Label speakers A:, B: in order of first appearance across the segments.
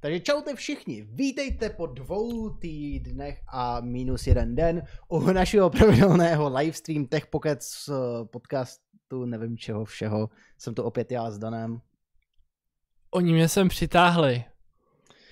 A: Takže čaute všichni, vítejte po dvou týdnech a minus jeden den u našeho pravidelného livestream Tech Pocket z eh, podcastu nevím čeho všeho. Jsem tu opět já s Danem.
B: Oni mě sem přitáhli.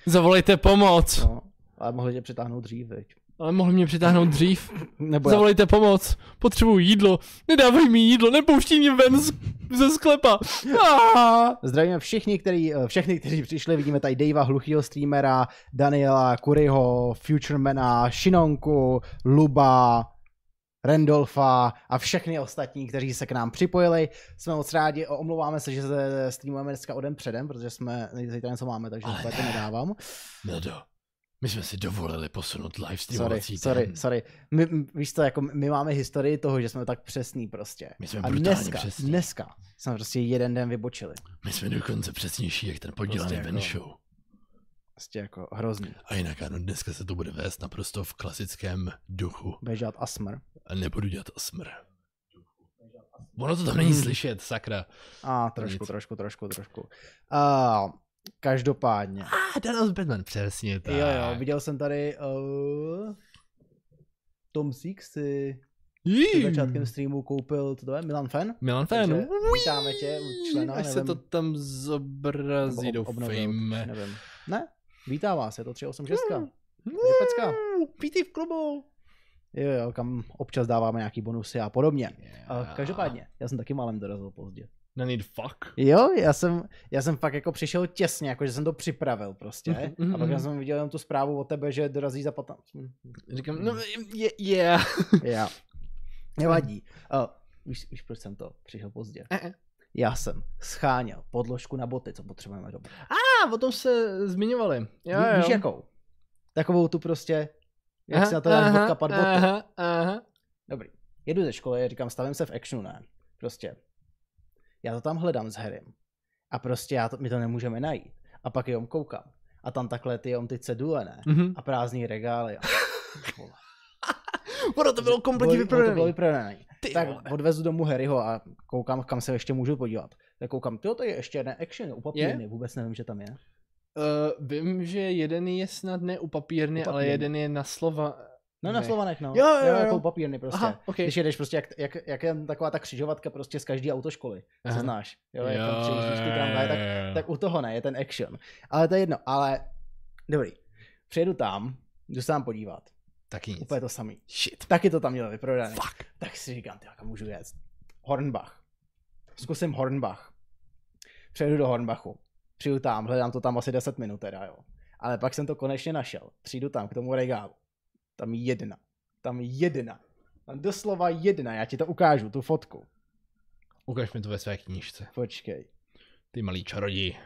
B: Zavolejte pomoc.
A: No, ale mohli tě přitáhnout dřív, viď?
B: Ale mohli mě přitáhnout dřív.
A: Nebo já,
B: Zavolejte pomoc. Potřebuju jídlo. Nedávej mi jídlo, nepouští mě ven z, ze sklepa. Ah.
A: Zdravíme všichni, který, eh, všechny, kteří přišli. Vidíme tady Davea, hluchýho streamera, Daniela, Kuryho, Futuremana, Šinonku, Luba, Randolfa a všechny ostatní, kteří se k nám připojili. Jsme moc rádi, O- omlouváme se, že se streamujeme dneska o den předem, protože jsme zítra něco máme, takže
B: Ale
A: úplně to
B: ne.
A: nedávám.
B: Mildo, my jsme si dovolili posunout live
A: Sorry,
B: streamovací
A: sorry,
B: den.
A: sorry. My, m- víš co, jako my máme historii toho, že jsme tak přesní prostě.
B: My jsme
A: A
B: brutálně
A: dneska,
B: přesní.
A: dneska jsme prostě jeden den vybočili.
B: My jsme dokonce přesnější, jak ten podělaný
A: Prostě
B: prostě
A: jako-
B: show.
A: Prostě jako hrozný.
B: A jinak ano, dneska se to bude vést naprosto v klasickém duchu.
A: Budeš dělat asmr.
B: A nebudu dělat osmr. Ono to tam není
A: Hmm.
B: slyšet, sakra.
A: A trošku,
B: Nic.
A: trošku, trošku, trošku. Uh, každopádně.
B: A Danos Batman, přesně tak.
A: Jo, jo, viděl jsem tady uh, Tom Six si před začátkem streamu koupil, to je Milan Fan.
B: Milan Fén.
A: Takže vítáme tě u člena,
B: Až se
A: nevím,
B: to tam
A: nebo
B: zobrazí,
A: ob- obnovil, už
B: doufejme.
A: nevím. Ne, vítá vás, je to 386.
B: Uuu,
A: pecka.
B: Pítej v klubu.
A: Jo, jo, kam občas dáváme nějaký bonusy a podobně. Uh, každopádně, já jsem taky málem dorazil pozdě.
B: Na No need fuck.
A: Jo, já jsem, já jsem fakt jako přišel těsně, jako že jsem to připravil prostě.
B: Mhm,
A: A pak
B: mhm.
A: já jsem viděl jenom tu zprávu od tebe, že dorazí za 15 minut.
B: Říkám, no
A: Hmm.
B: je, je.
A: Já. Nevadí. Uh, víš, víš, proč jsem to přišel pozdě?
B: Eh, eh.
A: Já jsem scháněl podložku na boty, co potřebujeme do
B: A o tom se zmiňovali. Jo,
A: Ví-
B: jo.
A: Víš jakou? Takovou tu prostě, jak si na to dáš
B: Aha,
A: vodka pad boty.
B: Aha, aha.
A: Dobrý. Jedu ze školy, říkám, stavím se v actionu, ne? Prostě. Já to tam hledám s herem. A prostě já to, my to nemůžeme najít. A pak jenom koukám. A tam takhle ty jenom ty cedule, ne?
B: Mhm.
A: A prázdný regály. A- Vole.
B: Ono to bylo kompletně
A: Bylo- ono To bylo
B: vyprodané.
A: vyprodané.
B: Ty
A: tak
B: vole.
A: odvezu domů Harryho a koukám, kam se ještě můžu podívat. Tak koukám, jo, to je ještě jeden action u papírny, vůbec nevím, že tam je.
B: Uh, vím, že jeden je snad ne u papírny,
A: U
B: ale
A: papírny.
B: jeden je na slova.
A: No na
B: Ne.
A: Slovanech, no.
B: Jo, jo,
A: Jako
B: jo.
A: u papírny prostě.
B: Aha,
A: Aha.
B: ok.
A: Když jedeš prostě, jak, jak, jak je taková ta křižovatka prostě z každé autoškoly, Aha. co
B: Aha.
A: znáš. Jo, jak tam přejíždíš ty tramvaje, tak,
B: jo.
A: tak u toho ne, je ten action. Ale to je jedno, ale dobrý. Přijedu tam, jdu se tam podívat.
B: Taky nic.
A: Úplně to samý.
B: Shit.
A: Taky to tam mělo vyprodané.
B: Fuck.
A: Tak si říkám, ty jak můžu jet. Hornbach. Zkusím Hornbach. Přejdu do Hornbachu. Přijdu tam, hledám to tam asi 10 minut teda, jo. Ale pak jsem to konečně našel. Přijdu tam k tomu regálu. Tam jedna. Tam jedna. Tam doslova jedna. Já ti to ukážu, tu fotku.
B: Ukaž mi to ve své knížce.
A: Počkej.
B: Ty malý čaroděj.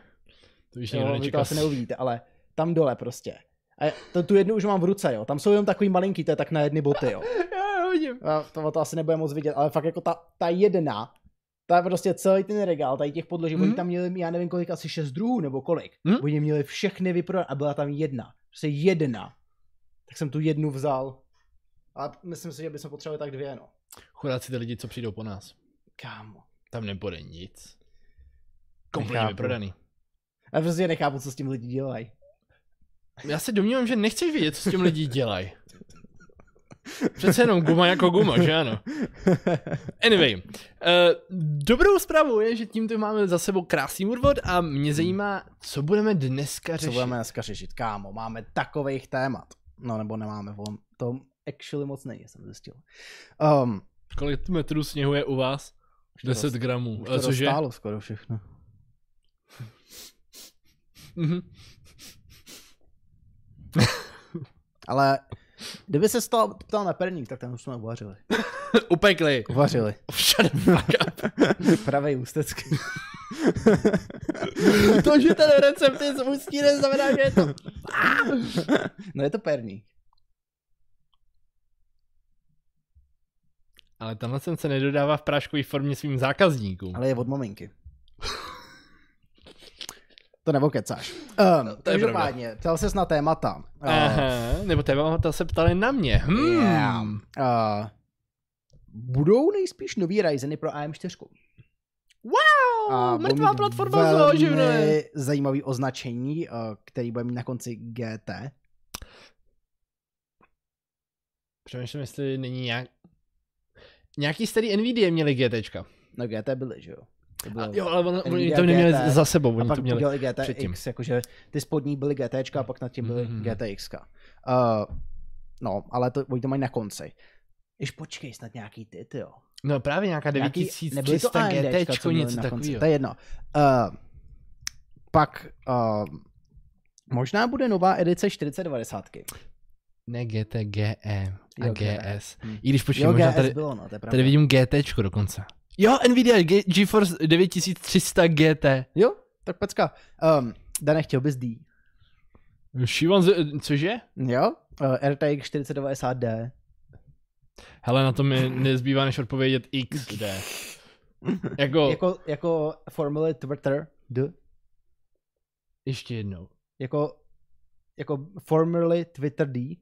B: To už nikdo
A: Jo, vy to
B: nečeká.
A: asi neuvidíte, ale tam dole prostě. A to, tu jednu už mám v ruce, jo. Tam jsou jenom takový malinký, to je tak na jedny boty, jo.
B: Já vidím.
A: A to, to asi nebude moc vidět, ale fakt jako ta, ta jedna, ta prostě celý ten regál, tady těch podloží, mm-hmm. oni
B: Mhm.
A: tam měli, já nevím kolik, asi šest druhů nebo kolik.
B: Mhm.
A: Mm-hmm. Oni měli všechny vyprodané a byla tam jedna. Prostě jedna. Tak jsem tu jednu vzal. A myslím si, že bychom potřebovali tak dvě, no.
B: Chudáci ty lidi, co přijdou po nás.
A: Kámo.
B: Tam nebude nic. Kompletně
A: Nechápu.
B: vyprodaný.
A: Já prostě nechápu, co s tím lidi dělají.
B: Já se domnívám, že nechceš vědět, co s tím lidi dělají. Přece jenom guma jako guma, že ano? Anyway, uh, dobrou zprávou je, že tímto máme za sebou krásný úvod a mě zajímá, co budeme dneska řešit.
A: Hmm. Co budeme dneska řešit, kámo? Máme takových témat. No nebo nemáme, on to actually moc není, jsem zjistil. Um,
B: Kolik metrů sněhu je u vás?
A: už to
B: 10
A: roz-
B: gramů.
A: Už
B: Eh,
A: to
B: Cože?
A: roztálo skoro všechno.
B: Mhm.
A: Ale kdyby se stalo ptal na perník, tak ten už jsme uvařili.
B: Upekli.
A: Uvařili.
B: Shut the fuck up.
A: Pravej ústecký.
B: To, že ten recept je z ústí, neznamená, že je to...
A: no je to perník.
B: Ale tenhle jsem se nedodává v práškové formě svým zákazníkům.
A: Ale je od maminky. To nebo kecáš. Um,
B: No, to je
A: každopádně, ptal ses na témata. Uh,
B: Aha, nebo témata se ptali na mě. Hmm.
A: yeah. uh, budou nejspíš nový Ryzeny pro AM4.
B: Wow,
A: A budou
B: mrtvá
A: mít
B: platforma velmi... oživné.
A: velmi zajímavý označení, eh, který bude mít na konci GT.
B: Přemýšlím, jestli není nějak... Nějaký starý NVIDIA měli GTčka.
A: No GT byly, že jo? To
B: A,
A: bylo-
B: jo, ale on, oni
A: NVIDIA
B: to neměli
A: GT.
B: za sebou,
A: A
B: oni
A: pak
B: to měli.
A: udělali
B: předtím.
A: GTX, jakože ty spodní byly GTčka a pak nad tím byly
B: Mhm.
A: GTX. Uh, no, ale to, oni to mají na konci. Když počkej, snad nějaký ty, ty jo.
B: No právě nějaká 9300 GTčko, něco takového.
A: To je jedno. Uh, pak uh, možná bude nová edice 4090.
B: Ne GT, GE E a
A: Jo,
B: GS.
A: Hm.
B: I když počkej,
A: Jo,
B: možná
A: GS
B: tady,
A: bylo, no, to je pravda.
B: tady vidím GTčko dokonce. Jo, Nvidia Ge- GeForce 9300 GT.
A: Jo, tak pecka. Um, Dane, chtěl bys D.
B: Šívan, z- cože?
A: Jo? Uh, RTX 4090D.
B: Hele, na to mi nezbývá, než odpovědět XD. Jako, jako,
A: Jako, jako Formule Twitter. D.
B: ještě jednou.
A: Jako, jako formerly Twitter D.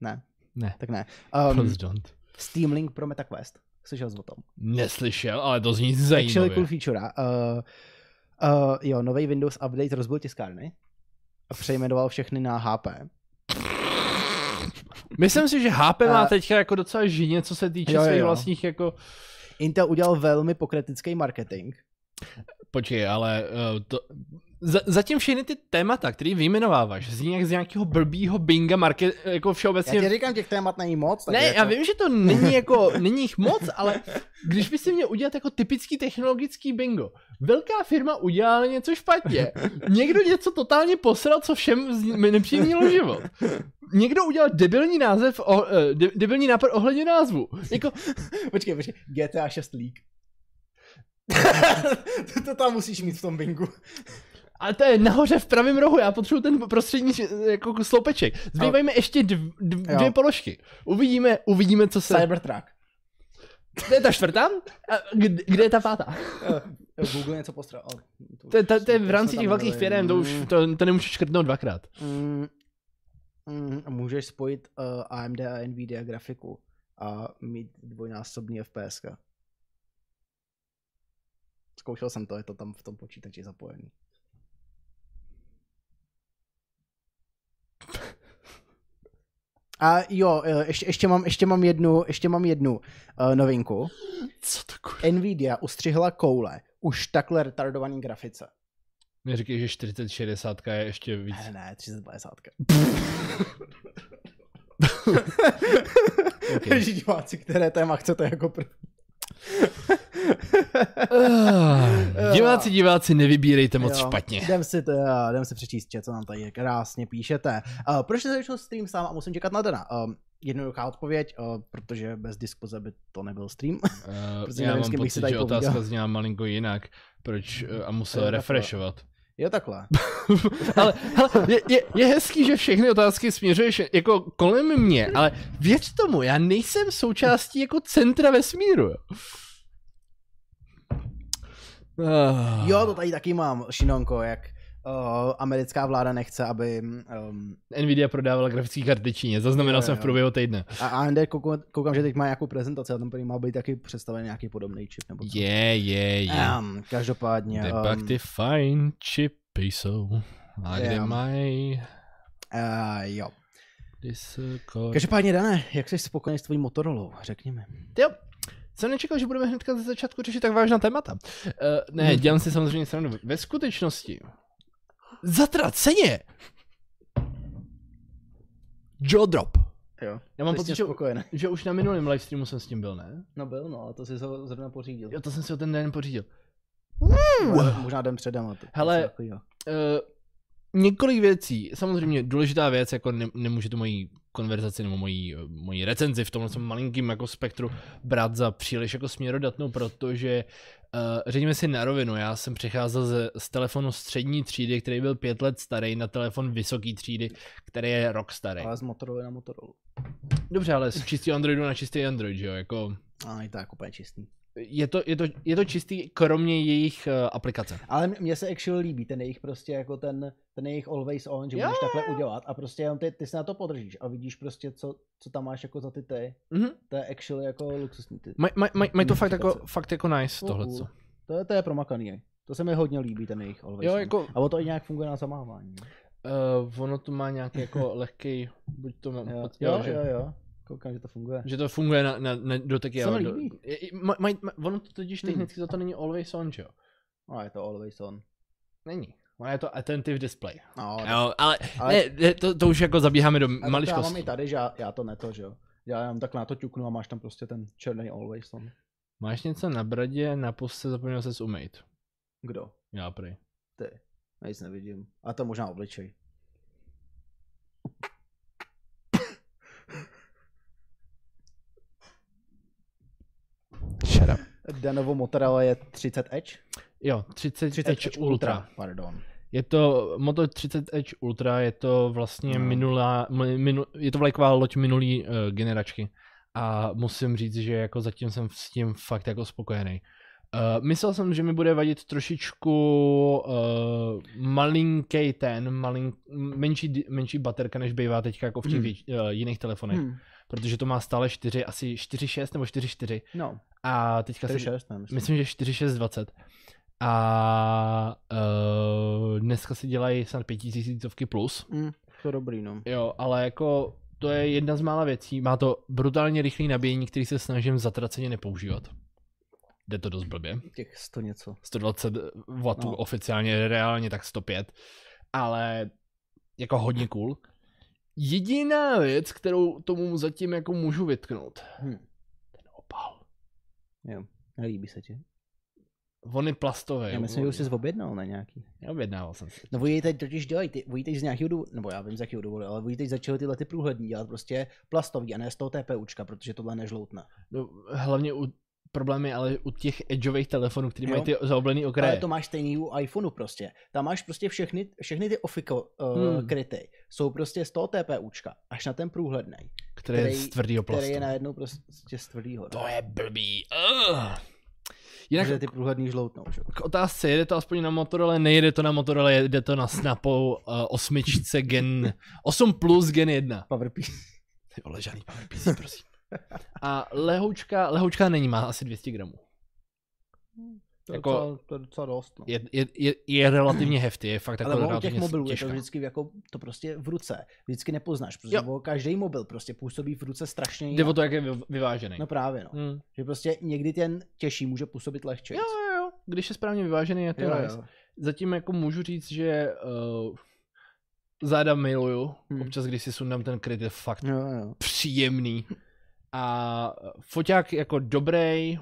A: Ne,
B: Ne,
A: tak ne. Um,
B: please don't.
A: Steam Link pro MetaQuest. Slyšel jsi o tom.
B: Neslyšel, ale to zní
A: Actually
B: zajímavě.
A: cool feature. Uh, uh, jo, nový Windows Update rozbil tiskárny a přejmenoval všechny na HP.
B: Myslím si, že HP má
A: A-
B: teďka jako docela žině, co se týče
A: Jo, jo,
B: svých
A: jo.
B: vlastních jako...
A: Intel udělal velmi pokritický marketing.
B: Počkej, ale uh, to... Za, zatím všechny ty témata, který vyjmenováváš, zní jak z nějakého blbýho binga market, jako
A: Já
B: všeobecně
A: ti říkám, těch témat není moc. takže
B: Ne,
A: jako...
B: já vím, že to není jako, není jich moc, ale když by si měl udělat jako typický technologický bingo, velká firma udělala něco špatně, někdo něco totálně posral, co všem z- mi nepříjemnilo život. Někdo udělal debilní název, o, eh, de, debilní nápad ohledně názvu. Jako,
A: Počkej, počkej, GTA 6 League. to, to tam musíš mít v tom bingu.
B: ale to je nahoře v pravém rohu, já potřebuji ten prostřední eh, jako sloupeček. Zbývají mi ještě dv, dv, dvě
A: No. Jo.
B: položky. Uvidíme, uvidíme, co se...
A: Cybertruck.
B: To je ta čtvrtá? A kde, kde je ta pátá?
A: Eh, Google něco postral. ale to
B: To, je-
A: už
B: to,
A: jsme-
B: to je v
A: jsme
B: rámci
A: tam
B: těch velkých
A: byli.
B: firm, to už to, to nemůžeš škrtnout dvakrát.
A: Mm, mm, můžeš spojit uh, AMD a Nvidia grafiku a mít dvojnásobný FPS. Zkoušel jsem to, je to tam v tom počítači zapojený. A jo, eh, ještě, ještě, mám, ještě mám jednu, ještě mám jednu uh, novinku.
B: Co to kurva?
A: Nvidia ustřihla koule už takhle retardovaný grafice.
B: Neříkej, že 4060 je ještě víc.
A: Ne, ne, 350.
B: Ok.
A: Okay. Živáci, které téma chcete jako první.
B: Ah, diváci, diváci, nevybírejte moc
A: Jo,
B: špatně.
A: Jdem si, to, jdem si přečíst, že co nám tady krásně píšete. Uh, proč se začal stream sám a musím čekat na Dana? Um, jednoduchá odpověď, uh, protože bez diskuze by to nebyl stream.
B: Uh,
A: Protože
B: já
A: nevím, s
B: mám
A: kým bych si
B: pocit,
A: tady
B: že otázka
A: povídal.
B: zněla malinko jinak. Proč eh, a
A: Jo,
B: musel
A: takhle.
B: refreshovat.
A: jo, takhle.
B: ale hele, je, je, je hezký, že všechny otázky směřuješ jako kolem mě, ale věř tomu, já nejsem součástí jako centra vesmíru. jo. Ah.
A: Jo, to tady taky mám, Šinonko, jak uh, americká vláda nechce, aby um,
B: Nvidia prodávala grafické karty Číně,
A: Jo,
B: zaznamenal jsem v
A: jo.
B: průběhu týdne.
A: a AMD koukám, koukám, že teď má nějakou prezentaci a tam prý má být taky představen nějaký podobný čip nebo co.
B: Je, je, je.
A: Um, každopádně.
B: Kde pak
A: em,
B: ty fajn čipy jsou? A kde
A: Em.
B: mají
A: Uh, jo.
B: Discord?
A: Každopádně, Dané, jak jsi spokojený s tvým Motorolou, řekni mi.
B: Jo, jsem nečekal, že budeme hnedka ze začátku řešit tak vážná témata. Uh,
A: Mhm.
B: ne, dělám si samozřejmě srandu. Ve skutečnosti, zatraceně, jawdrop.
A: Jo.
B: Já mám
A: Jsi s
B: pocit,
A: tím
B: že,
A: spokojený.
B: že už na minulém livestreamu jsem s tím byl, ne?
A: No byl, no, ale to jsi se ho zrovna pořídil.
B: Jo, to jsem si o ten den pořídil.
A: Možná- Hmm. Možná den předem. a To,
B: Hele.
A: něco takovýho.
B: Eh, několik věcí. Samozřejmě důležitá věc, jako ne, nemůže tu moji konverzaci nebo moji, eh, moji recenzi v tomhle tom malinkým jako spektru brát za příliš jako směrodatnou, protože uh, řekněme si na rovinu, já jsem přicházel z, z telefonu střední třídy, který byl pět let starý, na telefon vysoký třídy, který je rok starý.
A: ale z Motorola na Motorola.
B: Dobře, ale z čistého Androidu na čistý Android, že jo, jako...
A: A je to jako úplně čistý.
B: Je to, je, to, je to čistý, kromě jejich eh, aplikace.
A: Ale m- mně se actually líbí ten jejich prostě jako ten, ten jejich always on, že
B: Jo,
A: můžeš
B: jo,
A: takhle
B: jo.
A: udělat a prostě jenom ty, ty se na to podržíš a vidíš prostě, co, co tam máš jako za ty ty.
B: Mhm.
A: To je actually jako luxusní ty.
B: Mají maj, maj, maj to fakt jako,
A: Notifikace.
B: fakt jako nice,
A: To
B: tohle.
A: cool. To je, to je promakaný. To se mi hodně líbí, ten jejich always
B: Jo,
A: on.
B: jako
A: A o to i nějak funguje na zamávání. jo?
B: Uh, ono to má nějaký jako lehký, buď to mám,
A: Jo,
B: pod-
A: jo,
B: že,
A: jo, jo. Koukám, že to funguje.
B: že to funguje na, na, na doteky.
A: Se mi
B: ale do-
A: líbí.
B: je- i- ma, ma, ma, ono to totiž
A: Mhm.
B: technicky za to není always on, že jo?
A: No, je to always on.
B: Není. Ono je to attentive display.
A: No,
B: Jo, ale,
A: Ale-
B: ale... Ne, to, to už jako zabíháme do
A: ale to já mám
B: maličkostí.
A: i tady, že já, já to neto, že jo. Já jenom tak na to ťuknu a máš tam prostě ten černý always on.
B: Máš něco na bradě, na puse, zapomněl ses umýt.
A: Kdo?
B: Já prej.
A: Ty. Já nic nevidím. A to možná obličej.
B: Shut up.
A: Danovo Motorola je 30 Edge?
B: Jo, 30, 30 Edge, Ultra. Ultra.
A: Pardon.
B: Je to Moto 30 Edge Ultra, je to vlastně
A: No.
B: no. minulá, mi- minu, je to vlajková loď minulý uh, generačky. A musím říct, že jako zatím jsem s tím fakt jako spokojený. Uh, myslel jsem, že mi bude vadit trošičku uh, malinký ten, malin, menší, di- menší baterka, než bývá teďka jako v těch
A: Hmm.
B: věč, uh, jiných telefonech,
A: Hmm.
B: protože to má stále 4, asi 4.6 nebo 4.4
A: No,
B: a teďka jsem,
A: 46 ne, myslím.
B: Myslím, že 4620. A uh, dneska si dělají snad 5000 plus.
A: Mm, to dobrý, no.
B: Jo, ale jako to je jedna z mála věcí. Má to brutálně rychlý nabíjení, který se snažím zatraceně nepoužívat. Jde to dost blbě.
A: Těch 100 něco.
B: 120 W
A: No.
B: no. oficiálně, reálně tak 105. Ale jako hodně cool. Jediná věc, kterou tomu zatím jako můžu vytknout,
A: Hm.
B: ten opal.
A: Nelíbí se ti?
B: On je plastový.
A: Já myslím, že už jsi objednal na nějaký.
B: Objednával jsem si.
A: No oni teď totiž dělají, ty, oni teď z nějakého důvodu, nebo já vím z jakého důvodu, ale oni teď začali tyhle ty průhlední dělat prostě plastový a ne z toho TPUčka, protože tohle nežloutne.
B: No, hlavně u problémy, ale u těch edgeových telefonů, který
A: Jo.
B: mají ty zaoblený okraje.
A: Ale to máš stejný u iPhoneu prostě. Tam máš prostě všechny, všechny ty ofiko uh,
B: Hmm.
A: kryty. Jsou prostě z toho TPUčka až na ten průhledný,
B: který,
A: který-
B: je z tvrdýho plastu.
A: který je najednou prostě z tvrdýho. no.
B: To je blbý. Uh. Jinak
A: Protože ty průhledný žloutnou, že? jo.
B: k otázce, jede to aspoň na Motorola, nejede to na Motorola, jede to na Snapou uh, osmičce Gen 8 plus Gen 1.
A: PowerPC.
B: Ty vole, žádný PowerPC, prosím. A lehoučka, lehoučka není, má asi 200 gramů.
A: To
B: Jako-
A: je docela, to je docela dost, no.
B: Je, je, je, je relativně hefty, je fakt
A: Ale
B: takový
A: ono u těch
B: relativně
A: mobilů
B: těžká.
A: je to vždycky jako, to prostě v ruce. Vždycky nepoznáš, protože
B: Jo.
A: ono každý mobil prostě působí v ruce strašně
B: Jde
A: jinak.
B: o to, jak je vyv- vyvážený.
A: No právě, no.
B: Hmm.
A: Že prostě někdy ten těžší může působit lehčí.
B: Jo, jo, jo. Když je správně vyvážený, je to jo, nice. Jo. Zatím jako můžu říct, že uh, záda miluju.
A: Hmm.
B: Hmm. Občas, když si sundám ten kryt, je fakt
A: jo, jo.
B: příjemný. A foťák jako dobrý,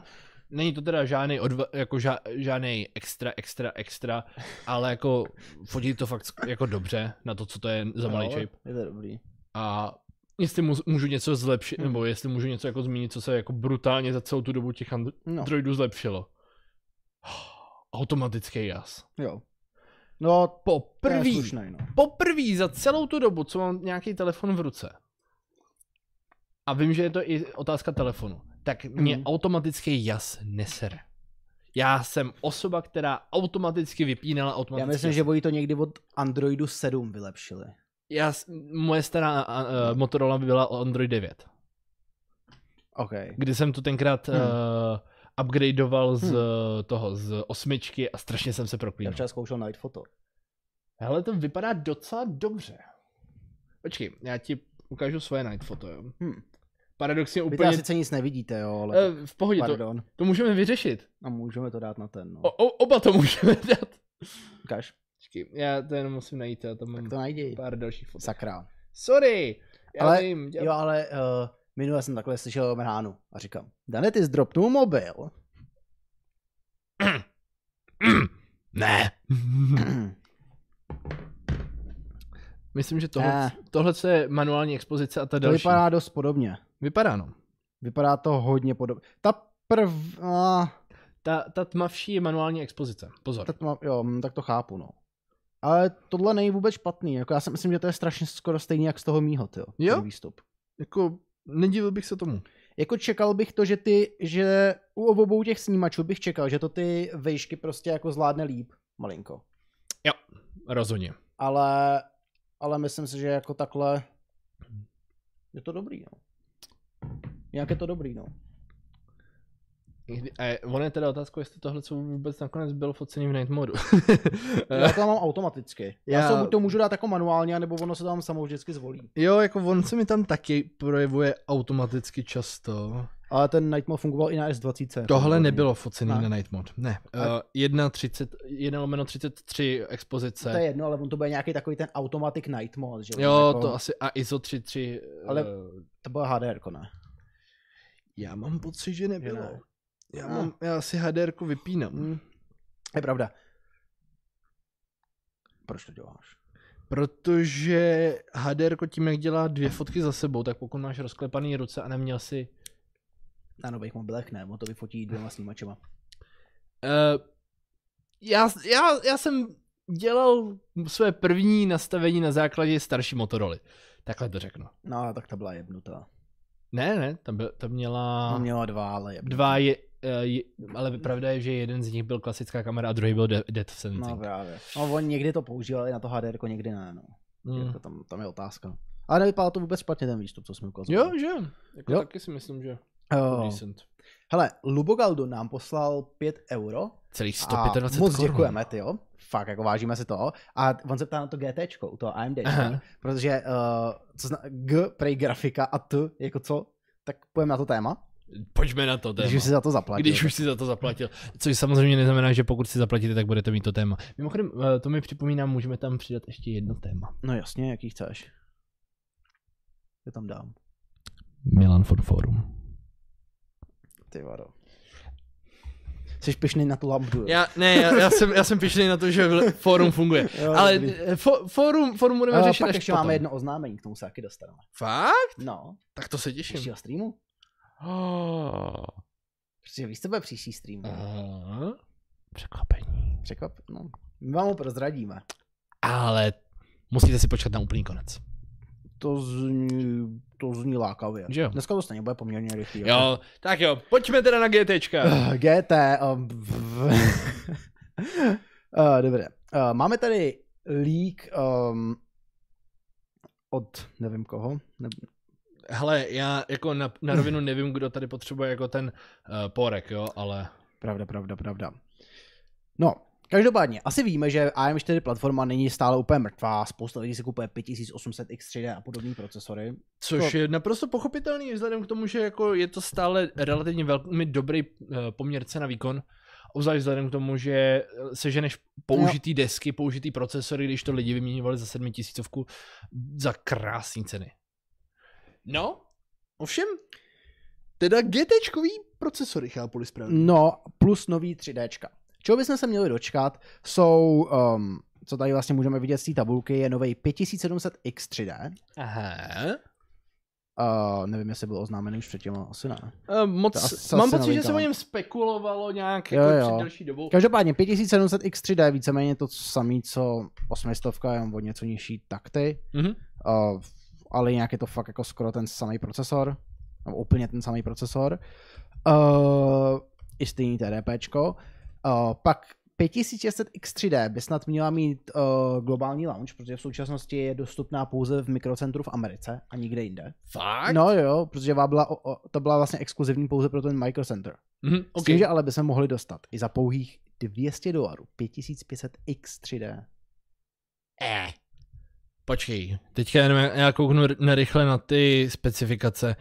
B: není to teda žádný odva, jako ža, žádný extra, extra, extra, ale jako fotí to fakt sk- jako dobře na to, co to je za malý
A: Jo,
B: čip.
A: Je to dobrý.
B: A jestli mu- můžu něco zlepšit,
A: Hmm.
B: nebo jestli můžu něco jako zmínit, co se jako brutálně za celou tu dobu těch andro-
A: No,
B: Androidů zlepšilo. Automatický jas.
A: jo. No, to je
B: Poprvý,
A: slušnej, no.
B: poprvý za celou tu dobu, co mám nějaký telefon v ruce. A vím, že je to i otázka telefonu. Tak mě
A: Mhm.
B: automatický jas nesere. Já jsem osoba, která automaticky vypínala
A: Já
B: automatický
A: myslím,
B: jas.
A: že oni to někdy od Androidu 7 vylepšili.
B: Já, s- moje stará a, a, Motorola by byla Android 9.
A: OK.
B: Kdy jsem to tenkrát
A: Hmm.
B: hmm. uh, upgradeoval z
A: Hmm.
B: eh, toho, z osmičky a strašně jsem se
A: Já
B: proklínal.
A: včera zkoušel najít foto.
B: Hele, to vypadá docela dobře. Počkej, já ti ukážu svoje night foto, jo.
A: Hm.
B: Paradoxně
A: Vy teda
B: úplně...
A: sice nic nevidíte, jo, ale
B: Eh, v pohodě, to,
A: pardon.
B: to můžeme vyřešit.
A: A můžeme to dát na ten, no.
B: O, o, oba to můžeme dát.
A: Ukaž,
B: Počkej, já to jenom musím najít, já tam mám
A: tak to najdi.
B: pár dalších fotek.
A: Sakra.
B: Sorry! Já
A: Ale-
B: Ale, vím,
A: Jo,
B: dělám...
A: ale uh, minule jsem takhle slyšel o Merhánu a říkám, Dane, ty zdropnul mobil.
B: Ne. Myslím, že tohle,
A: Ne.
B: tohle co je manuální expozice a
A: to
B: ta další.
A: vypadá dost podobně.
B: vypadá no.
A: Vypadá to hodně podobně. Ta prv... A,
B: Ta, ta tmavší je manuální expozice. Pozor.
A: tak, ma- jo, hm, tak to chápu, no. Ale tohle není vůbec špatný. Jako já si myslím, že to je strašně skoro stejný, jak z toho mýho, tyjo,
B: Jo?
A: ten výstup.
B: Jako, nedivil bych se tomu.
A: jako čekal bych to, že ty, že u obou těch snímačů bych čekal, že to ty vejšky prostě jako zvládne líp, malinko.
B: Rozhodně.
A: Ale, ale myslím si, že jako takhle je to dobrý, no. Jak je to dobrý, no.
B: Kdy- A ono je teda otázka, jestli tohle co vůbec nakonec bylo focený v night modu.
A: Já to mám automaticky. Já,
B: Eh. Já-
A: já... se buď to můžu dát jako manuálně, nebo ono se tam samo vždycky zvolí.
B: jo, jako on se mi tam taky projevuje automaticky často.
A: Ale ten Nightmare fungoval i na S20.
B: Tohle nebylo focený
A: Ne.
B: na night mod. Ne. Uh, 1.30, 1 lomeno 33 expozice.
A: To je jedno, ale on to bude nějaký takový ten automatic night mode, že?
B: Jo,
A: jako,
B: to asi a ISO 33.
A: Ale-
B: eh,
A: to bylo HDR, ne?
B: já mám pocit, že nebylo.
A: ne.
B: Já,
A: Ah.
B: mám, já si HDR vypínám,
A: Je pravda. Proč to děláš?
B: protože HDR tím, jak dělá dvě fotky za sebou, tak pokud máš rozklepaný ruce a neměl si
A: Na nových mobilech ne, on to vyfotí dvěma snímačema.
B: Uh, já, já, já jsem dělal své první nastavení na základě starší Motorola. Takhle to řeknu.
A: No, tak ta byla jebnutá.
B: Ne, ne, ta, by, ta měla
A: A měla dva, ale jebnutá.
B: dva, je, eh, je, ale pravda je, že jeden z nich byl klasická kamera a druhý byl de- depth
A: No
B: sensing.
A: právě. No, on někdy to používali na to HDR, někdy ne, no.
B: No,
A: Jako tam, tam je otázka. Ale nevypadalo to vůbec špatně ten výstup, co jsme ukazovali.
B: Jo, že? Jako
A: Jo.
B: Taky si myslím, že
A: jo.
B: decent.
A: Hele, Lubogaldo nám poslal 5 euro.
B: Celých
A: A
B: 125
A: moc
B: korun.
A: děkujeme, ty jo. Fakt, jako vážíme si toho. A on se ptá na to GTčko, u toho AMD,
B: Aha.
A: protože uh, co zna, G, prej grafika a T, jako co, tak půjdeme na to téma,
B: Pojďme na to téma.
A: když už si za to zaplatil.
B: Když už si za to zaplatil. Což samozřejmě neznamená, že pokud si zaplatíte, tak budete mít to téma. Mimochodem, eh, to mi připomíná, můžeme tam přidat ještě jedno téma.
A: No jasně, jaký chceš. Já tam dám.
B: Milan von Forum.
A: Ty vado. Jsi pišný na tu lambdu. jo?
B: Já, ne, já, já jsem, já jsem pišnej na to, že vl- fórum funguje.
A: Jo,
B: Ale
A: No, dobrý.
B: eh, fo, fórum, fórum budeme
A: Eh,
B: řešit
A: pak
B: až
A: ještě
B: potom.
A: máme jedno oznámení, k tomu se taky dostaneme.
B: Fakt?
A: No,
B: Tak to se těším.
A: příštího streamu?
B: Oh.
A: Protože víš, co bude příští stream.
B: Aha. Překvapení.
A: Překvap, no. My vám ho prozradíme.
B: Ale musíte si počkat na úplný konec.
A: To zní, to zní lákavě.
B: Že jo?
A: Dneska to stejně bude poměrně rychlý. jako.
B: Jo, tak jo, pojďme teda na GTčka.
A: Eh, GT. Um, uh, dobré. Uh, máme tady leak um, od nevím koho. Ne,
B: Hele, já jako na, na rovinu nevím, kdo tady potřebuje jako ten uh, porek, jo, ale...
A: pravda, pravda, pravda. No, každopádně, asi víme, že AM4 platforma není stále úplně mrtvá. Spousta lidí si kupuje 5800X3D a podobné procesory.
B: Což
A: To-
B: je naprosto pochopitelný, vzhledem k tomu, že jako je to stále relativně velmi dobrý eh, poměr cena výkon. Obzvlášť vzhledem k tomu, že eh, seženeš použitý no. desky, použitý procesory, když to lidi vyměňovali za sedmitisícovku za krásné ceny. No, ovšem, teda GTčkový procesory, chápu správně.
A: No, plus nový 3Dčka. Čeho bychom se měli dočkat, jsou, um, co tady vlastně můžeme vidět z té tabulky, je nový 5700X 3D.
B: Aha.
A: Uh, nevím, jestli byl oznámený už předtím, ale asi ne.
B: Eh, Moc,
A: To asi-
B: mám
A: asi
B: pocit, že se
A: nevydělám.
B: o něm spekulovalo nějak
A: Jo,
B: jako
A: jo.
B: před delší dobou.
A: Každopádně 5700X 3D je víceméně to samé, co 800, jenom o něco nižší takty,
B: Mhm.
A: uh, ale jinak je to fakt jako skoro ten samý procesor, nebo úplně ten samý procesor. Uh, I stejný TDPčko. Uh, pak 5600X3D by snad měla mít uh, globální launch, protože v současnosti je dostupná pouze v mikrocentru v Americe a nikde jinde.
B: Fakt?
A: No jo, protože vám byla, o, o, to byla vlastně exkluzivní pouze pro ten microcenter.
B: Mhm,
A: Okay. S
B: okay.
A: tím, že ale by se mohli dostat i za pouhých 200 dolarů, 5500X3D.
B: Eh. Počkej, teďka jenom já- já kouknu r- na rychle na ty specifikace.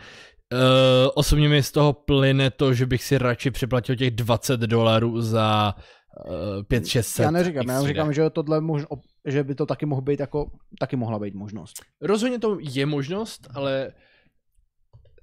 B: Uh, osobně mi z toho plyne to, že bych si radši připlatil těch 20 dolarů za uh, 5 600
A: Já neříkám, já říkám, že tohle možno, že by to taky mohl být jako, taky mohla být možnost.
B: Rozhodně to je možnost, ale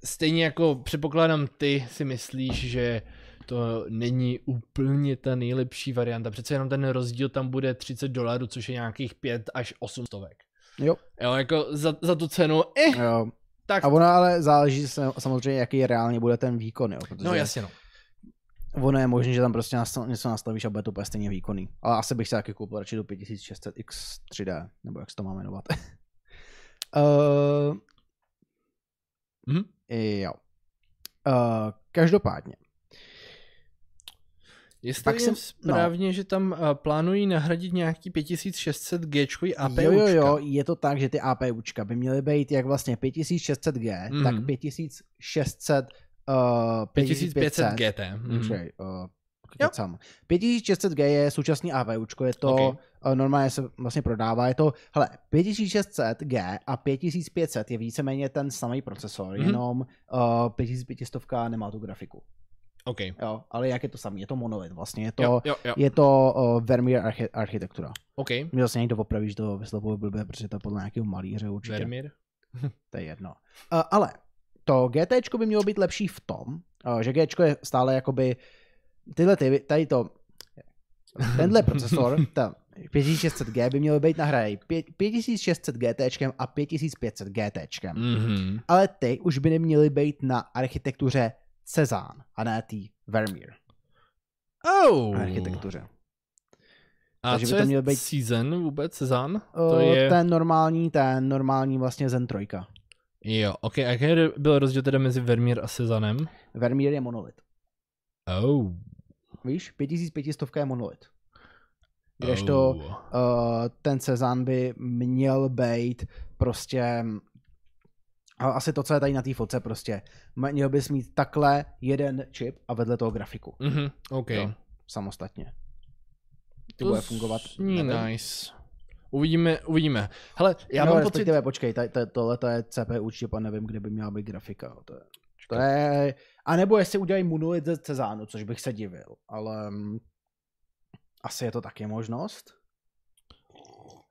B: stejně jako předpokládám ty si myslíš, že to není úplně ta nejlepší varianta. Přece jenom ten rozdíl tam bude 30 dolarů, což je nějakých 5 až 8 stovek.
A: Jo.
B: Jo, jako za, za tu cenu, eh,
A: Jo.
B: tak
A: A ono ale záleží se, samozřejmě, jaký reálně bude ten výkon, jo, protože
B: No jasně no.
A: ono je možné, že tam prostě nastav, něco nastavíš a bude to úplně stejně výkonný. Ale asi bych se taky koupil radši do 5600X 3D, nebo jak se to má jmenovat. uh,
B: Mhm.
A: jo. Uh, každopádně.
B: Jestli
A: Pak
B: Pak
A: jsem- no.
B: jsem správně, že tam eh, plánují nahradit nějaký 5600 G APUčka.
A: Jo, jo, jo, je to tak, že ty APUčka by měly být jak vlastně 5600G,
B: Mhm.
A: tak 5600 uh,
B: 5500 GT.
A: Mm.
B: Mhm.
A: Počkej, uh,
B: Jo.
A: kecám. 5600G je současný AVUčko, je to,
B: Ok.
A: okay. normálně se vlastně prodává, je to, hele, 5600G a 5500 je víceméně ten samý procesor,
B: Mhm.
A: mm. jenom uh, 5500 nemá tu grafiku,
B: OK.
A: jo, ale jak je to samý, je to monolit vlastně, je to,
B: Jo, jo, jo.
A: je to uh, Vermeer archi- architektura.
B: OK.
A: Měl se někdo opravit, že to vyslovuje blbě, protože to je podle nějakého malíře určitě.
B: Vermír.
A: To je jedno. Uh, ale to GT by mělo být lepší v tom, uh, že G je stále jakoby tyhle ty, tady to, tenhle procesor, ta 5600G by měl být nahraný 5600 GT a 5500 GT.
B: Mhm.
A: Ale ty už by neměly být na architektuře Cezanne a ne tý Vermeer
B: Oh.
A: architektuře.
B: A
A: Takže by
B: co
A: to
B: je
A: měl být-
B: Season vůbec? Zan? To
A: Uh,
B: je...
A: Ten normální, ten normální vlastně Zen 3.
B: Jo, OK. A jaký byl rozdíl teda mezi Vermír a Sezanem?
A: Vermeer je monolit.
B: Oh.
A: Víš, 5500 je monolit. Kdežto
B: Oh.
A: uh, ten Cezan by měl být prostě a asi to, co je tady na té fotce prostě. Měl bys mít takhle jeden čip a vedle toho grafiku.
B: Mhm, OK.
A: Jo, samostatně. To bude fungovat.
B: Sní
A: nevím.
B: nice. Uvidíme, uvidíme. Hele, já
A: no,
B: mám pocit...
A: respektive, počkej, tady, tady, tohle to je CPU čip a nevím, kde by měla být grafika. jo, To je, to
B: Počkej.
A: je, a nebo jestli udělají monolit ze Cezánu, což bych se divil, ale mm, asi je to taky možnost.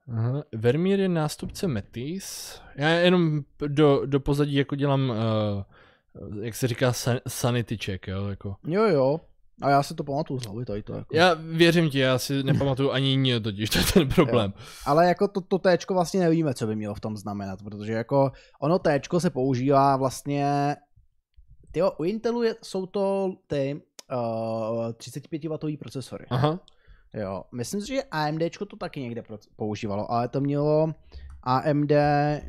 B: Aha, Vermeer je nástupce Metis. Já jenom do, do pozadí jako dělám, uh, jak se říká, san, sanity check, jo, jako.
A: Jo, jo. A já si to pamatuju z hlavy, tady to. Jako.
B: Já věřím ti, já si nepamatuju ani ní totiž, to je ten problém.
A: Ale jako to, to téčko vlastně nevíme, co by mělo v tom znamenat, protože jako ono téčko se používá vlastně, tyjo, u Intelu je, jsou to ty uh, 35W procesory.
B: Aha,
A: Jo, myslím si, že AMDčko to taky někde pro, používalo, ale to mělo AMD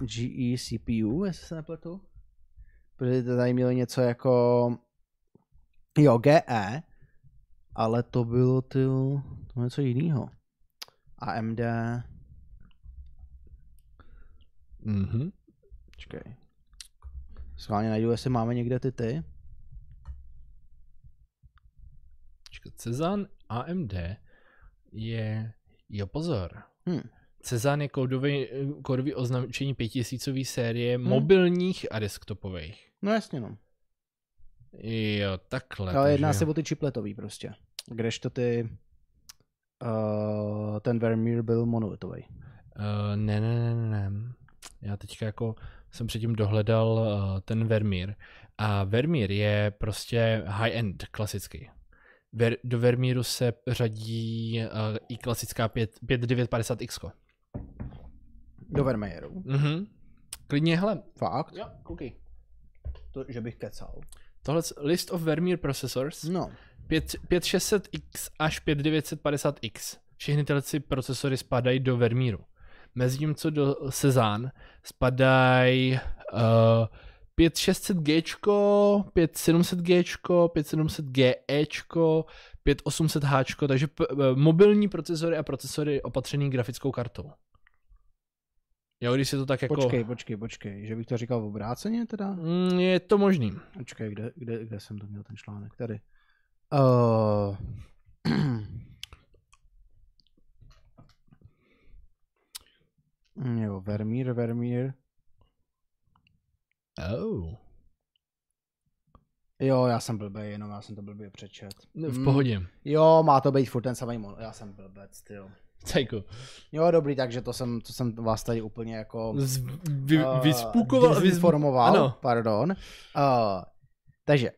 A: GE CPU, jestli se nepletu. Protože to tady mělo něco jako, jo, GE, ale to bylo ty, to bylo něco jiného. AMD,
B: mhm.
A: Počkej. Schválně najdu, jestli máme někde ty ty.
B: Počkat, Cezanne AMD je, jo pozor,
A: Hm.
B: Cezanne je kódový, kódový označení 5000 série
A: Hm.
B: mobilních a desktopových.
A: No jasně no.
B: Jo, takhle.
A: Ale jedná
B: takže-
A: se o ty chipletový prostě. Kdežto ty... Uh, ten Vermeer byl monolitový.
B: Uh, ne, ne, ne, ne, ne. Já teďka jako jsem předtím dohledal uh, ten Vermeer. A Vermeer je prostě high-end, klasický. Ver, do Vermeeru se řadí uh, i klasická 5, 5950X.
A: Do Vermeeru.
B: Mhm. Klidně, hele.
A: Fakt?
B: Jo, koukej.
A: To, že bych kecal.
B: Tohle je list of Vermeer processors.
A: No.
B: 5, 5600X až 5950X. Všechny tyhle si procesory spadají do Vermíru. Mezitím, co do Cezanne, spadají uh, 5600G, 5700G, 5700GE, 5800H, takže p- eh, mobilní procesory a procesory opatřený grafickou kartou. Jo, když se to tak jako...
A: Počkej, počkej, počkej. Že bych to říkal v obráceně teda?
B: Mm, Je to možný.
A: Počkej, kde, kde, kde jsem to měl ten článek? Tady. Uh, jo, Vermeer, Vermeer.
B: Oh.
A: Jo, já jsem blbej, jenom já jsem to blbě přečet.
B: V
A: Mm.
B: pohodě.
A: Jo, má to být furt ten samý mon. Já jsem blbec, jo.
B: Cajku.
A: Jo, dobrý, takže to jsem, to jsem vás tady úplně jako...
B: Z, vy,
A: eh,
B: vyspukoval, vyspu-
A: dezinformoval,
B: ano.
A: pardon. Uh, takže,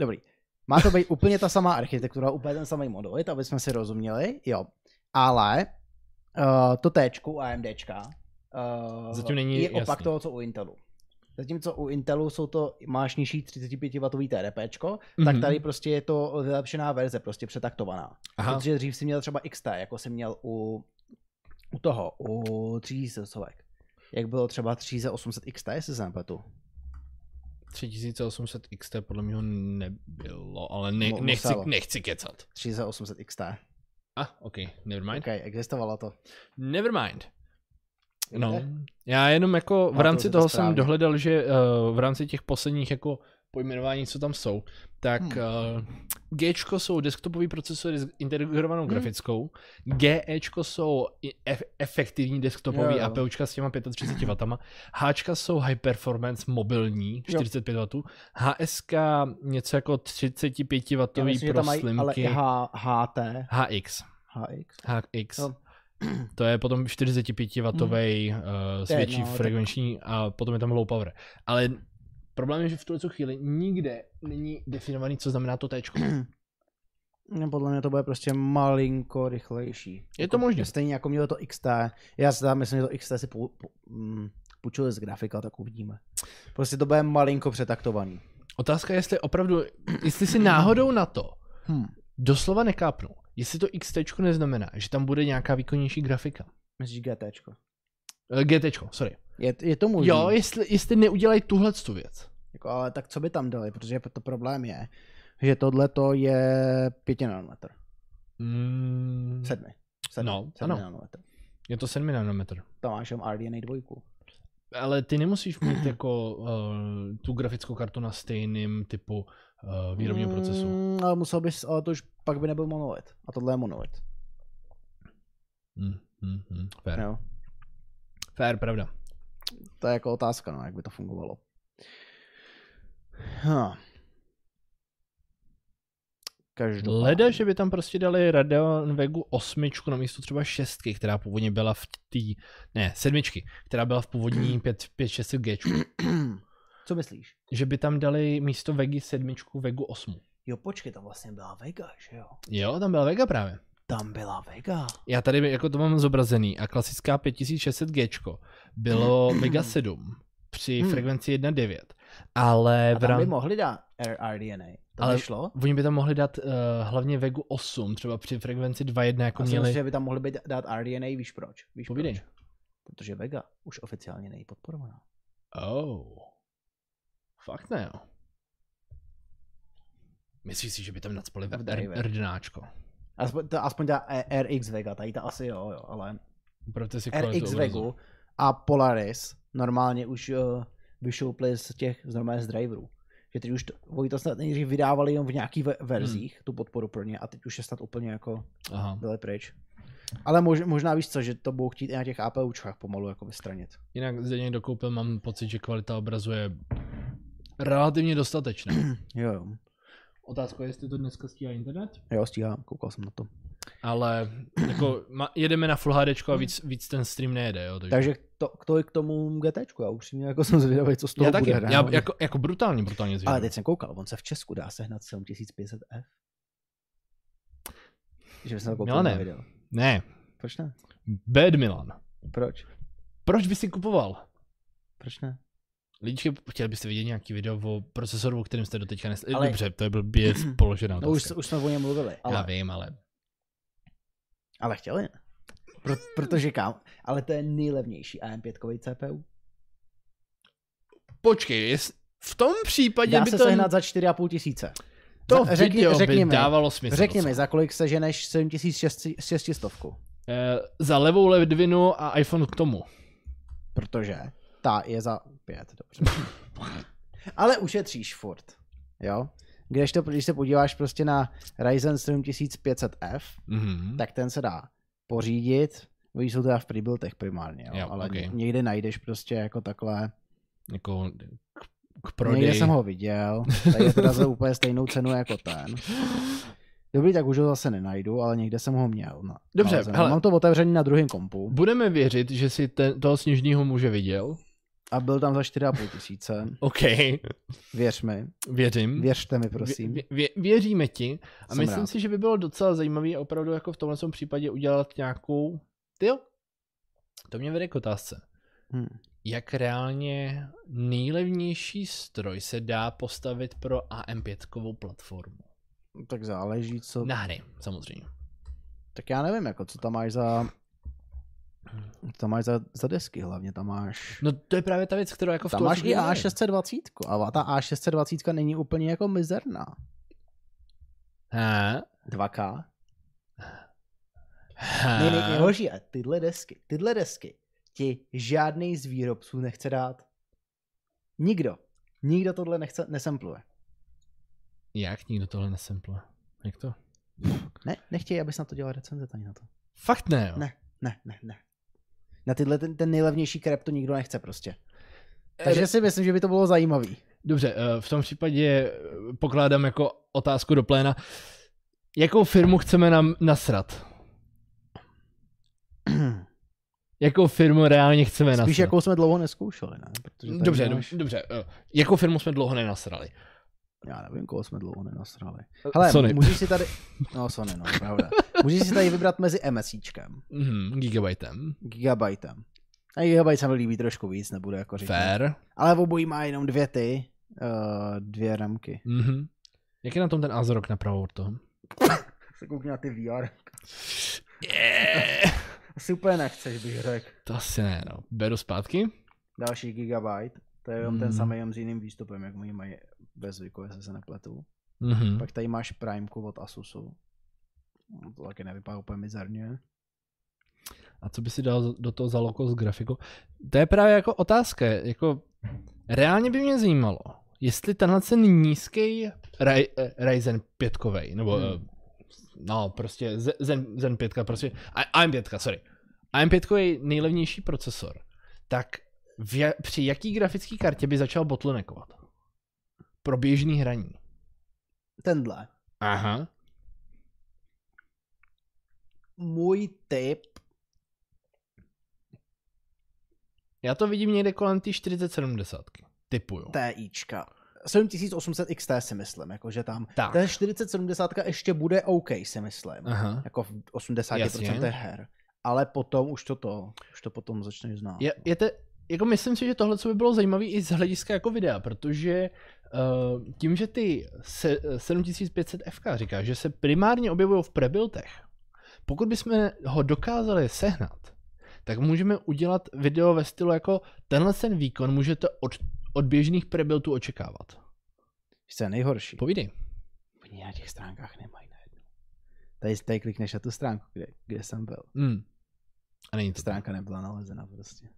A: dobrý. Má to být úplně ta samá architektura, úplně ten samý modulit, aby jsme si rozuměli, jo. Ale uh, to T u AMDčka uh,
B: Zatím není
A: je opak
B: jasný.
A: toho, co u Intelu. Zatímco u Intelu jsou to, máš nižší 35W TDPčko, mm-hmm. tak
B: Mhm.
A: tady prostě je to vylepšená verze, prostě přetaktovaná.
B: Aha.
A: Protože dřív si měl třeba XT, jako si měl u, u toho, u 3 stovek. Jak bylo třeba 3800 XT, jestli se nepletu.
B: 3800 XT podle mého nebylo, ale ne,
A: Mu-
B: nechci,
A: muselo.
B: nechci kecat.
A: 3800 XT.
B: Ah, ok, nevermind.
A: OK, existovalo to.
B: Nevermind. No,
A: Vidíte?
B: já jenom jako v
A: Pamatuju si
B: rámci
A: to
B: toho jsem
A: správně.
B: dohledal, že uh, v rámci těch posledních jako pojmenování, co tam jsou, tak
A: Hmm.
B: hmm. uh, Gčko jsou desktopový procesory s integrovanou
A: Hmm.
B: hmm. grafickou, GEčko jsou i ef- efektivní desktopový
A: Jo, jo.
B: APUčka s těma 35 W, Hčka jsou high performance mobilní,
A: Jo.
B: 45 W, HSK něco jako 35 W
A: Já myslím, že
B: pro
A: tam mají ale i
B: slimky,
A: H, HT,
B: HX.
A: HX.
B: HX.
A: No.
B: To je potom 45W uh, s
A: Mm. To je
B: větší
A: jedno, ale tak-
B: frekvenční a potom je tam low power. Ale problém je, že v tuhle chvíli nikde není definovaný, co znamená to T.
A: No, podle mě to bude prostě malinko rychlejší.
B: Je to možné.
A: Stejně jako mělo to XT. Já si tam myslím, že to XT si pů, pů, mm, půjčili z grafika, tak uvidíme. Prostě to bude malinko přetaktovaný.
B: Otázka je, jestli opravdu, jestli si náhodou na to Hm.
A: Hmm.
B: doslova nekápnou, jestli to XT neznamená, že tam bude nějaká výkonnější grafika.
A: Myslíš GTčko?
B: Eh, GT, sorry.
A: Je, je to možný.
B: Jo, jestli, jestli neudělají tuhle tu věc.
A: Jako, ale tak co by tam dali, protože to problém je, že tohle to je 5 nanometr.
B: Mm,
A: Sedmi. Sedmi,
B: No,
A: sedmi
B: ano.
A: nanometr.
B: je to 7 nanometr.
A: Tam máš jenom RDNA 2.
B: Ale ty nemusíš mít jako uh, tu grafickou kartu na stejným typu uh, výrobního procesu.
A: Mm, ale musel bys, ale to už pak by nebyl monolit. A tohle je monolit.
B: Mm, mm, mm, fair.
A: Jo.
B: fair, pravda.
A: To je jako otázka, no, jak by to fungovalo. Hm. Huh. Každopádně.
B: Leda, že by tam prostě dali Radeon Vegu 8 na místo třeba 6, která původně byla v té, ne, sedmičky, která byla v původní 5, 5 6 G.
A: Co myslíš?
B: Že by tam dali místo Vegy 7 Vegu 8.
A: Jo, počkej, to vlastně byla Vega, že jo?
B: Jo, tam byla Vega právě.
A: Tam byla Vega.
B: Já tady jako to mám zobrazený a klasická 5600G bylo Vega 7 při
A: Hmm.
B: frekvenci 1.9, ale
A: A
B: v
A: tam by
B: rám...
A: mohli dát RDNA. To Ale...
B: Ale-
A: by šlo?
B: oni by tam mohli dát uh, hlavně Vegu 8, třeba při frekvenci 2.1, jako
A: A měli...
B: měli...
A: myslím, že by tam mohli být dát RDNA, víš proč? Víš
B: Povídej.
A: proč? Protože Vega už oficiálně není podporovaná.
B: Oh. Fakt ne, jo. Myslíš si, že by tam nadspali
A: Tak
B: v-
A: dej,
B: r-
A: ve.
B: rdnáčko?
A: Aspoň, to, aspoň ta E- RX Vega, tady ta asi jo, jo, ale
B: Upravte si kvalitu
A: RX
B: obrazu.
A: Vegu a Polaris normálně už uh, vyšoupli z těch z normálně z driverů. Že teď už to, oni to snad nejdřív vydávali jenom v nějakých ve- verzích, tu podporu pro ně, a teď už je snad úplně jako
B: Aha.
A: dali pryč. Ale mož, možná víš co, že to budou chtít i na těch APUčkách pomalu jako vystranit.
B: Jinak zde někdo koupil, mám pocit, že kvalita obrazu je relativně dostatečná.
A: Jo, jo.
B: Otázka je, jestli to dneska stíhá internet?
A: Jo, stíhám, koukal jsem na to.
B: Ale jako ma, jedeme na Full HD a víc, víc ten stream nejede, jo. Takže,
A: Takže to, to je k tomu GTčku, já upřímně jako jsem zvědavý, co z toho
B: já taky,
A: bude
B: já, jako, jako brutálně, brutálně
A: Ale
B: zvědavý.
A: teď jsem koukal, on se v Česku dá sehnat 7500F. Že bys na to koupil
B: Milane.
A: na video.
B: Ne,
A: Proč ne?
B: Bad Milan.
A: Proč?
B: Proč by si kupoval?
A: Proč ne?
B: Lidičky, chtěli byste vidět nějaký video o procesoru, o kterém jste doteďka nesli.
A: Ale-
B: Ale... Dobře, to je blbě položená
A: No už,
B: otázka.
A: už jsme o něm mluvili,
B: prostě. Já
A: ale,
B: vím, ale
A: ale chtěli ne? Pro, protože kam? Ale to je nejlevnější AM5 CPU.
B: počkej, jest... v tom případě
A: Dá
B: by
A: se
B: to,
A: sehnat za 4,5 tisíce.
B: to
A: za- řekni-
B: řekni, video
A: řekni
B: by
A: mi.
B: dávalo smysl.
A: Řekni
B: docela.
A: mi, za kolik seženeš 7600?
B: Eh, za levou ledvinu a iPhone k tomu.
A: Protože ta je za 5, dobře. ale ušetříš furt, jo? Když, to, když se podíváš prostě na Ryzen 7500F,
B: Mhm.
A: tak ten se dá pořídit. Oni jsou teda v prebuiltech primárně, jo?
B: Jo,
A: ale
B: ok.
A: okay. někde najdeš prostě jako takhle.
B: Jako k, k
A: Prodej. Někde
B: prodeji.
A: jsem ho viděl, tak je teda za úplně stejnou cenu jako ten. Dobrý, tak už ho zase nenajdu, ale někde jsem ho měl. No,
B: Dobře,
A: nalezený.
B: hele.
A: Mám to otevřený na druhém kompu
B: Budeme věřit, že si ten, toho sněžního muže viděl.
A: a byl tam za 4,5 tisíce.
B: OK,
A: Věř mi,
B: věřím.
A: věřte mi, prosím.
B: Vě, vě, věříme ti a
A: Jsem
B: myslím
A: rád.
B: si, že by bylo docela zajímavé opravdu jako v tomhle případě udělat nějakou... Ty jo, to mě vede k otázce.
A: Hmm.
B: Jak reálně nejlevnější stroj se dá postavit pro AM5 platformu?
A: Tak záleží, co...
B: Na hry, samozřejmě.
A: Tak já nevím, jako co tam máš za Tam máš za, za desky hlavně, tam máš...
B: No to je právě ta věc, kterou jako v
A: Tam
B: tuhle
A: máš i
B: chvíli nevím.
A: A620, a ta A620 není úplně jako mizerná.
B: Ha,
A: 2K.
B: ha.
A: Nej, nej, nejhorší je, tyhle desky, tyhle desky ti žádný z výrobců nechce dát. Nikdo. Nikdo tohle nechce, nesempluje.
B: Jak nikdo tohle nesempluje? Jak to?
A: Ne, nechtějí, abys na to dělal recenze ani na to.
B: Fakt ne, jo.
A: Ne, ne, ne, ne. Na tyhle ten, ten nejlevnější krep to nikdo nechce prostě.
B: Eh,
A: Takže si myslím, že by to bylo zajímavý.
B: Dobře, eh, v tom případě eh, pokládám jako otázku do pléna. Jakou firmu chceme nám nasrat? Jakou firmu reálně chceme nasrat?
A: Spíš jako jakou jsme dlouho neskoušeli, ne? Protože tady
B: Dobře,
A: máš-
B: máš... dobře. eh, Jakou firmu jsme dlouho nenasrali?
A: Já nevím, koho jsme dlouho nenasrali.
B: Eh,
A: Hele,
B: Sony.
A: můžeš si tady... No, Sony, no, pravda. Můžeš si tady vybrat mezi MSIčkem,
B: Mhm, gigabytem.
A: Gigabytem. A Gigabyte se mi líbí trošku víc, nebudu jako říkat.
B: Fair.
A: Ale obojí má jenom dvě ty, uh, dvě ramky.
B: Mhm. Jak je na tom ten Azrok napravo od toho?
A: Se koukni na ty VR.
B: Yeah.
A: Asi úplně nechceš, bych řekl.
B: To asi ne, no. Beru zpátky.
A: Další Gigabyte. To je jenom ten
B: Mhm.
A: samý, jenom s jiným výstupem, jak oni mají ve zvyku, jestli se nepletu.
B: Mhm.
A: Pak tady máš Primeku od Asusu. No, To taky nevypadá úplně mizerně.
B: A co by si dal do toho za loko s grafikou? To je právě jako otázka. Jako, reálně by mě zajímalo, jestli tenhle ten nízký Ry- eh, Ryzen 5, nebo
A: Hmm.
B: hmm. no prostě Z- Zen, Zen 5, prostě A- AM5, sorry. AM5 je nejlevnější procesor. Tak v ja- při jaký grafické kartě by začal bottleneckovat? Pro běžný hraní.
A: Tenhle.
B: Aha.
A: Můj tip
B: Já to vidím někde kolem té 4070. Typuju.
A: TIčka. 7800 XT si myslím, jakože tam.
B: Tak.
A: Ta 4070 ještě bude OK, si myslím.
B: Aha.
A: Jako v 80%
B: Eh. Jasně.
A: her. Ale potom už to to, už to potom začneš znát.
B: Je, je te, jako myslím si, že tohle co by bylo zajímavé i z hlediska jako videa, protože uh, tím, že ty se, eh, 7500 FK říká, že se primárně objevují v prebuiltech, pokud bychom ho dokázali sehnat, tak můžeme udělat video ve stylu jako tenhle ten výkon můžete od, od běžných prebuiltů očekávat.
A: Víš, co je nejhorší?
B: Povídej.
A: Oni na těch stránkách nemají najednou. Tady, tady klikneš na tu stránku, kde, kde jsem byl.
B: Mm. A není to tak.
A: Stránka nebyla nalezena prostě.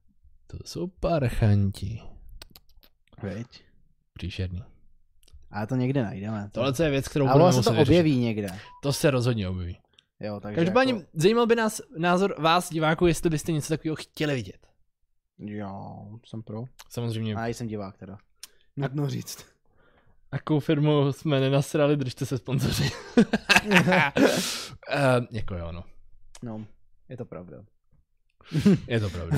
B: To jsou parchanti.
A: Veď?
B: Příšerný.
A: A to někde najdeme.
B: Tohle je věc, kterou
A: Ale
B: budeme
A: ono se
B: muset
A: to
B: vyřešit.
A: objeví někde.
B: To se rozhodně objeví.
A: Jo, takže
B: Každopádně
A: Jako,
B: zajímal by nás názor vás, diváků, jestli byste něco takového chtěli vidět.
A: jo, jsem pro.
B: Samozřejmě.
A: A já jsem divák teda. Nutno říct.
B: Jakou firmu jsme nenasrali, držte se sponzoři. Ehm, jako jo, no.
A: No, je to pravda.
B: Je to pravda.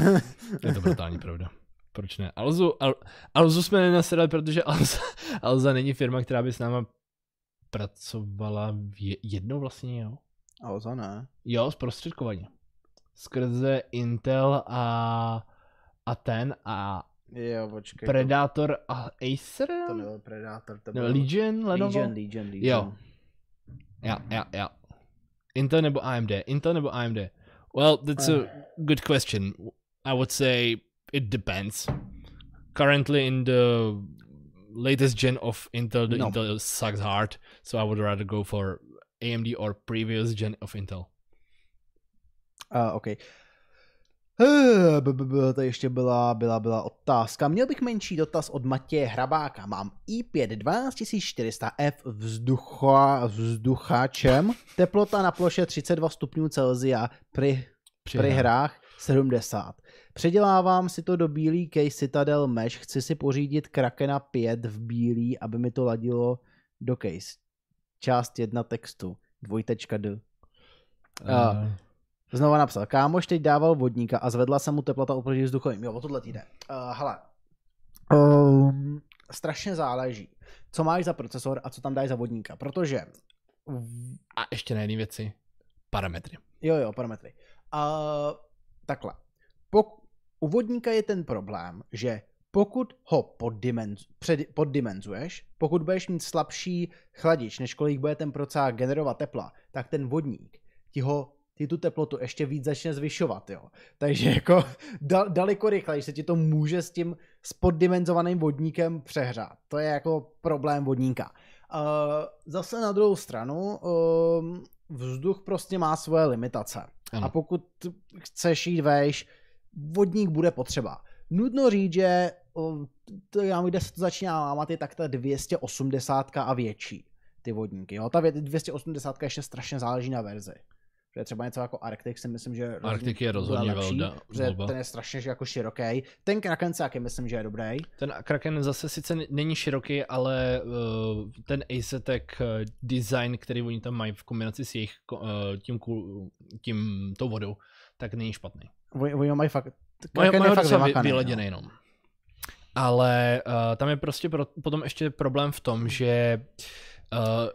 B: Je to brutální pravda. Proč ne? Alzu, Al, Alzu jsme nenasrali, protože Alza, Alza není firma, která by s náma pracovala v je, jednou vlastně, jo?
A: A za ne.
B: Jo, zprostředkovaně. Skrze Intel a, a ten a
A: Jo, počkej.
B: Predator a Acer?
A: To, to nebyl Predátor, to
B: Nebo
A: byl...
B: No, Legion, Lenovo?
A: Legion, Legion, Legion.
B: Jo. Já, já, já. Intel nebo AMD? Intel nebo AMD? Well, that's a good question. I would say it depends. Currently in the latest gen of Intel, the
A: No.
B: Intel sucks hard, so I would rather go for AMD or previous gen of Intel.
A: A, OK. Eh, b- b- b- To ještě byla, byla, byla otázka. Měl bych menší dotaz od Matěje Hrabáka. Mám i5 12400F vzducha, vzducháčem. Teplota na ploše 32 stupňů Celsia při, při hrách 70. Předělávám si to do bílý case Citadel Mesh. Chci si pořídit Krakena 5 v bílý, aby mi to ladilo do case. Část 1 textu. Dvojtečka D.
B: Uh,
A: Znova napsal, kámoš teď dával vodníka a zvedla se mu teplota oproti vzduchovým. Jo, o tohle týde. Uh, hele, um, strašně záleží, co máš za procesor a co tam dáš za vodníka, protože, v-
B: a ještě na jedné věci. Parametry.
A: jo, jo, parametry. Uh, takhle, Pok- u vodníka je ten problém, že pokud ho poddimenz- před- poddimenzuješ, pokud budeš mít slabší chladič, než kolik bude ten procák generovat tepla, tak ten vodník ti ho ty tu teplotu ještě víc začne zvyšovat, jo. Takže jako da, daleko rychleji se ti to může s tím s poddimenzovaným vodníkem přehřát. To je jako problém vodníka. Uh, zase na druhou stranu, um, vzduch prostě má svoje limitace.
B: Ano.
A: A pokud chceš jít vejš, vodník bude potřeba. Nudno říct, že o, to, já, kde se to začíná lámat, je tak ta 280 a větší ty vodníky. Jo? Ta vě- 280 ještě strašně záleží na verzi. Že třeba něco jako Arctic si myslím, že rozhodně
B: Arctic je
A: bude
B: rozhodně
A: lepší,
B: velda,
A: že
B: volba.
A: ten je strašně že jako široký. Ten Kraken si taky myslím, že je dobrý.
B: Ten Kraken zase sice n- není široký, ale uh, ten Acetek uh, design, který oni tam mají v kombinaci s jejich ko- uh, tím, kul, tím tou vodou, tak není špatný.
A: Oni, oni ho mají fakt...
B: Mají,
A: Kraken
B: mají
A: je
B: ho
A: fakt
B: docela vy,
A: vymakaný, no.
B: vyladěný jenom. Ale uh, tam je prostě pro, potom ještě problém v tom, že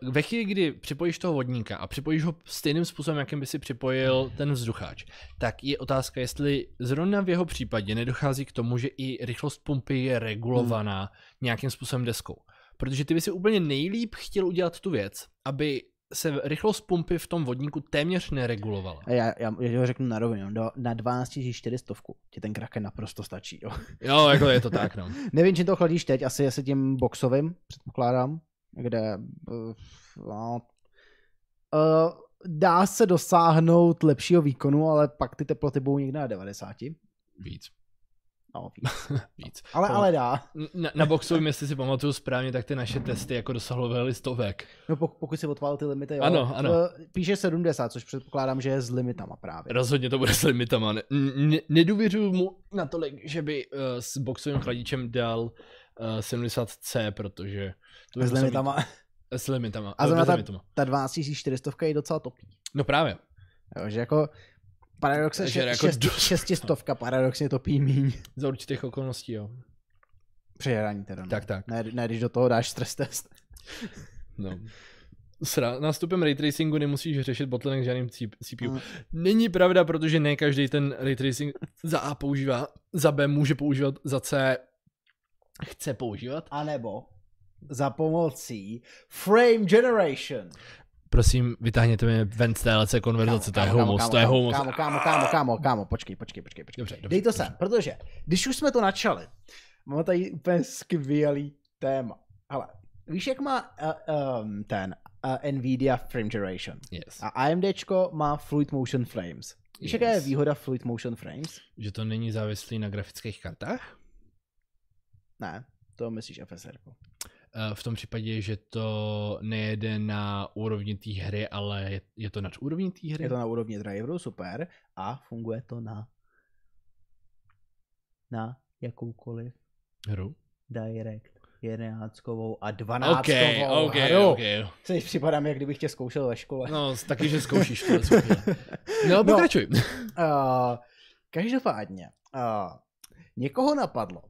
B: uh, ve chvíli, kdy připojíš toho vodníka a připojíš ho stejným způsobem, jakým by si připojil ten vzducháč, tak je otázka, jestli zrovna v jeho případě nedochází k tomu, že i rychlost pumpy je regulovaná nějakým způsobem deskou. Protože ty by si úplně nejlíp chtěl udělat tu věc, aby se rychlost pumpy v tom vodníku téměř neregulovala.
A: A Já, já, já ho řeknu na rovinu, do, na 12 400 ti ten Kraken naprosto stačí. Jo.
B: Jo, jako je to tak, no.
A: Nevím, čím to chladíš teď, asi asi tím boxovým, předpokládám, kde eh, no, eh, dá se dosáhnout lepšího výkonu, ale pak ty teploty budou někde na 90.
B: Víc,
A: No,
B: víc.
A: ale, ale dá.
B: Na, na boxovém, jestli si pamatuju správně, tak ty naše testy jako dosahovaly stovek.
A: No, pok- pokud si odpálil ty limity, jo.
B: Ano, ano.
A: Eh, Píše 70, což předpokládám, že je s limitama právě.
B: Rozhodně to bude s limitama. Ne, ne, nedůvěřuju mu natolik, že by uh, s boxovým chladičem dal uh, 70C, protože... To by
A: S
B: musel
A: limitama.
B: Mít, s limitama.
A: A
B: eh,
A: zrovna
B: bez
A: ta,
B: limitama.
A: ta 12 400 je docela topí.
B: No právě.
A: Jo, že jako paradoxně
B: Takže
A: še-
B: jako
A: šest-
B: dost-
A: šestistovka paradoxně topí míň.
B: Za určitých okolností, jo.
A: Přehraní teda. No.
B: Tak, tak.
A: Ne, ne, když do toho dáš stres test.
B: No. S ra- nástupem ray tracingu nemusíš řešit bottleneck s žádným C- CPU.
A: Mm.
B: Není pravda, protože ne každý ten ray tracing za A používá, za B může používat, za C chce používat.
A: A nebo za pomocí Frame Generation.
B: Prosím, vytáhněte mě ven z téhle konverzace, to je homos, to je
A: kámo,
B: homos.
A: kámo, kámo, kámo, kámo, kámo, počkej, počkej, počkej. počkej.
B: Dobře, dobře,
A: Dej to
B: dobře.
A: sem, protože když už jsme to načali, máme tady úplně skvělý téma. Hele, víš, jak má uh, um, ten uh, NVIDIA Frame Generation?
B: Yes.
A: A AMDčko má Fluid Motion Frames. Víš, jaká je
B: Yes.
A: výhoda Fluid Motion Frames?
B: Že to není závislý na grafických kartách?
A: Ne, to myslíš FSR.
B: Eh, V tom případě, že to nejede na úrovni té hry, ale je, je to nad úrovní té hry?
A: Je to na úrovni driveru, super. A funguje to na na jakoukoliv
B: hru?
A: direct 11 a 12
B: OK, OK,
A: hru.
B: OK.
A: Se připadám, jak kdybych tě zkoušel ve škole.
B: No, taky, že zkoušíš v tuhle chvíli. No,
A: No.
B: pokračuj.
A: Uh, každopádně, uh, někoho napadlo,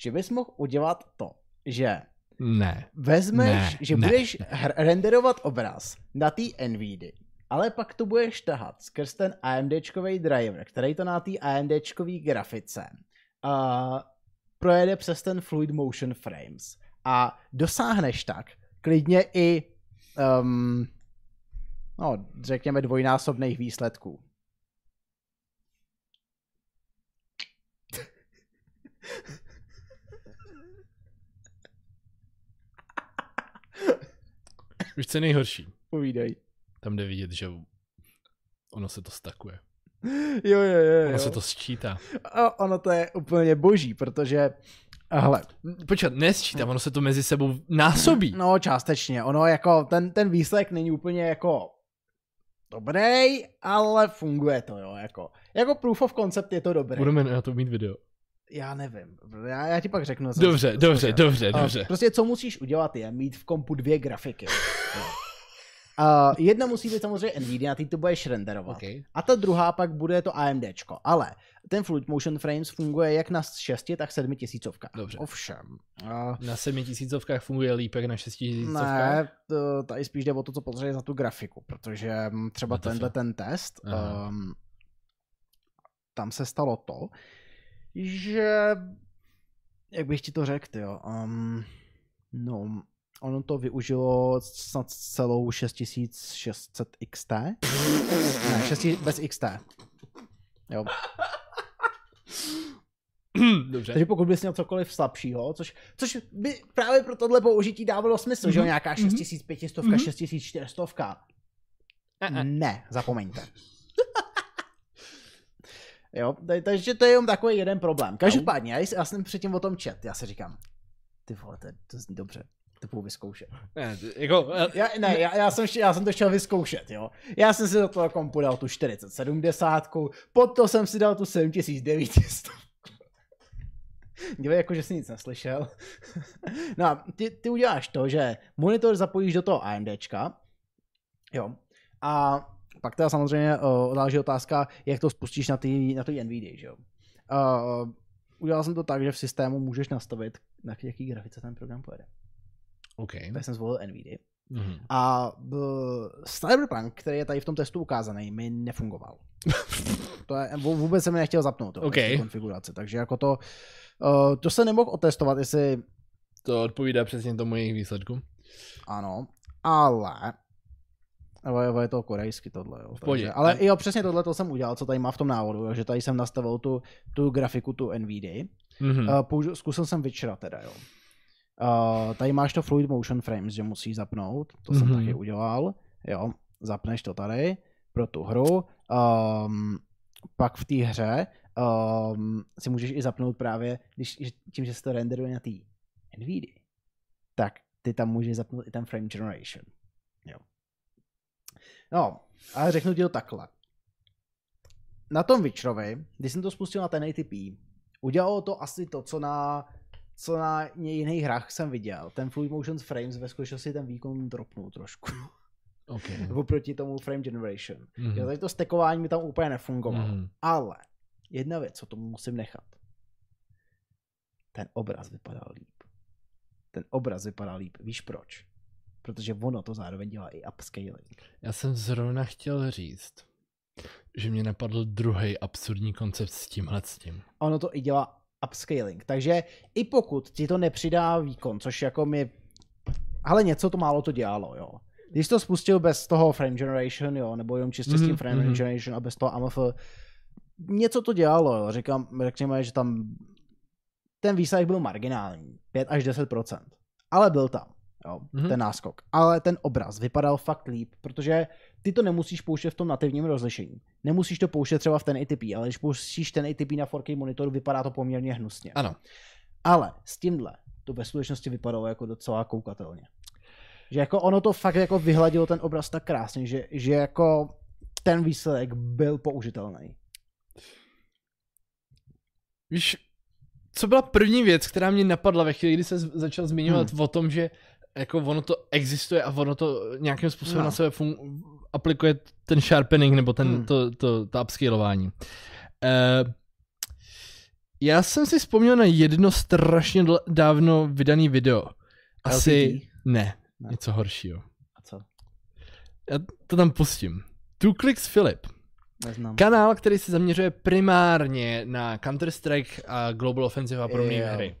A: že bys mohl udělat to, že
B: Ne.
A: vezmeš,
B: Ne,
A: že
B: ne,
A: budeš hr- renderovat obraz na té NVD, ale pak to budeš tahat skrz ten AMDčkový driver, který to na té AMDčkový grafice a projede přes ten fluid motion frames a dosáhneš tak klidně i um, no, řekněme dvojnásobných výsledků.
B: Už co je nejhorší?
A: Povídej.
B: Tam jde vidět, že ono se to stakuje.
A: Jo, jo, jo.
B: Ono
A: jo.
B: se to sčítá.
A: A ono to je úplně boží, protože hele,
B: Počkat, nesčítá, ono se to mezi sebou násobí.
A: No, částečně. Ono jako, ten, ten výsledek není úplně jako dobrý, ale funguje to, jo, jako. Jako proof of concept je to dobré.
B: Budeme na to mít video.
A: Já nevím, já, já ti pak řeknu. co jsem
B: Dobře,
A: si
B: dobře,
A: zkoušel.
B: dobře,
A: A
B: dobře.
A: Prostě co musíš udělat je mít v kompu dvě grafiky. Jo. A jedna musí být samozřejmě NVIDIA, na ty to budeš renderovat.
B: Okay.
A: A ta druhá pak bude to AMDčko. Ale ten Fluid Motion Frames funguje jak na 6, tak 7 tisícovkách.
B: Dobře.
A: Ovšem. A...
B: Na tisícovkách funguje líp jak na šestitisícovkách?
A: Ne, to, tady spíš jde o to, co potřebuje za tu grafiku, protože mm, třeba
B: Na to
A: tenhle
B: fakt.
A: ten test,
B: Aha.
A: um, tam se stalo to, že, jak bych ti to řekl, jo, um, no, ono to využilo snad celou 6600 XT. Ne, 6, bez XT. Jo.
B: Dobře.
A: Takže pokud bys měl cokoliv slabšího, což, což by právě pro tohle použití dávalo smysl,
B: Mhm.
A: mm-hmm. že jo, nějaká 6500, mm-hmm. 6400.
B: Eh, eh.
A: Ne, zapomeňte. jo, ta- takže to je jenom takový jeden problém. Každopádně, já, js- já jsem předtím o tom čet, já si říkám, ty vole, to, je- to zní dobře, to půjdu vyzkoušet.
B: Ne, jako, eh,
A: Já, ne, já, já, jsem, ště- já jsem to chtěl vyzkoušet, jo. Já jsem si do toho kompu dal tu 4070, pod to jsem si dal tu 7900. Dívej, jako že jsi nic neslyšel. No a ty, ty uděláš to, že monitor zapojíš do toho AMDčka, jo, a pak teda samozřejmě uh, odláží otázka, jak to spustíš na ty, na ty NVIDIA, že jo. Uh, udělal jsem to tak, že v systému můžeš nastavit, na jaký grafice ten program pojede.
B: OK.
A: Já jsem zvolil NVIDIA.
B: Mhm.
A: A b, Cyberpunk, který je tady v tom testu ukázaný, mi nefungoval. To je, vů- vůbec jsem mi nechtěl zapnout to,
B: OK.
A: okay. konfiguraci, takže jako to, uh, to se nemohl otestovat, jestli
B: To odpovídá přesně tomu jejich výsledku.
A: ano, ale ale jo, je to korejsky tohle, jo.
B: pohodě.
A: Takže, ale
B: A-
A: jo, přesně tohle to jsem udělal, co tady má v tom návodu, jo, že tady jsem nastavil tu, tu grafiku, tu NVD.
B: Mhm.
A: Uh, použil, zkusil jsem Witchera teda, jo. Uh, tady máš to Fluid Motion Frames, že musíš zapnout, to jsem
B: Mhm.
A: taky udělal, jo, zapneš to tady pro tu hru, um, pak v té hře um, si můžeš i zapnout právě, když, že- tím, že se to renderuje na té NVIDIA, tak ty tam můžeš zapnout i ten frame generation. Jo. No, ale řeknu ti to takhle. Na tom Witcherovi, když jsem to spustil na 1080p, udělalo to asi to, co na, co na jiných hrách jsem viděl. Ten Fluid Motion Frames ve skutečnosti ten výkon dropnul trošku.
B: OK.
A: Oproti tomu Frame Generation.
B: Mhm.
A: Jo, takže to stekování mi tam úplně nefungovalo.
B: Mhm.
A: Ale jedna věc, co tomu musím nechat. Ten obraz vypadal líp. Ten obraz vypadal líp. Víš proč? Protože ono to zároveň dělá i upscaling.
B: Já jsem zrovna chtěl říct, že mě napadl druhý absurdní koncept s tímhle s tím.
A: A ono to i dělá upscaling. Takže i pokud ti to nepřidá výkon, což jako mi... Ale něco to málo to dělalo, jo. Když to spustil bez toho frame generation, jo, nebo jenom čistě s tím
B: Mhm,
A: frame
B: mhm.
A: generation a bez toho AMF, něco to dělalo, jo. Říkám, řekněme, že tam ten výsledek byl marginální, 5 až 10%, ale byl tam, jo,
B: Mhm.
A: mm-hmm. ten náskok. Ale ten obraz vypadal fakt líp, protože ty to nemusíš pouštět v tom nativním rozlišení. Nemusíš to pouštět třeba v ten ATP, ale když pouštíš ten ATP na 4K monitoru, vypadá to poměrně hnusně.
B: Ano.
A: Ale s tímhle to ve skutečnosti vypadalo jako docela koukatelně. Že jako ono to fakt jako vyhladilo ten obraz tak krásně, že, že jako ten výsledek byl použitelný.
B: Víš, co byla první věc, která mě napadla ve chvíli, kdy se začal zmiňovat hmm. o tom, že jako ono to existuje a ono to nějakým způsobem no.
A: No.
B: na sebe fun- aplikuje ten sharpening nebo ten, hmm.
A: Hmm.
B: to, to, to upscalování. Uh, já jsem si vzpomněl na jedno strašně dl- dávno vydaný video. Asi
A: LTT?
B: ne,
A: Ne.
B: něco horšího.
A: A co?
B: Já to tam pustím. Two Clicks Philip.
A: Neznám.
B: Kanál, který se zaměřuje primárně na Counter-Strike a Global Offensive a podobné
A: Jo.
B: hry.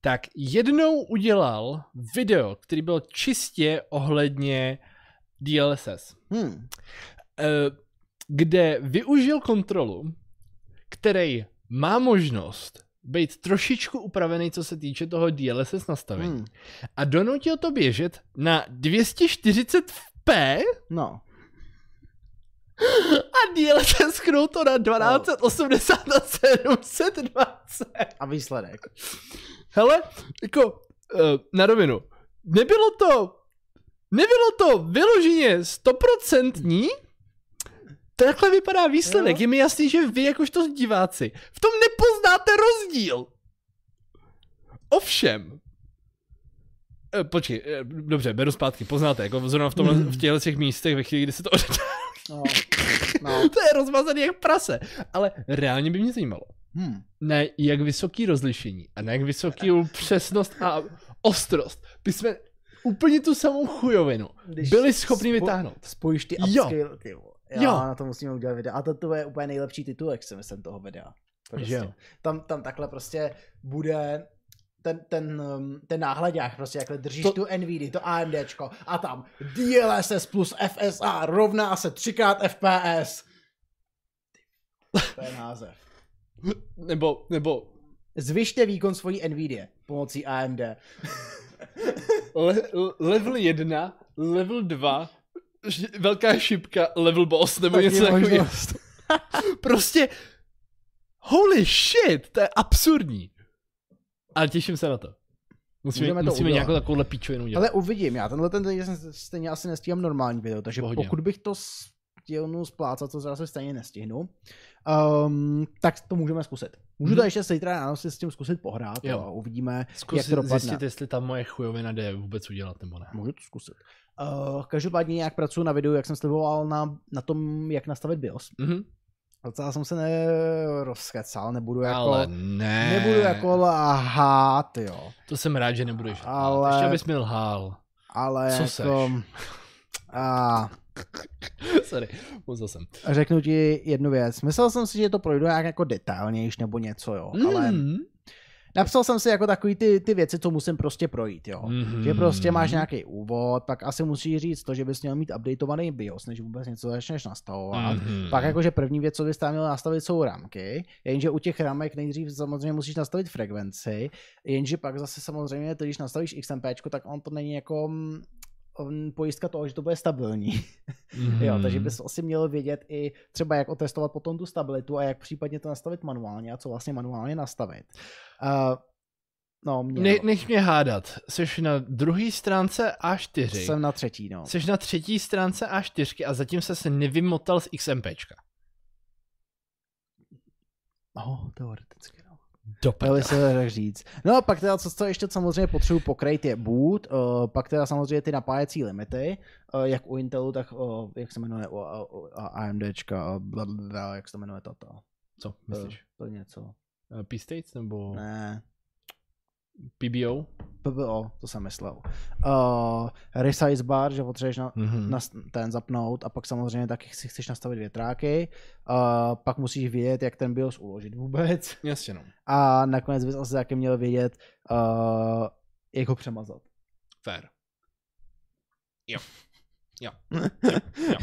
B: Tak jednou udělal video, který byl čistě ohledně DLSS,
A: Hmm.
B: eh, kde využil kontrolu, který má možnost být trošičku upravený, co se týče toho DLSS nastavení.
A: Hmm.
B: A donutil to běžet na 240p
A: No.
B: a DLSS scroll to na 1280 na 720.
A: A výsledek.
B: Hele, jako uh, na rovinu. Nebylo to, nebylo to vyloženě stoprocentní, Takhle vypadá výsledek.
A: Jo.
B: Je mi jasný, že vy, jakožto diváci, v tom nepoznáte rozdíl. Ovšem. E, počkej, e, dobře, beru zpátky, poznáte, jako zrovna v, tomhle, v těchto těch místech, ve chvíli, kdy se to
A: No. No.
B: to je rozmazaný jak prase. Ale reálně by mě zajímalo,
A: Hmm.
B: na jak vysoký rozlišení a na jak vysoký přesnost a ostrost by jsme úplně tu samou chujovinu
A: Když
B: byli schopni
A: spo-
B: vytáhnout.
A: Spojíš ty
B: Jo.
A: upscale, ty vole. Já
B: Jo.
A: jo. na to musíme udělat video. A to, to je úplně nejlepší titulek, si myslím, toho videa. Prostě.
B: Že jo.
A: Tam, tam takhle prostě bude ten, ten, um, ten náhledák, prostě jakhle držíš to...
B: To-
A: tu NVD, to AMDčko a tam DLSS plus FSA rovná se 3x FPS. To je název.
B: Nebo, nebo
A: Zvyšte výkon svojí NVIDIA pomocí AMD.
B: le, le- level 1, level 2, ž- velká šipka, level boss, nebo
A: Taky
B: něco jako takového.
A: možnost.
B: Prostě, holy shit, to je absurdní. Ale těším se na to. Musíme,
A: Můžeme to
B: musíme
A: udělat.
B: nějakou takovouhle píčovinu udělat.
A: Ale uvidím, já tenhle ten týden jsem stejně asi nestíhám normální video, takže
B: Pohodě.
A: pokud bych to stihnu splácat, to zase stejně nestihnu, um, tak to můžeme zkusit. Můžu to
B: Mhm.
A: ještě zítra ráno si s tím zkusit pohrát
B: Jo.
A: a uvidíme,
B: Zkus
A: jak to dopadne.
B: zjistit, jestli ta moje chujovina jde vůbec udělat nebo ne.
A: Můžu to zkusit. Uh, každopádně nějak pracuji na videu, jak jsem sliboval na, na tom, jak nastavit BIOS.
B: Mhm.
A: Docela jsem se nerozkecal, nebudu jako...
B: Ale ne.
A: Nebudu jako lhát, jo.
B: To jsem rád, že nebudeš.
A: Ale-
B: Ale... Ještě abys mi lhal.
A: Ale
B: Co
A: jako... A
B: Sorry, musel jsem.
A: řeknu ti jednu věc. Myslel jsem si, že to projdu nějak jako detailnějš nebo něco, jo. Ale
B: Mm.
A: napsal jsem si jako takový ty, ty věci, co musím prostě projít, jo.
B: Mhm.
A: Že prostě máš nějaký úvod, pak asi musíš říct to, že bys měl mít updateovaný BIOS, než vůbec něco začneš nastavovat.
B: Mhm.
A: Pak jako- jakože první věc, co bys tam měl nastavit, jsou ramky, jenže u těch ramek nejdřív samozřejmě musíš nastavit frekvenci, jenže pak zase samozřejmě, ty, když nastavíš XMP, tak on to není jako mm, mm, pojistka toho, že to bude stabilní.
B: Mhm.
A: Jo, takže bys asi měl vědět i třeba, jak otestovat potom tu stabilitu a jak případně to nastavit manuálně a co vlastně manuálně nastavit. Uh, no, měl.
B: Ne, nech mě hádat. Jsi na druhé stránce A4.
A: Jsem na třetí, no.
B: Jsi na třetí stránce A4 a zatím se se nevymotal z XMPčka.
A: Oh, teoreticky, no.
B: Do
A: Dali se tak říct. No a pak teda, co, co ještě samozřejmě potřebuji pokrejt, je boot, uh, pak teda samozřejmě ty napájecí limity, uh, jak u Intelu, tak uh, jak se jmenuje u, u, u AMDčka, uh, bla, bla, bla, jak se to jmenuje toto.
B: Co myslíš?
A: To je něco.
B: Uh, P-States nebo
A: Eh. Ne, Mm-hmm.
B: PBO?
A: PBO, to jsem myslel. Uh, resize bar, že potřebuješ na,
B: Mhm.
A: nas, ten zapnout a pak samozřejmě taky si chceš nastavit větráky, uh, pak musíš vědět, jak ten BIOS uložit vůbec
B: Jasně no.
A: a nakonec bys asi taky měl vědět, uh, jak ho přemazat.
B: Fair.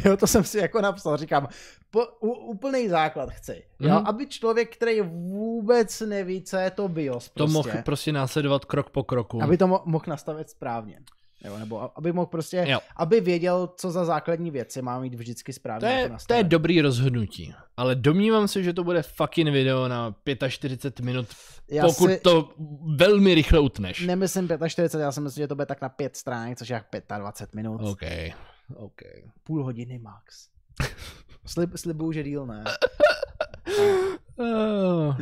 A: jo, to jsem si jako napsal, říkám, po, u, úplný základ chci, jo,
B: Mhm.
A: aby člověk, který vůbec neví, co je to BIOS
B: To
A: prostě,
B: mohl prostě následovat krok po kroku.
A: aby to mo- mohl nastavit správně. Jo, nebo a- aby mohl prostě,
B: Jo.
A: aby věděl, co za základní věci má mít vždycky správně
B: To je,
A: jako
B: to je
A: nastavené.
B: dobrý rozhodnutí, ale domnívám se, že to bude fucking video na 45 minut,
A: Já
B: pokud
A: si-
B: to velmi rychle utneš.
A: Nemyslím 45, já si myslím, že to bude tak na 5 stránek, což je jak 25 minut,
B: OK, OK.
A: půl hodiny max. Slib, slibuju, že díl ne.
B: Uh,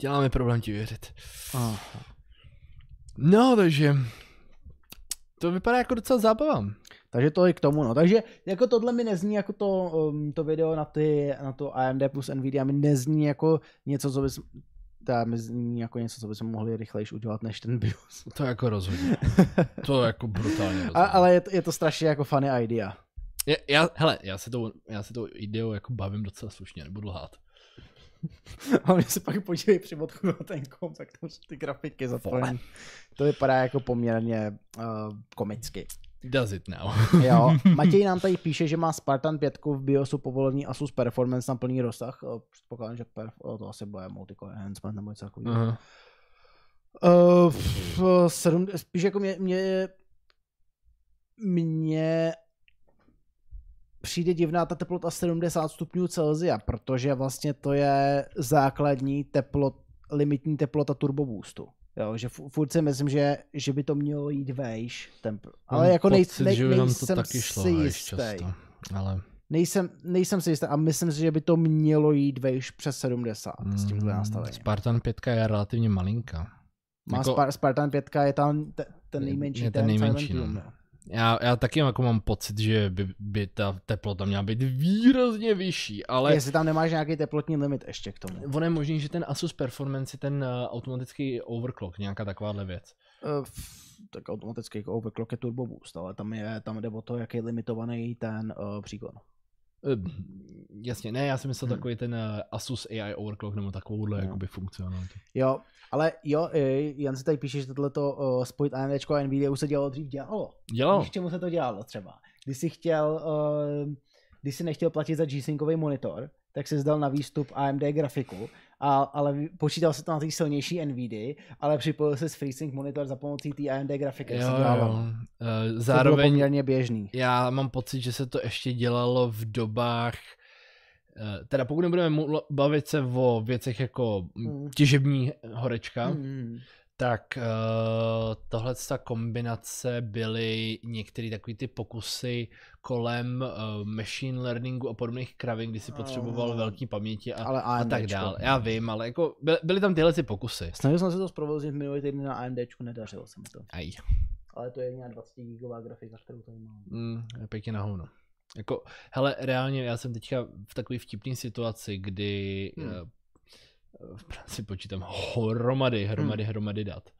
B: děláme problém ti věřit.
A: Ah.
B: No, takže... To vypadá jako docela zábava.
A: Takže to je k tomu, no. Takže jako tohle mi nezní jako to, um, to video na, ty, na to AMD plus Nvidia mi nezní jako něco, co bys teda mi zní jako něco, co bychom mohli rychlejš udělat než ten BIOS.
B: To jako rozhodně. To jako brutálně rozhodně.
A: A, ale je to, je to strašně jako funny idea.
B: Je, já, hele, já se, tou, já se tou ideou jako bavím docela slušně, nebudu lhát.
A: A oni se pak podívej při odchodu na ten kom, tak tam jsou ty grafiky zapojené. To vypadá jako poměrně uh, komicky.
B: Does it now.
A: Jo, Matěj nám tady píše, že má Spartan 5 v BIOSu povolený Asus Performance na plný rozsah. Eh, Předpokládám, že perf- eh, to asi bude multicore enhancement nebo něco takového. Uh-huh.
B: Aha.
A: Uh, v, eh, sedm, spíš jako mě, mě, mě přijde divná ta teplota 70 stupňů Celsia, protože vlastně to je základní teplot, limitní teplota turboboostu. Jo, že fu- furt si myslím, že, že by to mělo jít vejš. Ten, pr- ale
B: Mám
A: jako nej,
B: pocit,
A: nej,
B: že by nám to
A: nejsem
B: taky šlo
A: si
B: hajš
A: jistý.
B: často. Ale
A: Nejsem, nejsem si jistý a myslím si, že by to mělo jít vejš přes 70 s tímhle
B: mm,
A: nastavením.
B: Spartan 5 je relativně malinká.
A: Má
B: jako-
A: Spar- Spartan 5 je tam te, ten nejmenší.
B: je ten nejmenší,
A: Silent
B: no.
A: Room,
B: Já, já taky jako mám pocit, že by, by ta teplota měla být výrazně vyšší,
A: Ale...
B: ale
A: Jestli tam nemáš nějaký teplotní limit ještě k tomu.
B: ono je možný, že ten Asus Performance je ten eh, automatický overclock, nějaká takováhle věc.
A: Eh, f- tak automaticky jako overclock je turbo boost, ale tam, je, tam jde o to, jak je limitovaný ten uh, příkon.
B: Ehm, Jasně, ne, já jsem myslel
A: Hmm.
B: takový ten eh, Asus AI overclock nebo takovouhle
A: No.
B: no. jakoby funkcionalitu.
A: Jo, ale jo, eh, Jan si tady píše, že tohleto uh, spojit AMD a Nvidia už se dělalo dřív dělalo.
B: Dělal.
A: Víš, k čemu se to dělalo třeba? Když jsi chtěl, eh, když jsi nechtěl platit za G-Synkový monitor, tak se zdal na výstup AMD grafiku, a, ale vy- počítal se to na ty silnější NVIDIA, ale připojil se s FreeSync monitor za pomocí té AMD grafiky. jak
B: Jo,
A: se dělalo.
B: jo. Eh,
A: To bylo
B: Zároveň
A: poměrně běžný.
B: já mám pocit, že se to ještě dělalo v dobách, eh, teda pokud nebudeme mlu- bavit se o věcech jako
A: Mm.
B: mm. těžební horečka, mm.
A: Mm.
B: tak eh, tohle ta kombinace byly některé takové ty pokusy kolem eh, machine learningu a podobných kravin, kdy si potřeboval
A: Mm.
B: velký paměti a,
A: Ale
B: a
A: AMD.
B: tak dál. Já vím, ale jako by- byly tam tyhle ty pokusy.
A: Snažil jsem se to zprovoznit minulý týden na AMD, nedařilo se mi to.
B: Aj.
A: Ale to je nějaká 20 gigová grafika, kterou tady mám.
B: Mm, pěkně na hovno. Jako, hele, reálně já jsem teďka v takové vtipné situaci, kdy
A: Hmm.
B: hmm. v práci počítám hromady, hromady,
A: Hmm.
B: hromady dat.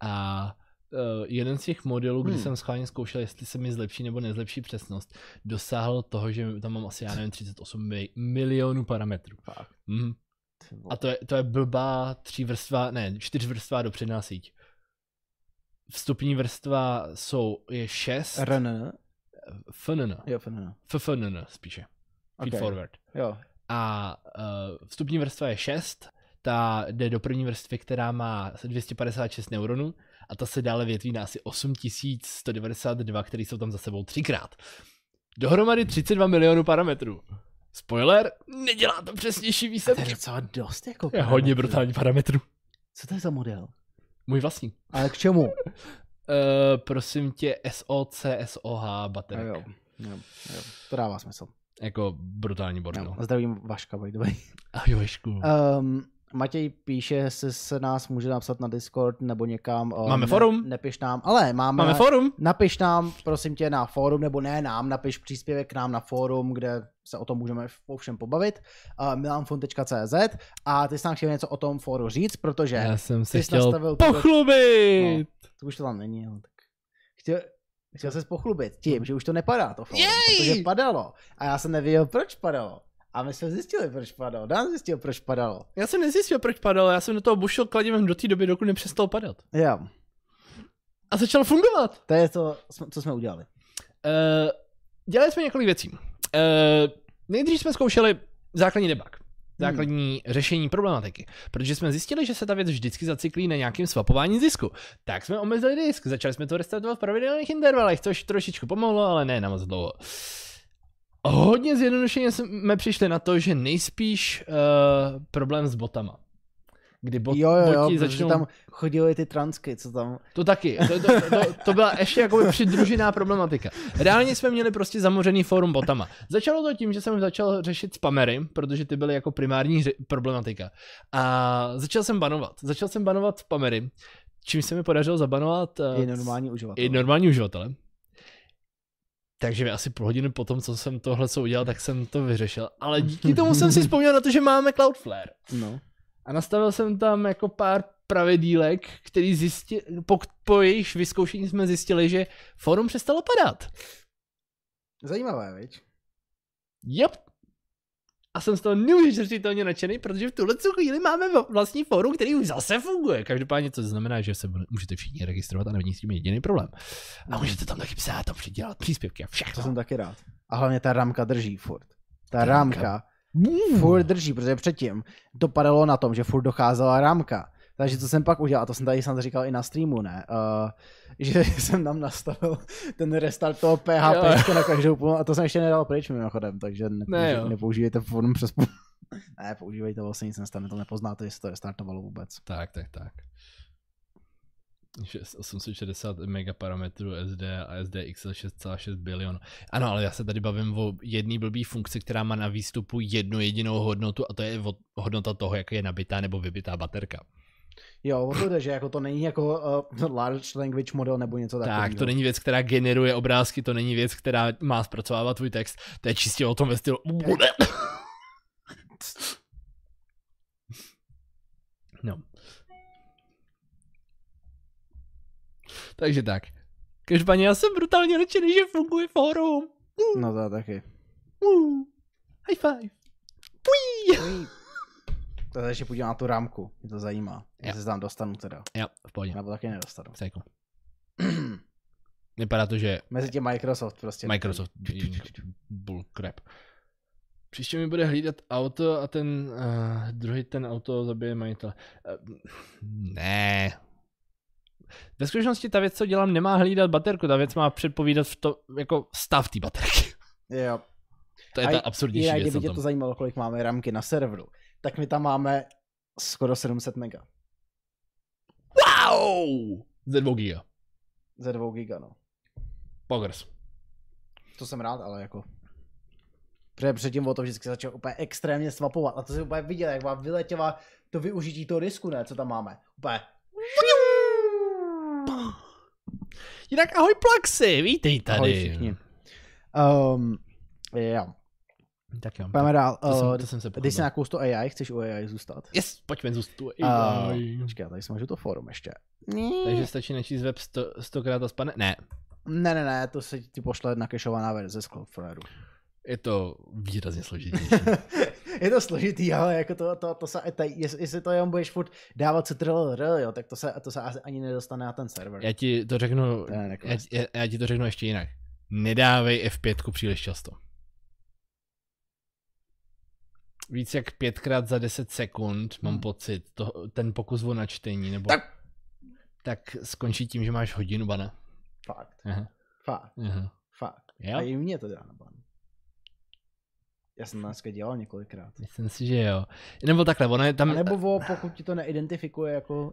B: A eh, jeden z těch modelů, kdy
A: Hmm.
B: jsem schválně zkoušel, jestli se mi zlepší nebo nezlepší přesnost, dosáhl toho, že tam mám asi, já nevím, 38 mi- milionů parametrů.
A: Fakt.
B: Mhm. A to je, to je blbá třívrstvá, ne, čtyřvrstvá dopředná síť. Vstupní vrstva jsou, je 6,
A: RN?
B: FNN.
A: Jo, FNN.
B: FFNN spíše. Feed
A: Okay.
B: forward.
A: Jo.
B: A uh, vstupní vrstva je 6, ta jde do první vrstvy, která má 256 neuronů a ta se dále větví na asi 8192, které jsou tam za sebou třikrát. Dohromady 32 milionů parametrů. Spoiler, nedělá to přesnější
A: To je
B: výsledky.
A: docela dost jako
B: Je hodně
A: parametrů.
B: brutální parametrů.
A: Co to je za model?
B: Můj vlastní.
A: Ale k čemu?
B: Uh, prosím tě, SOC, SOH, baterek.
A: jo. jo. jo. To dává smysl.
B: Jako brutální no. bordel.
A: Jo. Zdravím Vaška, by the way.
B: A jo, ješku.
A: Um, Matěj píše, se, se nás může napsat na Discord nebo někam. um,
B: Máme forum.
A: Ne, nepiš nám, ale máme,
B: Máme forum?
A: Napiš nám, prosím tě, na fórum, nebo ne nám, napiš příspěvek k nám na fórum, kde se o tom můžeme o všem pobavit, uh, milanfun.cz a ty jsi nám chtěl něco o tom fóru říct, protože
B: Já jsem se
A: Ty jsi nastavil
B: chtěl
A: tuto-
B: pochlubit.
A: to už to tam není, ale tak chtěl, chtěl se pochlubit tím,
B: Mhm.
A: že už to nepadá to fórum,
B: Jej!
A: protože padalo a já jsem nevěděl, proč padalo. A my jsme zjistili, proč padalo. Dan zjistil, proč padalo.
B: Já jsem nezjistil, proč padal, já jsem do toho bušil kladivem do té doby, dokud nepřestal padat.
A: Jo,
B: A začal fungovat.
A: to je to, co jsme udělali.
B: Uh, dělali jsme několik věcí. Uh, nejdřív jsme zkoušeli základní debug. Základní hmm. řešení problematiky. Protože jsme zjistili, že se ta věc vždycky zacyklí na nějakém swapování zisku. Tak jsme omezili disk, začali jsme to restartovat v pravidelných intervalech, což trošičku pomohlo, ale ne na moc dlouho. Hodně zjednodušeně jsme přišli na to, že nejspíš uh, problém s botama. Kdy bot,
A: jo, jo, jo, protože
B: boti začnou...
A: tam chodily ty transky, co tam...
B: To taky. To, to, to, to byla ještě jakoby přidružená problematika. Reálně jsme měli prostě zamořený fórum botama. Začalo to tím, že jsem začal řešit spamery, protože ty byly jako primární ře- problematika. A začal jsem banovat. Začal jsem banovat spamery, čím se mi podařilo zabanovat eh,
A: Je normální uživatel.
B: i no- normální uživatele. Takže asi půl hodiny potom, co jsem tohle co udělal, tak jsem to vyřešil. Ale díky tomu jsem si vzpomněl na to, že máme Cloudflare.
A: No.
B: A nastavil jsem tam jako pár pravidílek, který zjistil, po, po jejich vyzkoušení jsme zjistili, že forum přestalo padat.
A: Zajímavé, viď?
B: Yep. A jsem z toho neuvěřitelně nadšený, protože v tuhle tu chvíli máme vo- vlastní forum, který už zase funguje. Každopádně to znamená, že se bude- můžete všichni registrovat a není s tím jediný problém. A můžete tam taky psát a přidělat příspěvky a
A: To
B: všechno.
A: jsem taky rád. A hlavně ta ramka drží furt. Ta
B: Ta
A: rámka
B: ramka. Hmm.
A: furt drží, protože předtím to padalo na tom, že furt docházela rámka. Takže co jsem pak udělal, a to jsem tady snad říkal i na streamu, ne? Uh, že jsem tam nastavil ten restart toho PHP na každou půl, a to jsem ještě nedal pryč mimochodem, takže
B: Ne,
A: nepouži-
B: jo.
A: nepoužívejte forum přes půl. ne, používejte, vlastně nic nestane, to nepoznáte, jestli to restartovalo vůbec.
B: Tak, tak, tak. 6, 860 megaparametrů SD a SDXL 6,6 bilion. Ano, ale já se tady bavím o jedné blbý funkci, která má na výstupu jednu jedinou hodnotu a to je vo- hodnota toho, jak je nabitá nebo vybitá baterka.
A: Jo, o to jde, že jako to není jako uh, large language model nebo něco
B: Tak,
A: takového.
B: tak to není věc, která generuje obrázky, to není věc, která má zpracovávat tvůj text. To je čistě o tom ve stylu... No. Takže tak. Každopádně já jsem brutálně nadšený, že funguje fórum.
A: No to já taky.
B: Uh. High five.
A: To se ještě podívám na tu rámku, mě to zajímá.
B: Jo.
A: Jestli se tam dostanu teda.
B: Jo, v pohodě.
A: Nebo taky nedostanu.
B: Psycho. Vypadá to, že
A: Mezi tím Microsoft prostě.
B: Microsoft bull crap. Příště mi bude hlídat auto a ten uh, druhý ten auto zabije majitele. Uh, ne. Ve skutečnosti ta věc, co dělám, nemá hlídat baterku, ta věc má předpovídat v to, jako stav té baterky.
A: Jo.
B: To je
A: A
B: ta
A: i-
B: absurdnější
A: Jinak,
B: věc
A: kdyby
B: na
A: tě
B: tom.
A: to zajímalo, kolik máme ramky na serveru, tak my tam máme skoro 700 mega.
B: Wow! Ze 2 giga.
A: Ze 2 giga, no.
B: Pogrs.
A: To jsem rád, ale jako... Protože předtím o to vždycky začal úplně extrémně svapovat. A to si úplně viděl, jak vám vyletěla to využití toho disku, ne, co tam máme. Úplně.
B: Jinak ahoj Plaxi, vítej tady.
A: Ahoj všichni. Um, jo,
B: Tak jo.
A: pojďme dál.
B: To,
A: Uh,
B: jsem, to jsem no.
A: Dej si
B: se pochopil.
A: nějakou z to AI, chceš u AI zůstat?
B: Yes, pojďme zůstat.
A: Eh, A-
B: Uh,
A: Počkej, tady jsem možná to fórum ještě.
B: Takže stačí načíst web sto, stokrát a spadne? Ne,
A: Ne, ne, ne, to se ti pošle nakešovaná verze z Cloudflareu.
B: je to výrazně složitější.
A: je to složitý, ale jako to, to, to se, ta, jest- jestli to jenom budeš furt dávat CTRL, R, jo, tak to se, to se asi ani nedostane na ten server.
B: já ti to řeknu,
A: To je prostě
B: já,
A: nekonec.
B: já, já ti to řeknu ještě jinak. Nedávej F5 příliš často. Víc jak pětkrát za 10 sekund, mám
A: Hmm.
B: pocit, to, ten pokus o načtení, nebo...
A: Tak-
B: tak skončí tím, že máš hodinu bana.
A: Fakt,
B: Aha,
A: fakt,
B: aha.
A: fakt. A
B: Jo?
A: i mě to dá na ban. Já jsem to dneska dělal několikrát.
B: Myslím si, že jo. Nebo takhle, ono je tam...
A: A nebo o, pokud ti to neidentifikuje jako...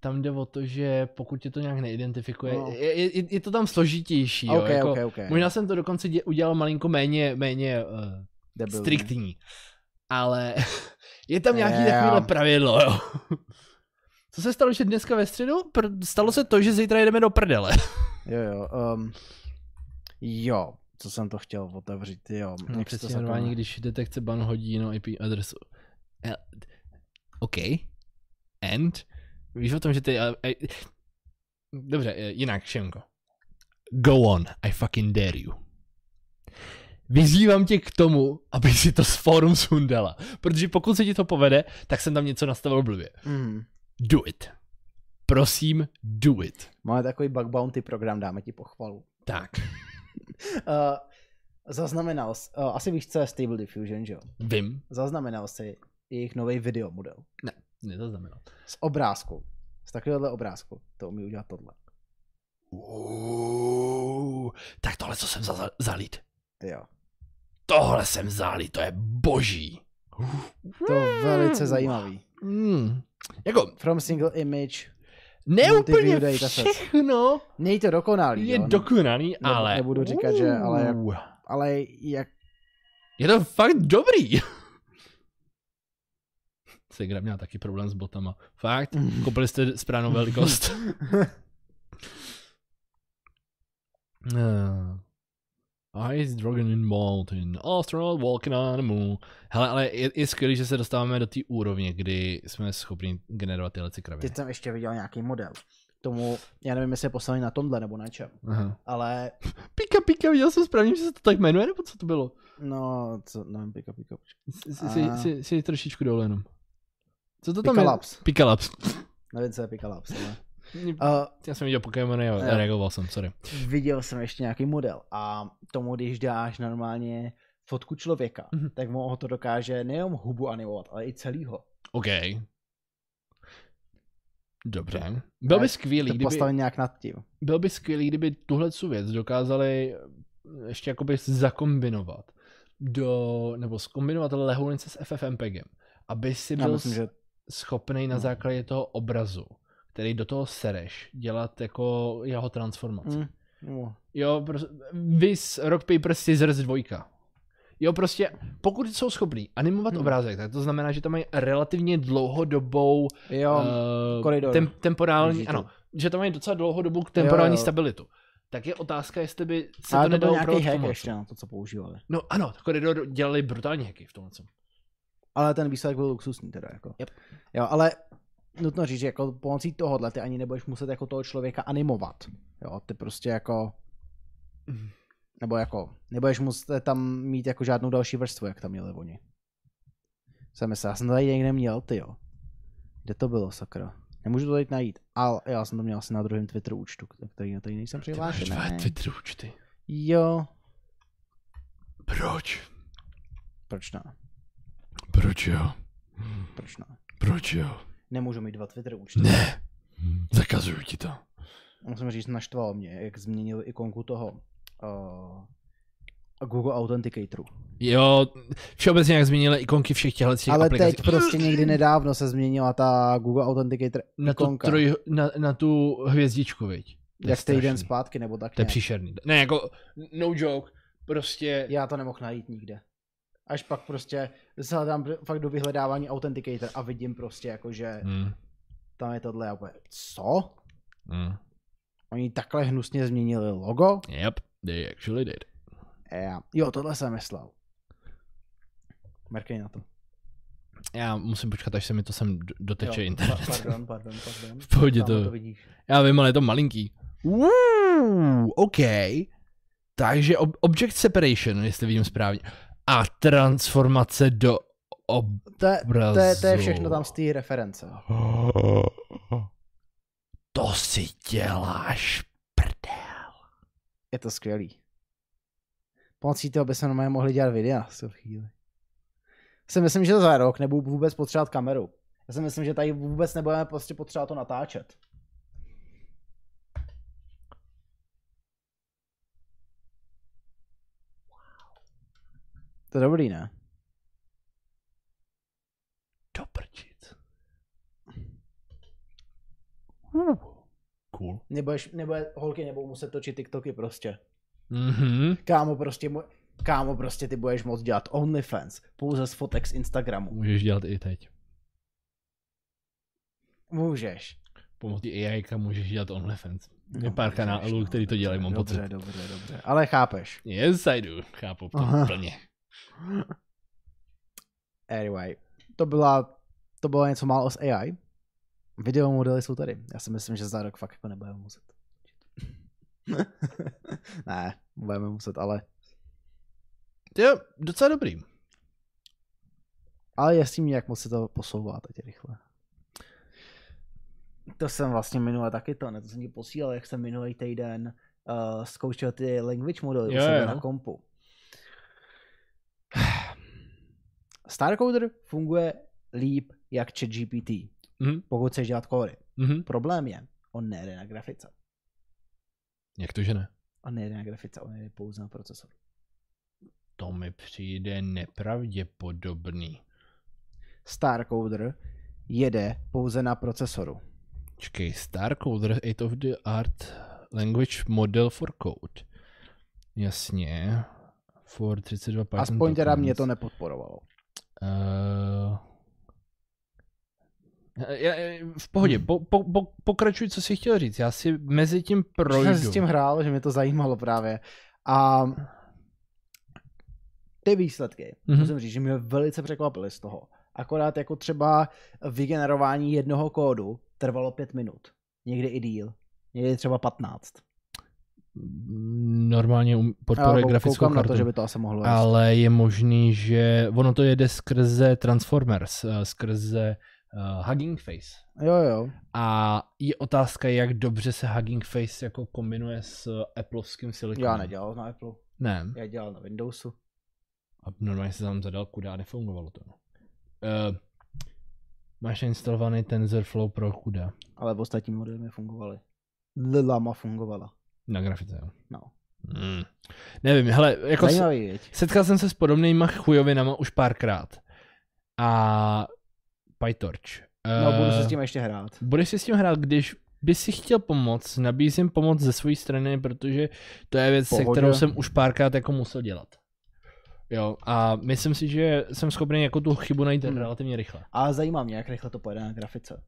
B: tam jde o to, že pokud tě to nějak neidentifikuje,
A: No.
B: no. je, je, je to tam složitější, jo,
A: OK,
B: jako,
A: OK, OK.
B: možná jsem to dokonce dě, udělal malinko méně, méně uh,
A: Debilní.
B: striktní, ale je tam nějaký
A: Jo.
B: yeah. takovýhle pravidlo, jo. Co se stalo, že dneska ve středu? Pr- stalo se to, že zítra jedeme do prdele.
A: Jo, jo. Um, jo, co jsem to chtěl otevřít, jo.
B: No,
A: jak se to
B: přesně
A: sakra
B: normálně,
A: jmenuje?
B: když detekce ban hodí no IP adresu. Eh, OK. And? Víš o tom, že ty... eh, eh, Dobře, eh, jinak, Šenko. Go on, I fucking dare you. Vyzývám tě k tomu, aby si to z fórum sundala. Protože pokud se ti to povede, tak jsem tam něco nastavil blbě.
A: Mhm.
B: Do it. Prosím, do it.
A: Máme takový bug bounty program, dáme ti pochvalu.
B: Tak,
A: Uh, zaznamenal, jsi- uh, asi víš, co je Stable Diffusion, že jo?
B: vím.
A: Zaznamenal si jejich nový video model.
B: Ne, to znamená.
A: Z obrázku. Z takovéhohle obrázku. To umí udělat tohle.
B: Uuu, tak tohle, co jsem za, za, zalít.
A: Jo.
B: Tohle jsem zálý, to je boží.
A: To je
B: Hmm.
A: velice zajímavý.
B: Mm. Jako,
A: From single image.
B: ne
A: Multiview
B: úplně
A: data set.
B: všechno
A: Není to dokonalý,
B: je
A: jo, no.
B: dokonalý,
A: Nebo-
B: ale...
A: nebudu říkat, že, ale-
B: Uuu,
A: ale jak...
B: Je to fakt dobrý. Segra měla taky problém s botama. Fakt? Koupili jste správnou velikost. Uh, Ice Dragon in Mountain, Astral Walking on the Moon. Hele, ale je, je skvělý, že se dostáváme do té úrovně, kdy jsme schopni generovat tyhle ty kraviny.
A: Teď jsem ještě viděl nějaký model. K Tomu, já nevím, jestli je poslali na tomhle nebo na čem,
B: Aha.
A: ale
B: Pika, pika, viděl jsem správně, že se to tak jmenuje, nebo co to bylo?
A: no, co, nevím, pika, pika, počkej.
B: Si, si, si,
A: A-
B: si, si trošičku dole jenom. Co to tam
A: Pikalaps.
B: je? Pikalaps.
A: Nevím, co je Pikalaps, ale...
B: Mě-
A: Uh,
B: Já jsem viděl Pokémony a
A: Jo.
B: reagoval jsem, sorry.
A: viděl jsem ještě nějaký model a tomu, když dáš normálně fotku člověka,
B: Mhm.
A: mm-hmm. tak mu ho to dokáže nejenom hubu animovat, ale i celýho.
B: OK. Dobře. Byl by
A: Ne,
B: skvělý,
A: Kdyby...
B: kdyby...
A: Postavit nějak nad tím.
B: byl by skvělý, kdyby tuhle tu věc dokázali eh, ještě jakoby zakombinovat do, nebo zkombinovat lehoulince s FFmpegem, aby si
A: Já
B: byl
A: myslím,
B: myslím,
A: že
B: schopný na
A: No.
B: základě toho obrazu, který do toho sereš, dělat jako jeho transformaci.
A: Mm. No.
B: Jo, prostě, vis Rock Paper Scissors 2. Jo, prostě, pokud jsou schopný animovat
A: Hmm.
B: obrázek, tak to znamená, že tam mají relativně dlouhodobou
A: Jo, uh,
B: eh,
A: koridor.
B: Tem, temporální,
A: Vidíte.
B: ano, že tam mají docela dlouhodobou temporální
A: Jo,
B: jo,
A: jo.
B: jo. stabilitu. Tak je otázka, jestli by se
A: ale to,
B: to
A: byl
B: nedalo
A: nějaký
B: opravdu
A: hack
B: pomoct.
A: ještě na to, co používali.
B: No ano, koridor dělali brutální hacky v tomhle. tom.
A: Ale ten výsledek byl luxusní teda jako.
B: Yep.
A: Jo, ale nutno říct, že jako pomocí tohohle ty ani nebudeš muset jako toho člověka animovat. Jo, ty prostě jako Nebo jako, nebudeš muset tam mít jako žádnou další vrstvu, jak tam měli oni. Jsem myslel, já jsem to tady někde měl, ty jo. Kde to bylo, sakra? Nemůžu to tady najít, ale já jsem to měl asi na druhém Twitteru účtu, na který na tady nejsem
B: Máš
A: přihlášený.
B: dva Twitter účty.
A: Jo,
B: Proč?
A: proč ne?
B: Proč jo?
A: Proč ne?
B: Proč jo?
A: Nemůžu mít dva Twitter účty.
B: Ne. Zakazuju ti to.
A: musím říct, naštvalo mě, jak změnil ikonku toho uh, Google Authenticatoru.
B: Jo, všeobecně jak změnili ikonky všech těchto těch
A: Ale
B: aplikací.
A: teď prostě někdy nedávno se změnila ta Google Authenticator
B: na tu,
A: ikonka.
B: troj, na, na tu hvězdičku, viď? To je
A: jak týden
B: strašný.
A: zpátky, nebo tak
B: To je
A: nějak.
B: příšerný. Ne, jako, no joke, prostě...
A: Já to nemohl najít nikde. Až pak prostě se hledám pr- fakt do vyhledávání Authenticator a vidím prostě jako, že
B: Mm,
A: tam je tohle. Já úplně, co?
B: mm.
A: Oni takhle hnusně změnili logo?
B: Yep, they actually did.
A: Já. Jo, tohle jsem myslel. Merkej na to.
B: Já musím počkat, až se mi to sem d- doteče
A: Jo,
B: internet.
A: pa- pardon, pardon, pardon.
B: V pohodě
A: Tam
B: to-
A: to vidíš.
B: Já vím, ale je to malinký. Wow, OK. Takže ob- object separation, jestli vidím správně. A transformace do
A: To, je- to, je-
B: obrazu.
A: to je všechno tam z té reference.
B: To si děláš prdel.
A: Je to skvělý. Pomocí toho by se normálně mohli dělat videa v tu chvíli. Já si myslím, že za rok nebudu vůbec potřebovat kameru. Já si myslím, že tady vůbec nebudeme prostě potřebovat to natáčet. To je dobrý, ne?
B: Do prčic. Cool.
A: Nebudeš, nebude, holky nebudou muset točit TikToky prostě.
B: Mhm.
A: Kámo, prostě, mu- kámo, prostě ty budeš moct dělat OnlyFans pouze z fotek z Instagramu.
B: Můžeš dělat i teď.
A: Můžeš.
B: Pomocí AI můžeš dělat OnlyFans.
A: No,
B: Je pár
A: můžeš,
B: kanálů,
A: no,
B: který to dělají, mám
A: dobře,
B: pocit.
A: Dobře, dobře, ale chápeš.
B: Yes, I do. Chápu to
A: Aha.
B: plně.
A: Anyway, to byla, to bylo něco málo s AI. Video modely jsou tady. Já si myslím, že za rok fakt jako nebudeme muset. ne, budeme muset, ale,
B: Jo, docela dobrý.
A: ale je s tím nějak moc se to posouvá teď rychle. To jsem vlastně minule taky to, ne? To jsem ti posílal, jak jsem minulý týden uh, zkoušel ty language modely u
B: Jo,
A: sebe
B: jo.
A: na kompu. Starcoder funguje líp jak ChatGPT,
B: Mhm.
A: pokud chceš dělat kódy.
B: Mhm.
A: Problém je, on nejde na grafice.
B: Jak to, že ne?
A: On nejde na grafice, on jede pouze na procesoru.
B: To mi přijde nepravděpodobný.
A: Starcoder jede pouze na procesoru.
B: Čekej, Starcoder State of the Art Language Model for Code. Jasně. For 32 Python
A: Aspoň teda mě
B: tokens.
A: to nepodporovalo.
B: Eh, já, já- v pohodě, po, po, po, pokračuj, co jsi chtěl říct. Já si mezi tím
A: Projdu.
B: projdu.
A: Jsem se s tím hrál, že mě to zajímalo právě. A ty výsledky,
B: Mhm.
A: mm-hmm. musím říct, že mě velice překvapily z toho. Akorát jako třeba vygenerování jednoho kódu trvalo pět minut. Někdy i díl. Někdy třeba 15.
B: Normálně um- podporuje
A: A
B: grafickou
A: koukám
B: kartu.
A: na to, že by to asi mohlo jít.
B: Ale je možný, že ono to jede skrze Transformers, eh, skrze uh, Hugging Face.
A: Jo, jo.
B: A je otázka, jak dobře se Hugging Face jako kombinuje s eh, Appleovským silikonem.
A: Já nedělal na Apple,
B: Ne.
A: já dělal na Windowsu.
B: A normálně se tam zadal kuda a nefungovalo to. No. Uh, máš nainstalovaný TensorFlow pro kuda.
A: ale v ostatní modely nefungovaly. Lama fungovala.
B: Na grafice, jo.
A: No.
B: Mm. Nevím, hele, jako s,
A: Zajímavý, věď.
B: setkal jsem se s podobnýma chujovinama už párkrát. A PyTorch.
A: No, budu se
B: Eh,
A: s tím ještě hrát.
B: Budeš si s tím hrát, když by si chtěl pomoct, nabízím pomoc ze své strany, protože to je věc, se
A: Pohodě.
B: kterou jsem už párkrát jako musel dělat. Jo, a myslím si, že jsem schopný jako tu chybu najít
A: Hmm.
B: relativně rychle.
A: Ale zajímá mě, jak rychle to pojede na grafice.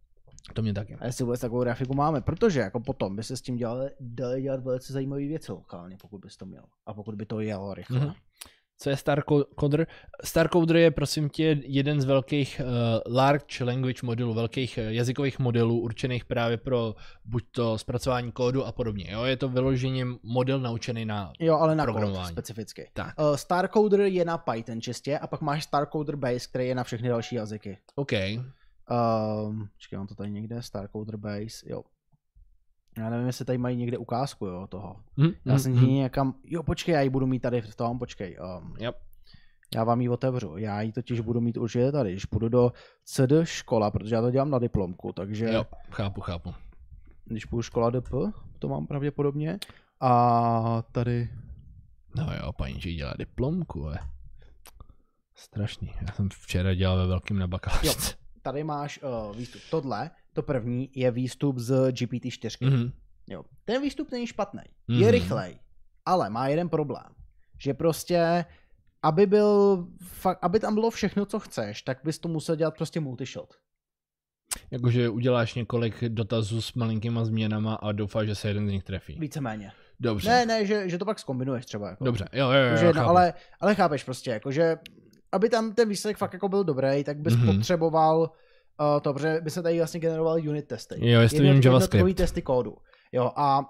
B: To mě taky.
A: A jestli vůbec takovou grafiku máme, protože jako potom by se s tím dělali, dali dělat velice zajímavé věci lokálně, pokud bys to měl. A pokud by to jelo rychle.
B: Mhm.
A: Mm-hmm.
B: Co je Starcoder? Starcoder je prosím tě jeden z velkých uh, large language modelů, velkých eh, jazykových modelů určených právě pro buď to zpracování kódu a podobně. Jo? Je to vyloženě model naučený na...
A: Jo, ale na kód
B: Programování.
A: specificky.
B: Tak.
A: Eh, Starcoder je na Python čistě a pak máš Starcoder Base, který je na všechny další jazyky.
B: OK.
A: Um, čekaj, mám to tady někde, Starcoder Base, jo. Já nevím, jestli tady mají někde ukázku, jo, toho.
B: Hm,
A: Já
B: hm,
A: jsem
B: hm.
A: ji někam, jo, počkej, já ji budu mít tady v tom, počkej. Um,
B: Yep.
A: Já vám ji otevřu. Já ji totiž budu mít určitě tady, když půjdu do CD škola, protože já to dělám na diplomku, takže
B: Jo, chápu, chápu.
A: když půjdu škola DP, to mám pravděpodobně. A tady,
B: No jo, paní, že jí dělá diplomku, ale... Strašný. Já jsem včera dělal ve velkým na bakalářce.
A: tady máš uh, výstup. Tohle, to první, je výstup z GPT-4.
B: Mhm.
A: Jo. Ten výstup není špatný, mm-hmm.
B: Mhm.
A: je rychlej, ale má jeden problém, že prostě, aby byl, fakt, aby tam bylo všechno, co chceš, tak bys to musel dělat prostě multishot.
B: Jakože uděláš několik dotazů s malinkýma změnama a doufáš, že se jeden z nich trefí.
A: Víceméně.
B: Dobře.
A: Ne, ne, že, že to pak zkombinuješ třeba. Jako.
B: Dobře, jo, jo, jo,
A: Že
B: jo
A: jedno, ale, ale chápeš prostě, jako, že aby tam ten výsledek fakt jako byl dobrý, tak bys
B: Mhm.
A: mm-hmm. potřeboval uh, to, protože by se tady vlastně generovaly unit testy.
B: Jo, jestli vím
A: Jednotkový
B: JavaScript.
A: testy kódu. Jo, a,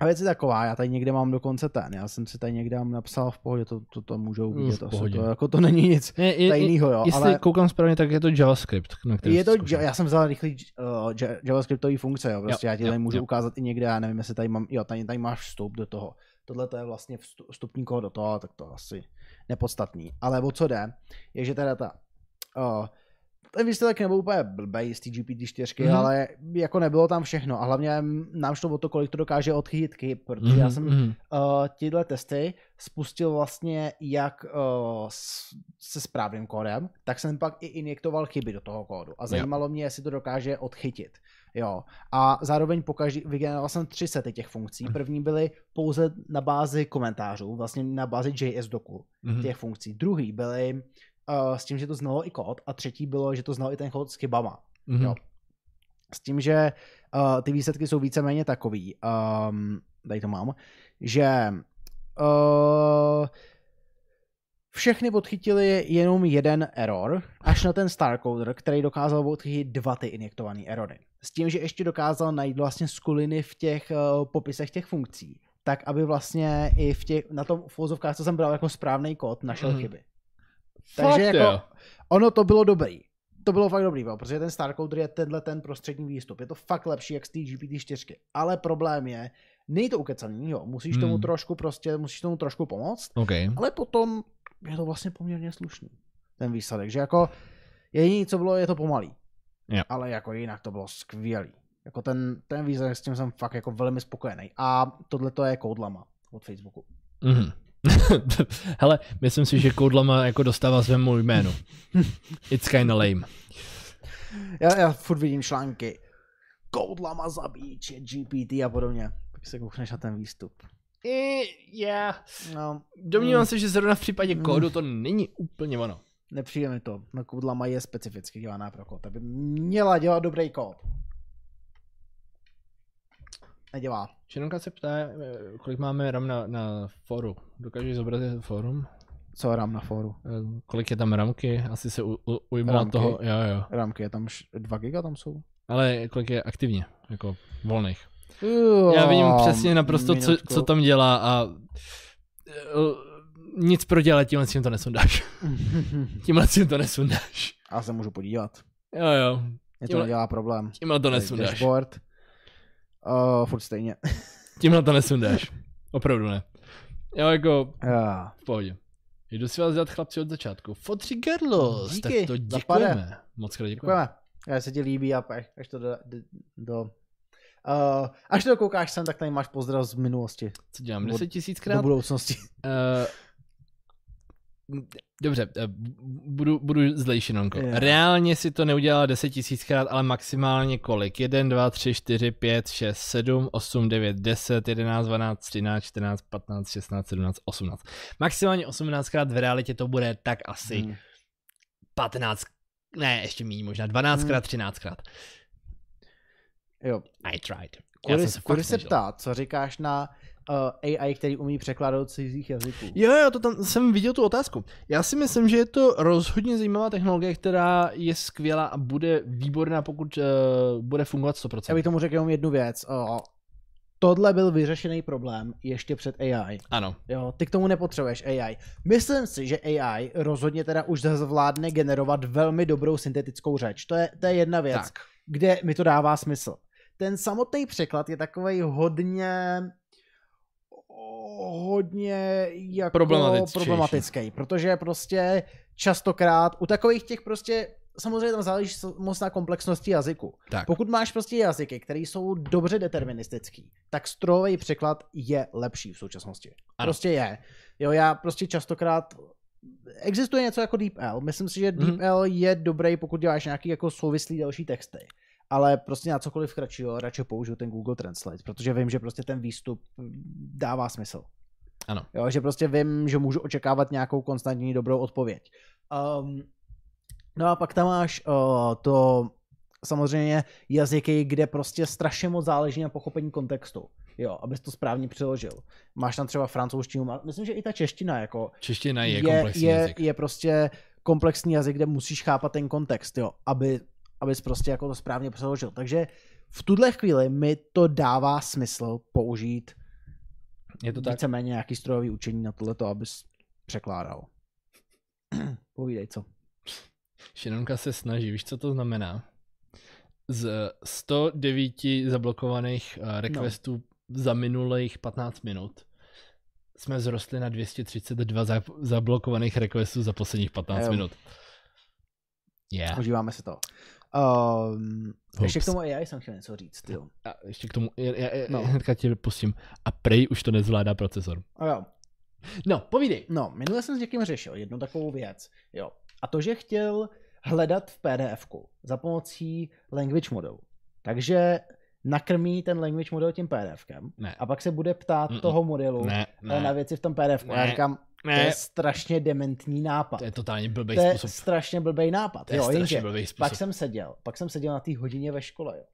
A: a věc je taková, já tady někde mám dokonce ten, já jsem si tady někde mám napsal v pohodě, to, to, to můžou
B: V
A: vidět, asi
B: pohodě.
A: to, jako to není nic
B: Ne, je, je,
A: tajného, jo,
B: jestli
A: no, ale
B: ale... koukám správně, tak je to JavaScript. Na který
A: je to,
B: jsi zkoušel.
A: já jsem vzal rychlý uh, Ja- JavaScriptový funkce, jo, prostě
B: Jo,
A: já ti
B: jo,
A: tady můžu
B: jo.
A: ukázat i někde, já nevím, jestli tady mám, jo, tady, tady máš vstup do toho. Tohle to je vlastně vstu- vstupní kód do toho, tak to asi nepodstatný. Ale o co jde, je, že teda ta, uh, ten výsledek nebyl úplně blbej z té GPT-4,
B: Mhm.
A: mm-hmm. ale jako nebylo tam všechno a hlavně nám šlo o to, kolik to dokáže odchytit chyb, protože
B: Mhm,
A: já jsem
B: mhm.
A: uh, tyhle testy spustil vlastně jak uh, s, se správným kódem, tak jsem pak i injektoval chyby do toho kódu. A zajímalo mě, jestli to dokáže odchytit. Jo. A zároveň pokaždý, vygeneroval jsem tři sety těch funkcí. První byly pouze na bázi komentářů, vlastně na bázi JS doku
B: Mhm.
A: těch funkcí. Druhý byly uh, s tím, že to znalo i kód a třetí bylo, že to znalo i ten kód s chybama
B: Mhm.
A: jo. s tím, že uh, ty výsledky jsou víceméně takový, um, tady to mám, že eh, uh, všechny odchytili jenom jeden error, až na ten Starcoder, který dokázal odchytit dva ty injektované erory. S tím, že ještě dokázal najít vlastně skuliny v těch uh, popisech těch funkcí, tak aby vlastně i v těch, na tom fouzovkách, co jsem bral jako správný kód, našel
B: Mhm.
A: chyby.
B: Fakt
A: Takže jako-
B: jo.
A: Ono to bylo dobrý. To bylo fakt dobrý, jo, protože ten Starcoder je tenhle ten prostřední výstup. Je to fakt lepší jak z té GPT-4. Ale problém je, není to ukecaný, jo. Musíš tomu
B: Hmm.
A: trošku prostě, musíš tomu trošku pomoct,
B: OK.
A: ale potom je to vlastně poměrně slušný, ten výsledek. Že jako jediný, co bylo, je to pomalý.
B: Jo.
A: Ale jako jinak to bylo skvělý. Jako ten, ten výsledek s tím jsem fakt jako velmi spokojený. A tohle to je koudlama od Facebooku.
B: Mhm. Hele, myslím si, že koudlama jako dostává svému jménu. It's kinda lame.
A: Já, já furt vidím články. Koudlama zabíče, GPT a podobně. Tak se koukneš na ten výstup.
B: I, yeah.
A: No,
B: Domnívám se, že zrovna v případě
A: Mm.
B: kódu to není úplně ono.
A: nepřijde mi to. No, koudlama je specificky dělaná pro kód. Aby měla dělat dobrý kód. Nedělá.
B: Šenonka se ptá, eh, kolik máme RAM na, na foru. Dokážeš zobrazit forum?
A: Co rám na fóru?
B: Eh, Kolik je tam ramky? Asi se u, u, ujmula
A: Ramky?
B: toho. Jo, jo.
A: Rámky je tam š- 2 giga tam jsou.
B: Ale kolik je aktivně? Jako volných. Já vidím přesně naprosto, co,
A: minutku.
B: co tam dělá a eh, nic pro dělat, tímhle s tím to nesundáš. Tímhle s tím to nesundáš.
A: Já se můžu podívat.
B: Jo, jo.
A: Mě to
B: Tímhle-
A: nedělá problém.
B: Tímhle to
A: Tady
B: nesundáš.
A: Dashboard. Uh, furt stejně.
B: Tímhle to nesundáš. Opravdu ne. Jo, jako
A: Uh,
B: v pohodě. Jdu si vás dělat chlapci od začátku. Fot regardless.
A: Díky,
B: tak to
A: zapade.
B: děkujeme. Moc krát děkujeme.
A: Děkujeme. Já se ti líbí a pak, až to do... do, do uh, až to koukáš sem, tak tady máš pozdrav z minulosti,
B: Co dělám?
A: Od-
B: 10 tisíckrát?
A: do budoucnosti.
B: Eh, dobře, eh, budu, budu zlej Šinonko.
A: Jo.
B: Reálně si to neudělala 10 tisíckrát, ale maximálně kolik? 1, 2, 3, 4, 5, 6, 7, 8, 9, 10, 11, 12, 13, 14, 15, 16, 17, 18. Maximálně 18krát v realitě to bude tak asi
A: Hmm. Hmm.
B: 15, ne, ještě méně, možná 12krát, 13krát.
A: Jo.
B: I tried. Já
A: Kudy,
B: jsem
A: se,
B: fakt
A: kudy se
B: snažil.
A: ptá, co říkáš na uh, AI, který umí překládat cizích jazyků?
B: Jo, jo, to tam jsem viděl tu otázku. Já si myslím, že je to rozhodně zajímavá technologie, která je skvělá a bude výborná, pokud uh, bude fungovat 100%.
A: Já bych tomu řekl jenom jednu věc. Uh, tohle byl vyřešený problém ještě před AI.
B: Ano.
A: Jo, ty k tomu nepotřebuješ AI. Myslím si, že AI rozhodně teda už zvládne generovat velmi dobrou syntetickou řeč. To je, to je jedna věc,
B: Tak.
A: kde mi to dává smysl. Ten samotný překlad je takový hodně hodně jako
B: Problematičtější.
A: problematický, protože prostě častokrát u takových těch prostě samozřejmě tam záleží s- moc na komplexnosti jazyku.
B: Tak.
A: Pokud máš prostě jazyky, které jsou dobře deterministický, tak strojový překlad je lepší v současnosti.
B: Ano.
A: Ano. Prostě je. Jo, já prostě častokrát existuje něco jako DeepL. Myslím si, že
B: Mhm.
A: DeepL je dobrý, pokud děláš nějaký jako souvislý další texty. Ale prostě na cokoliv kratšího radši použiju ten Google Translate, protože vím, že prostě ten výstup dává smysl.
B: Ano.
A: Jo, že prostě vím, že můžu očekávat nějakou konstantní dobrou odpověď. Um, no a pak tam máš uh, to samozřejmě jazyky, kde prostě strašně moc záleží na pochopení kontextu. Jo, abys to správně přeložil. Máš tam třeba francouzštinu, má- myslím, že i ta čeština jako
B: Čeština je, je komplexní
A: je,
B: jazyk.
A: je prostě komplexní jazyk, kde musíš chápat ten kontext, jo, aby, abys prostě jako to správně přeložil. Takže v tuhle chvíli mi to dává smysl použít
B: Je to tak?
A: víceméně nějaký strojový učení na tohleto, abys překládal. Povídej, co?
B: Šenonka se snaží, víš, co to znamená? Z 109 zablokovaných eh, requestů za minulých 15 minut jsme vzrostli na 232 za- zablokovaných requestů za posledních 15
A: Jo.
B: minut. Yeah.
A: Užíváme si to. Um, ještě k
B: Ups.
A: tomu AI jsem chtěl něco říct, jo.
B: A ještě k tomu, já, já, já,
A: No.
B: no. hnedka tě pustím. A prej už to nezvládá procesor.
A: A jo.
B: No, povídej.
A: No, minule jsem s někým řešil jednu takovou věc, jo. A to, že chtěl hledat v PDFku za pomocí language modelu. Takže nakrmí ten language model tím PDFkem
B: Ne.
A: a pak se bude ptát
B: Mm-mm.
A: toho modelu
B: Ne,
A: ne, na
B: ne,
A: věci v tom PDFku. Ne, a já
B: Ne.
A: říkám, No, to
B: ne.
A: je strašně dementní nápad.
B: To je totálně blbý
A: to je
B: způsob.
A: strašně blbej nápad.
B: To je
A: jo,
B: strašně
A: jenže
B: blbý
A: Pak
B: způsob.
A: jsem seděl, pak jsem seděl na té hodině ve škole, jo.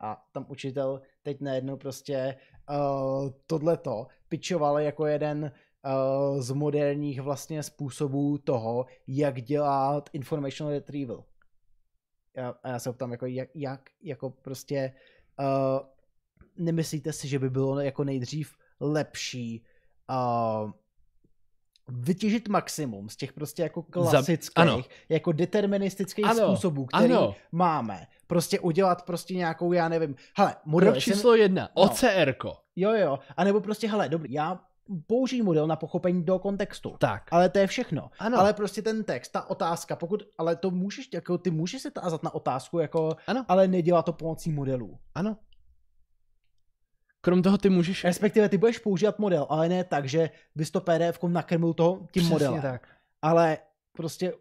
A: A tam učitel teď najednou prostě uh, tohleto pičoval jako jeden uh, z moderních vlastně způsobů toho, jak dělat informational retrieval. Já, a já se ptám, jako jak, jak jako prostě uh, nemyslíte si, že by bylo jako nejdřív lepší uh, vytěžit maximum z těch prostě jako klasických,
B: ano.
A: jako deterministických
B: Ano,
A: způsobů, který
B: Ano,
A: máme. Prostě udělat prostě nějakou, já nevím, hele, model,
B: krok
A: jsem-
B: číslo jedna,
A: No.
B: OCR-ko.
A: jo jo, anebo prostě, hele, dobrý, já použiju model na pochopení do kontextu.
B: Tak,
A: Ale to je všechno.
B: ano,
A: Ale prostě ten text, ta otázka, pokud, ale to můžeš, jako ty můžeš se tázat na otázku, jako,
B: Ano.
A: ale nedělá to pomocí modelů.
B: ano. Krom toho ty můžeš...
A: Respektive ty budeš používat model, ale ne tak, že bys to PDF nakrmil toho tím
B: Přesně
A: modelem.
B: tak.
A: ale prostě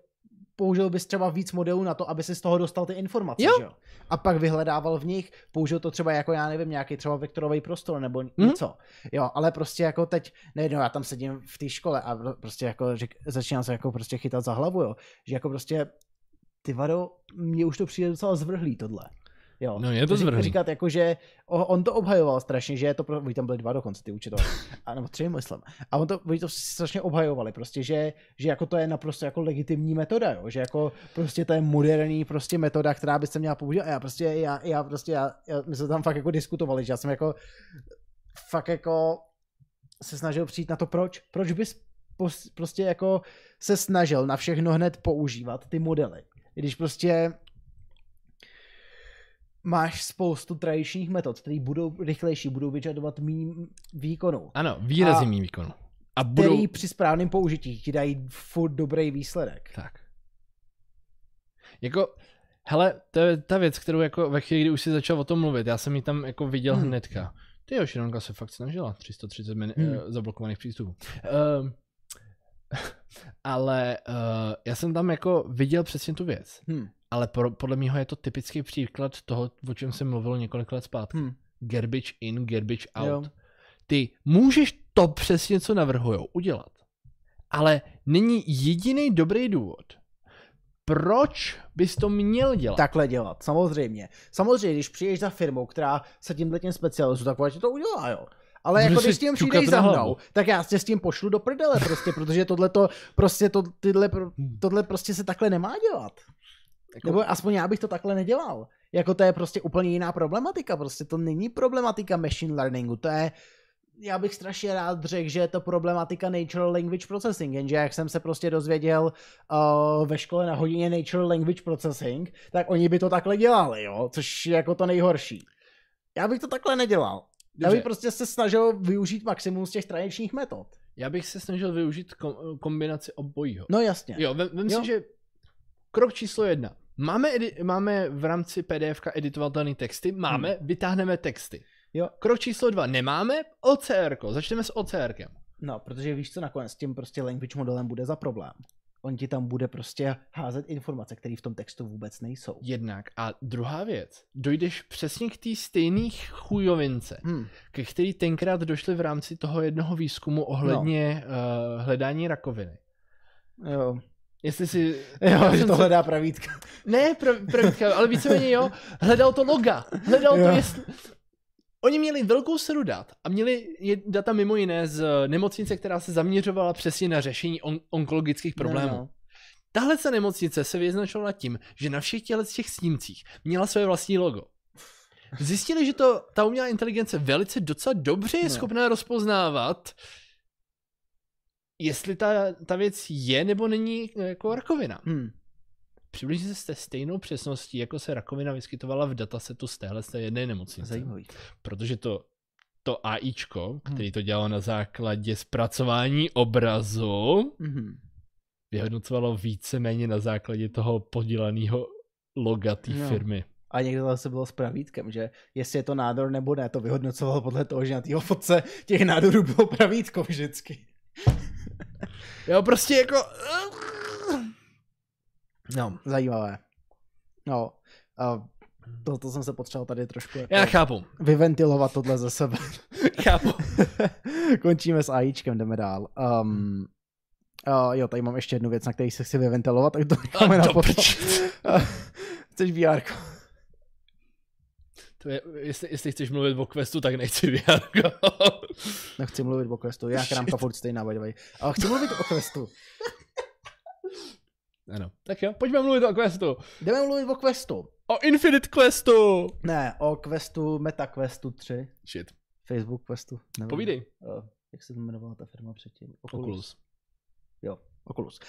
A: použil bys třeba víc modelů na to, aby si z toho dostal ty informace,
B: Jo.
A: že jo? A pak vyhledával v nich, použil to třeba jako, já nevím, nějaký třeba vektorový prostor nebo mm
B: Mhm.
A: něco. Jo, ale prostě jako teď, nejednou já tam sedím v té škole a pro- prostě jako řek, začínám se jako prostě chytat za hlavu, jo. Že jako prostě, ty vado, mně už to přijde docela zvrhlý tohle. Jo.
B: No, je to
A: Řík-
B: zvrhlý.
A: Říkat jako, že o- on to obhajoval strašně, že je to, pro- oni tam byli dva dokonce, ty učitelé, a nebo tři, myslím. A on to, oni to strašně obhajovali, prostě, že, že jako to je naprosto jako legitimní metoda, jo? že jako prostě to je moderní prostě metoda, která by se měla používat. A já prostě, já, já prostě, já, já, my jsme tam fakt jako diskutovali, že já jsem jako fakt jako se snažil přijít na to, proč, proč bys pos- prostě jako se snažil na všechno hned používat ty modely. Když prostě máš spoustu tradičních metod, které budou rychlejší, budou vyžadovat méně výkonu
B: Ano, výrazně
A: A-
B: méně výkonu. A budou...
A: který při správném použití ti dají furt dobrý výsledek.
B: Tak. Jako, hele, to je ta věc, kterou jako ve chvíli, kdy už si začal o tom mluvit, já jsem ji tam jako viděl
A: Hmm.
B: hmm. hnedka. Ty jo, Šironka se fakt snažila, 330 min,
A: Hmm.
B: hmm. zablokovaných přístupů. Um, ale uh, já jsem tam jako viděl přesně tu věc.
A: Hmm.
B: Ale pro, podle mého je to typický příklad toho, o čem jsem mluvil několik let zpátky.
A: Hmm.
B: Garbage in, garbage out.
A: Jo.
B: Jo. Ty můžeš to přesně, co navrhujou, udělat. Ale není jediný dobrý důvod, proč bys to měl dělat?
A: Takhle dělat, samozřejmě. Samozřejmě, když přijdeš za firmou, která se tímhle tím specializuje, tak ona ti to udělá, jo. Ale
B: Bude
A: jako
B: si
A: když s tím
B: ťukat
A: přijdeš
B: na
A: za mnou,
B: hlavu.
A: tak já tě s tím pošlu do prdele prostě, protože tohle to, prostě to, tyhle, pro- tohle prostě se takhle nemá dělat.
B: Hmm. Jako-
A: Nebo aspoň já bych to takhle nedělal. Jako to je prostě úplně jiná problematika, prostě to není problematika machine learningu, to je, já bych strašně rád řekl, že je to problematika natural language processing, jenže jak jsem se prostě dozvěděl uh, ve škole na hodině natural language processing, tak oni by to takhle dělali, jo, což je jako to nejhorší. Já bych to takhle nedělal. Já
B: Dobře.
A: bych prostě se snažil využít maximum z těch tradičních metod.
B: Já bych se snažil využít kom- kombinaci obojího.
A: No jasně.
B: Jo, vem, vem
A: Jo.
B: si, že krok číslo jedna. Máme, edi- máme v rámci PDF editovatelné texty, máme, vytáhneme texty.
A: Hmm. Jo.
B: Krok číslo dva, nemáme OCR. ko. Začneme s OCR. kem.
A: No, protože víš, co nakonec s tím prostě language modelem bude za problém. On ti tam bude prostě házet informace, které v tom textu vůbec nejsou.
B: Jednak. A druhá věc, dojdeš přesně k té stejné chujovince,
A: Hmm.
B: ke který tenkrát došli v rámci toho jednoho výzkumu ohledně no. uh, hledání rakoviny.
A: Jo.
B: Jestli si... Já
A: jo, že
B: jsem
A: to
B: se-
A: hledá pravítka. No,
B: Ne, prav, pravítka, ale víceméně jo, hledal to loga, hledal
A: Jo.
B: to jestli... Oni měli velkou seru dat a měli je- data mimo jiné z eh, nemocnice, která se zaměřovala přesně na řešení on- onkologických problémů.
A: No, no.
B: Tahle se nemocnice se vyznačovala tím, že na všech těchto těch snímcích měla své vlastní logo. Zjistili, že to ta umělá inteligence velice docela dobře je
A: No.
B: schopná rozpoznávat, jestli ta, ta věc je nebo není eh, jako rakovina.
A: Hmm.
B: Přibližně se s té stejnou přesností, jako se rakovina vyskytovala v datasetu z téhle z té jedné nemocnice.
A: Zajímavý.
B: Protože to, to AIčko, který to dělalo na základě zpracování obrazu,
A: Mhm.
B: vyhodnocovalo víceméně na základě toho podílaného loga té
A: No.
B: no. firmy.
A: A někdo zase bylo s pravítkem, že jestli je to nádor nebo ne, to vyhodnocovalo podle toho, že na té fotce těch nádorů bylo pravítko vždycky.
B: Jo, prostě jako... eh, No.
A: Zajímavé. No, a to, to jsem se potřeboval tady trošku jako
B: Já chápu,
A: vyventilovat tohle ze sebe.
B: chápu.
A: Končíme s AIčkem, jdeme dál. Um, uh, jo, tady mám ještě jednu věc, na který se chci vyventilovat, tak to necháme
B: A
A: na
B: do
A: potom.
B: prčic.
A: Chceš VR?
B: To je, jestli, jestli chceš mluvit o questu, tak nechci vyjádko.
A: Nechci No, mluvit o questu, já krám to furt stejná, by the way. Ale chci mluvit o questu.
B: Ano. Tak jo, pojďme mluvit o questu.
A: Jdeme mluvit o questu.
B: O Infinite Questu!
A: Ne, o questu, meta questu 3,
B: Shit.
A: Facebook questu. Nevím.
B: Povídej.
A: Uh, jak se jmenovala ta firma předtím?
B: Oculus.
A: Oculus.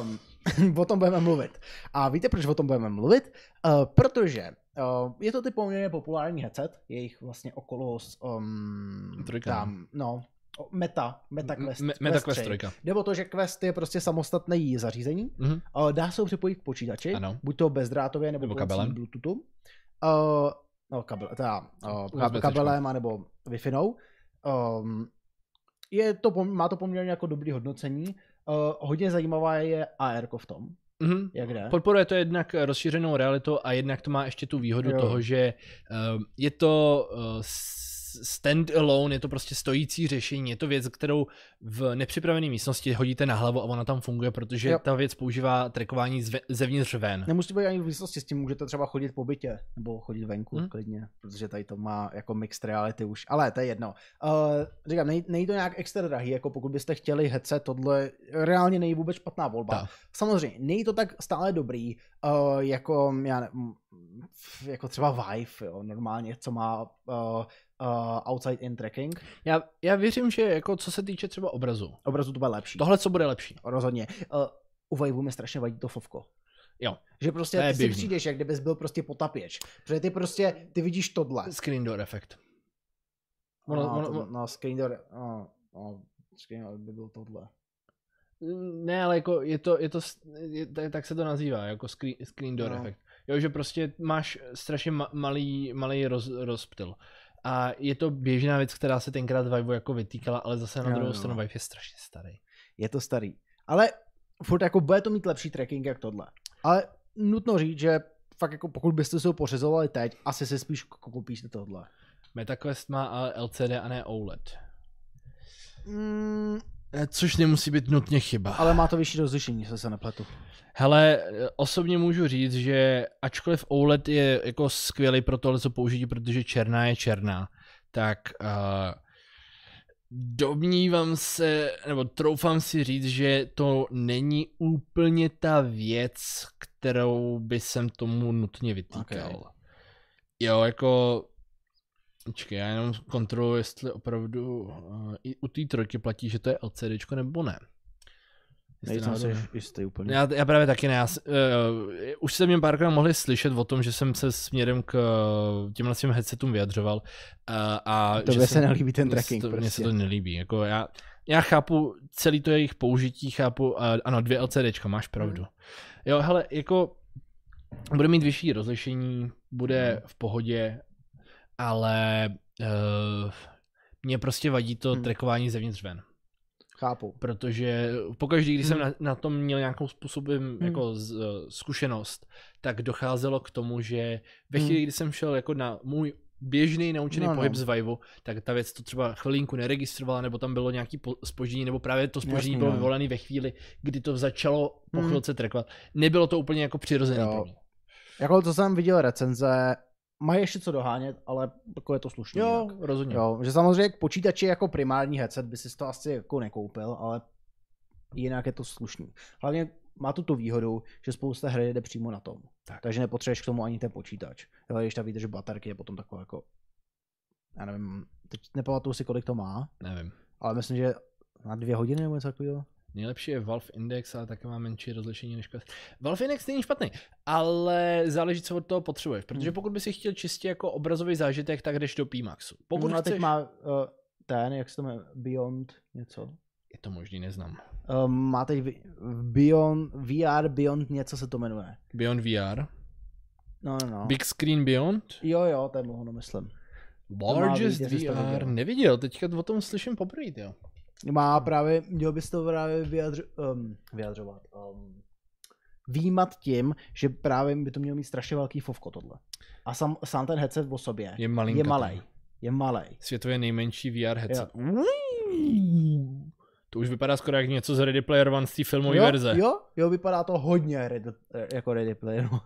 A: Um, o tom budeme mluvit. A víte, proč o tom budeme mluvit? Uh, protože uh, je to ty poměrně populární headset, je jich vlastně Oculus, um,
B: Trojka,
A: tam, no, o- Meta, Meta Quest,
B: M- Meta Quest
A: tři.
B: 3.
A: Jde o to, že Quest je prostě samostatné zařízení,
B: Mhm.
A: uh, dá se ho připojit k počítači,
B: Ano.
A: buď to bezdrátově, nebo,
B: Nebo
A: pomocí
B: kabelem.
A: Bluetoothu. Uh, no, kabel, teda, uh, kab-
B: USB-C.
A: kabelem, nebo wi um, je to, pom- má to poměrně jako dobrý hodnocení. Uh, hodně zajímavá je AR v tom,
B: Mhm.
A: jak jde.
B: Podporuje to jednak rozšířenou realitu a jednak to má ještě tu výhodu
A: Jo.
B: jo. toho, že ehm, je to eh, s- stand-alone, je to prostě stojící řešení, je to věc, kterou v nepřipravené místnosti hodíte na hlavu a ona tam funguje, protože
A: Jo. No.
B: jo. ta věc používá trackování zve, zevnitř ven.
A: Nemusíte být ani v místnosti s tím, můžete třeba chodit po bytě, nebo chodit venku hmm.
B: Hmm.
A: klidně, protože tady to má jako mixed reality už, ale to je jedno. Uh, říkám, nej, nejde to nějak extra drahý, jako pokud byste chtěli headset, tohle reálně není vůbec špatná volba.
B: Tak.
A: Samozřejmě, není to tak stále dobrý, uh, jako, já ne, m, f- jako třeba Vive, jo, normálně, co má uh, uh, outside in tracking,
B: Já, já věřím, že jako co se týče třeba obrazu,
A: obrazu to bude lepší.
B: tohle co bude lepší.
A: Rozhodně. Uh, u Vajvu mi strašně vadí to fovko.
B: Jo.
A: Že prostě
B: To je
A: ty si
B: běžný.
A: přijdeš, jak kdybys byl prostě potapěč. Protože ty prostě, ty vidíš tohle.
B: Screen door efekt.
A: No,
B: Ono-
A: no,
B: ono-
A: to,
B: ono-
A: no screen door, no, no, screen door by byl tohle.
B: Ne, ale jako je to, je to s- je, tak- tak se to nazývá, jako screen, screen door
A: No.
B: no. efekt. Jo, že prostě máš strašně ma, malý, malý roz, rozptyl. A je to běžná věc, která se tenkrát Vive jako vytýkala, ale zase na
A: Jo,
B: druhou
A: jo.
B: stranu Vive je strašně starý.
A: Je to starý. Ale furt jako bude to mít lepší tracking jak tohle. Ale nutno říct, že fakt jako pokud byste si ho pořizovali teď, asi si spíš k- koupíte tohle.
B: E MetaQuest má ale LCD a ne OLED.
A: Mm,
B: Eh, Což nemusí být nutně chyba. Ale...
A: Ale má to vyšší rozlišení, jestli se nepletu.
B: Hele, eh, osobně můžu říct, že ačkoliv OLED je jako skvělý pro tohle co použití, protože černá je černá, tak uh, domnívám se, nebo troufám si říct, že to není úplně ta věc, kterou by jsem tomu nutně vytýkal. Okay.
A: Ok.
B: Jo, jako... Počkej, já jenom kontroluji, jestli opravdu uh, i u té trojky platí, že to je LCDčko nebo ne. Jestli
A: Nejsem
B: náhodou
A: si
B: ne.
A: jistý úplně.
B: Já, já právě taky ne. Já, s- eh, už jste mě párkrát mohli slyšet o tom, že jsem se směrem k eh, těmhle svým headsetům vyjadřoval. A, a že
A: Tobě se
B: jsem-
A: nelíbí ten
B: mně se
A: tracking
B: to, Mně
A: prostě.
B: se to nelíbí. Jako já, já chápu celý to jejich použití, chápu, a, ano, dvě LCDčka, máš pravdu.
A: Hmm.
B: Jo, hele, jako bude mít vyšší rozlišení,
A: Hmm.
B: bude v pohodě, ale uh, mě prostě vadí to
A: Hmm.
B: trackování zevnitř ven
A: Chápu.
B: protože pokaždý, když jsem
A: Hmm.
B: na, na tom měl nějakou způsobem jako z, zkušenost, tak docházelo k tomu, že ve
A: Hmm.
B: chvíli, kdy jsem šel jako na můj běžný naučený
A: No,
B: no,
A: no.
B: pohyb z Vive, tak ta věc to třeba chvilinku neregistrovala, nebo tam bylo nějaký po- spoždění, nebo právě to spoždění
A: Jasný,
B: bylo
A: no.
B: vyvolené ve chvíli, kdy to začalo po
A: Hmm.
B: chvilce trackovat. Nebylo to úplně jako přirozené
A: Jo.
B: pro mě.
A: Jako to jsem viděl recenze, mají ještě co dohánět, ale jako je to slušný.
B: Jo,
A: jinak.
B: rozhodně.
A: jo. Že samozřejmě k počítači jako primární headset by si to asi jako nekoupil, ale jinak je to slušný. Hlavně má tu tu výhodu, že spousta hry jde přímo na tom.
B: Tak.
A: Takže nepotřebuješ k tomu ani ten počítač. Jo, když ta výdrž baterky je potom taková jako, já nevím, teď nepamatuju si, kolik to má,
B: Nevím.
A: ale myslím, že na dvě hodiny nebo něco takového.
B: Nejlepší je Valve Index, ale taky má menší rozlišení než Quest. Valve Index není špatný, ale záleží, co od toho potřebuješ. Protože
A: Hmm.
B: pokud by si chtěl čistě jako obrazový zážitek, tak jdeš do Pimaxu. Pokud
A: no, a
B: chceš...
A: teď má uh, ten, jak se to jmenuje, Beyond něco.
B: Je to možný, neznám.
A: Um, má teď vi- Beyond, VR Beyond něco se to jmenuje.
B: Beyond VR.
A: No, no, no.
B: Big Screen Beyond.
A: Jo, jo, to je ono, myslím.
B: Largest
A: být, jestli jsi to
B: VR.
A: neviděl.
B: Neviděl, teďka o tom slyším poprvé, jo.
A: Má právě, měl bys to právě vyjadř, um, vyjadřovat. Um, výmat tím, že právě by to mělo mít strašně velký fovko tohle. A sam, sám ten headset o sobě
B: Je malinkatý.
A: je malej. Je malej.
B: Světově nejmenší VR headset. Uuu. To už vypadá skoro jak něco z Ready Player One z té filmové
A: Jo,
B: verze.
A: jo, jo, vypadá to hodně ready, eh, jako Ready Player One.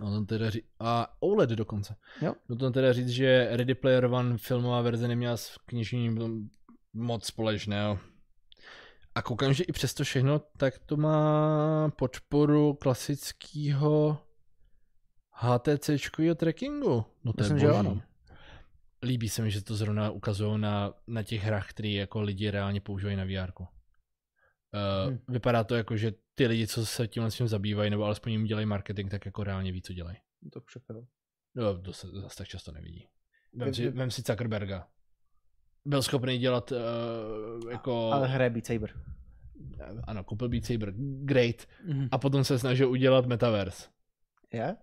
B: A, on teda ří... a OLED dokonce.
A: Jo.
B: Nutno teda říct, že Ready Player One filmová verze neměla s knižním moc společného. A koukám, že i přesto všechno, tak to má podporu klasického HTC trackingu. No to
A: Myslím,
B: je
A: že
B: boží.
A: ano.
B: Líbí se mi, že to zrovna ukazují na, na těch hrách, které jako lidi reálně používají na VR. Uh,
A: Hm.
B: hmm. Vypadá to jako, že ty lidi, co se tímhle s tím zabývají, nebo alespoň jim dělají marketing, tak jako reálně ví, co dělají.
A: To však jo.
B: No, to se zase tak často nevidí. Vem
A: Vy-
B: si,
A: vy-
B: vem si Zuckerberga. Byl schopný dělat uh, jako...
A: Ale hraje Beat Saber.
B: Ano, koupil Beat Saber. Great.
A: Mhm.
B: A potom se snažil udělat Metaverse.
A: Je?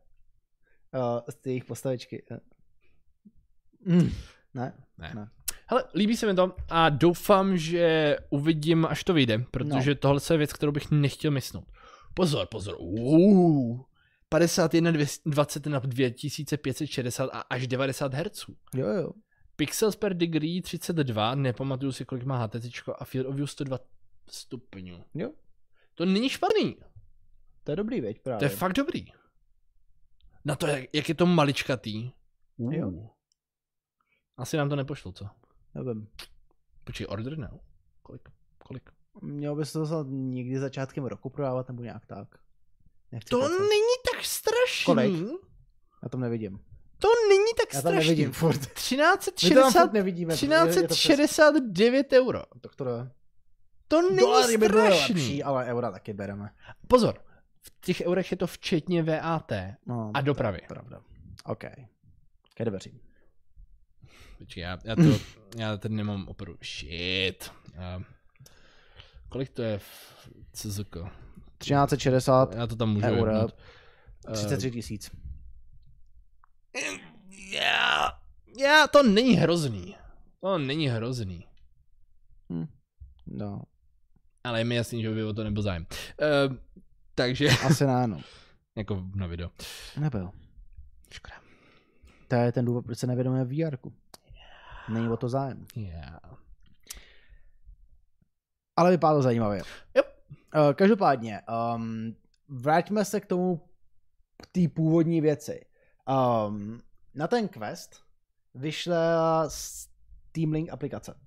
A: Uh, z ty jejich postavičky. eh. Mm. Ne?
B: Hele, líbí se mi to a doufám, že uvidím, až to vyjde, protože no. tohle je věc, kterou bych nechtěl mysnout. Pozor, pozor. Uuu. 51 20 na 2560 a až 90 Hz.
A: Jo, jo.
B: Pixels per degree 32, nepamatuju si, kolik má HTC a Field of View 102 stupňů.
A: Jo.
B: To není špatný,
A: To je dobrý, věď
B: to je
A: právě.
B: fakt dobrý. Na to, jak, jak je to maličkatý.
A: Jo.
B: Asi nám to nepošlo, co?
A: Nevím.
B: Počkej, order now. Kolik? Kolik?
A: Mělo by se to snad někdy začátkem roku prodávat nebo nějak tak. Nechci
B: To
A: kecat.
B: není tak strašný.
A: Kolik? Já tam nevidím.
B: To není tak
A: Já tam
B: strašný.
A: nevidím furt. My to tam
B: 1360,
A: furt nevidíme. protože je- je to přes-
B: 1369 euro.
A: Tak to jde.
B: To není
A: Dolary by byly
B: strašný.
A: lepší, ale eura taky bereme.
B: Pozor, v těch eurech je to včetně VAT
A: No,
B: a dopravy.
A: to je Pravda. OK. Ke dveřím.
B: Počkej, já, já, to, já tady nemám opravdu. Shit. Uh, kolik to je v CZK?
A: 1360,
B: Já to tam můžu
A: Eura.
B: vypnout.
A: 33 tisíc.
B: Eh, Já, já, to není hrozný. To není hrozný. Eh,
A: Hm. No,
B: Ale je mi jasný, že by o to nebyl zájem. Uh, takže,
A: asi ne, no.
B: jako na video.
A: Nebyl.
B: Škoda.
A: To je ten důvod, proč se nevědomuje VR. Není o to zájem.
B: Yeah.
A: ale vypadá to zajímavě.
B: Jo.
A: Eh, Každopádně, um, vraťme se k tomu, k té původní věci. Um, na ten quest vyšla s- Steam Link aplikace.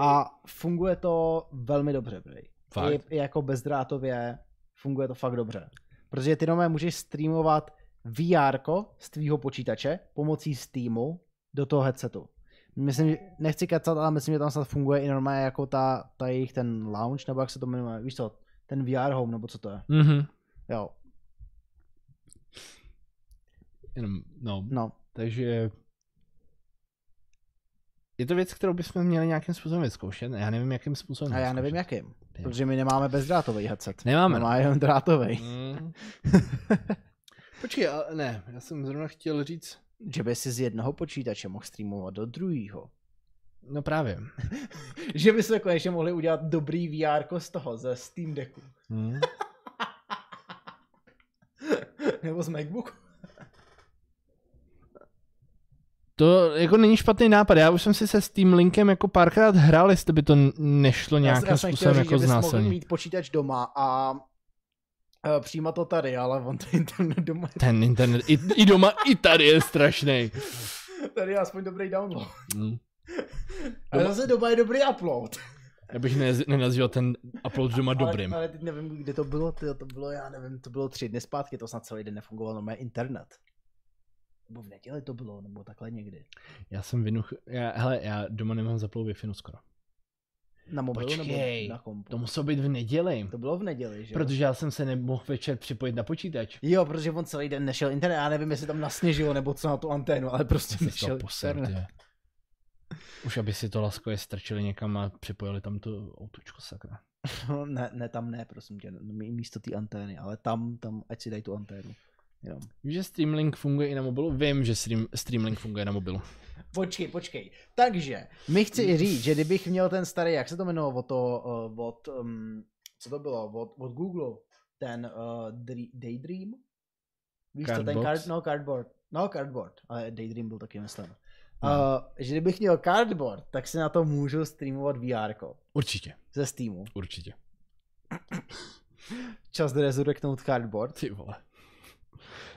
A: A funguje to velmi dobře, prej.
B: Fakt.
A: I, I jako bezdrátově funguje to fakt dobře. Protože ty nové můžeš streamovat VR z tvýho počítače pomocí Steamu do toho headsetu. Myslím, že- nechci kecat, ale myslím, že tam snad funguje i normálně jako ta, ta jejich ten lounge, nebo jak se to jmenuje, víš co, ten VR home, nebo co to je.
B: Mhm.
A: Jo,
B: Jenom, no,
A: no,
B: takže... Je to věc, kterou bychom měli nějakým způsobem vyzkoušet. Já nevím, jakým způsobem.
A: a já nevím
B: vyzkoušet.
A: jakým, protože my nemáme bezdrátový headset.
B: Nemáme, no.
A: Má jenom drátový.
B: Mm. Počkej, ale ne, já jsem zrovna chtěl říct...
A: Že by si z jednoho počítače mohl streamovat do druhého.
B: No právě.
A: Že by se konečně mohli udělat dobrý VR z toho, ze Steam Decku.
B: Mm.
A: Nebo z Macbooku.
B: To jako není špatný nápad. Já už jsem si se s tím linkem jako párkrát hrál, jestli by to n- nešlo nějakým
A: jsem chtěl
B: způsobem jako
A: že bys mohl
B: znásilnit.
A: mít počítač doma a eh, přijímat to tady, ale on to internet doma
B: Ten internet i, i doma, i tady je strašný.
A: tady je aspoň dobrý download.
B: Mm.
A: A
B: Doma-
A: zase doma je dobrý upload.
B: Já bych ne- nenazýval ten upload doma dobrým.
A: Ale, ale teď nevím, kde to bylo, tyjo, to bylo, já nevím, to bylo tři dny zpátky, to snad celý den nefungoval normálně internet. Nebo v neděli to bylo, nebo takhle někdy.
B: Já jsem vinuch... Já, hele, já doma nemám zaplou Wi-Fi no skoro.
A: Na mobilu
B: Počkej,
A: nebo na kompu.
B: To muselo být v neděli.
A: To bylo v neděli, že jo?
B: Protože já jsem se nemohl večer připojit na počítač.
A: Jo, protože on celý den nešel internet, já nevím, jestli tam nasněžilo nebo co na tu anténu, ale prostě
B: Jsem
A: nešel
B: to posel,
A: internet.
B: tyhle. Už aby si to lasko je strčili někam a připojili tam to autučko, sakra.
A: No, ne, ne, tam ne, prosím tě, no, mí- místo té antény, ale tam, tam, ať si dají tu anténu. Jenom.
B: Víš, že Streamlink funguje i na mobilu? Vím, že stream, Streamlink funguje na mobilu.
A: Počkej, počkej. Takže, my chci i říct, že kdybych měl ten starý, jak se to jmenovalo, od, to, eh, od um, co to bylo, od, od Google, ten uh, dr- Daydream? Víš co, ten
B: Cardbox?
A: card, no, Cardboard. No, Cardboard, ale Daydream byl taky myslím. Uh, že kdybych měl Cardboard, tak si na to můžu streamovat VR
B: Určitě,
A: ze Steamu.
B: určitě.
A: Čas resurrectnout Cardboard.
B: Ty vole.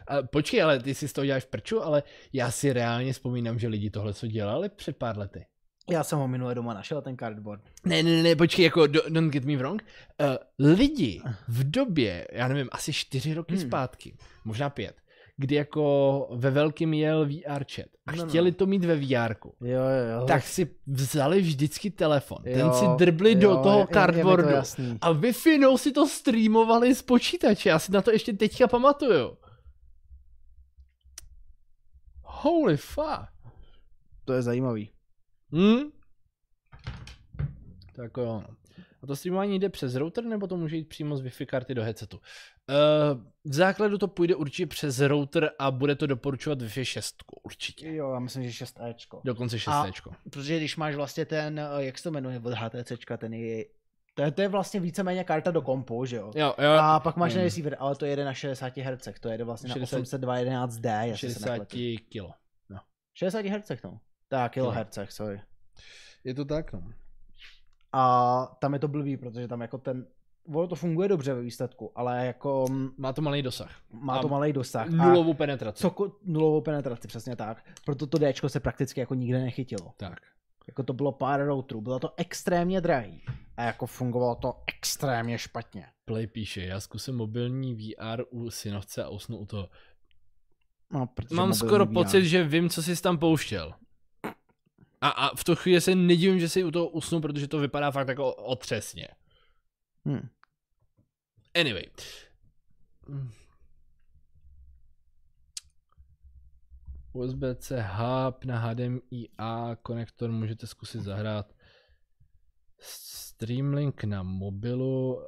B: A počkej, ale ty si z toho děláš prču, ale já si reálně vzpomínám, že lidi tohle co dělali před pár lety.
A: Já jsem ho minule doma našel, ten Cardboard.
B: Ne, ne, ne, ne, počkej, jako do, don't get me wrong. Uh, lidi v době, já nevím, asi čtyři roky
A: Hmm.
B: hmm. zpátky, možná pět, kdy jako ve velkým jel VR chat a
A: No, no.
B: chtěli to mít ve VR.
A: Jo, jo, jo.
B: Tak si vzali vždycky telefon,
A: jo,
B: ten si drbli do
A: jo, je- je
B: toho
A: mi to
B: cardboardu
A: jasný.
B: a wi si to streamovali z počítače, já si na to ještě teďka pamatuju. Holy fuck.
A: To je zajímavý.
B: Hmm? Tak
A: jako
B: jo. no. A to streamování jde přes router, nebo to může jít přímo z Wi-Fi karty do headsetu? Uh, v základu to půjde určitě přes router a bude to doporučovat Wi-Fi 6, určitě.
A: Jo, já myslím, že 6Ečko.
B: Dokonce 6.
A: Protože když máš vlastně ten, eh, jak se to jmenuje, od HTCčka, ten je, to je, to je vlastně víceméně karta do kompu, že jo?
B: Jo, jo.
A: A pak máš ten
B: Mm.
A: receiver, ale to jede na 60 Hz, to jede vlastně
B: 60
A: na 802.11d, jestli 60... se
B: 60
A: nepletu.
B: kilo.
A: 60 Hz, no. Tak, kilohercech, sorry.
B: Je to tak, no.
A: A tam je to blbý, protože tam jako ten, ono to funguje dobře ve výsledku, ale jako mm,
B: Má to malý dosah.
A: má to
B: A
A: malý dosah.
B: Tak,
A: A
B: Nulovou penetraci.
A: co, nulovou penetraci, přesně tak. Proto to Dčko se prakticky jako nikde nechytilo.
B: Tak.
A: Jako to bylo pár routerů, bylo to extrémně drahý. A jako fungovalo to extrémně špatně.
B: Play píše, já zkusím mobilní VR u synovce a usnu u toho.
A: No, protože
B: Mám
A: mobilní
B: skoro
A: VR.
B: pocit, že vím, co jsi tam pouštěl. A, a v tu chvíli se nedivím, že si u toho usnu, protože to vypadá fakt jako otřesně.
A: Hmm.
B: Anyway. Mm. USB-C hub na HDMI A konektor můžete zkusit zahrát. Streamlink na mobilu.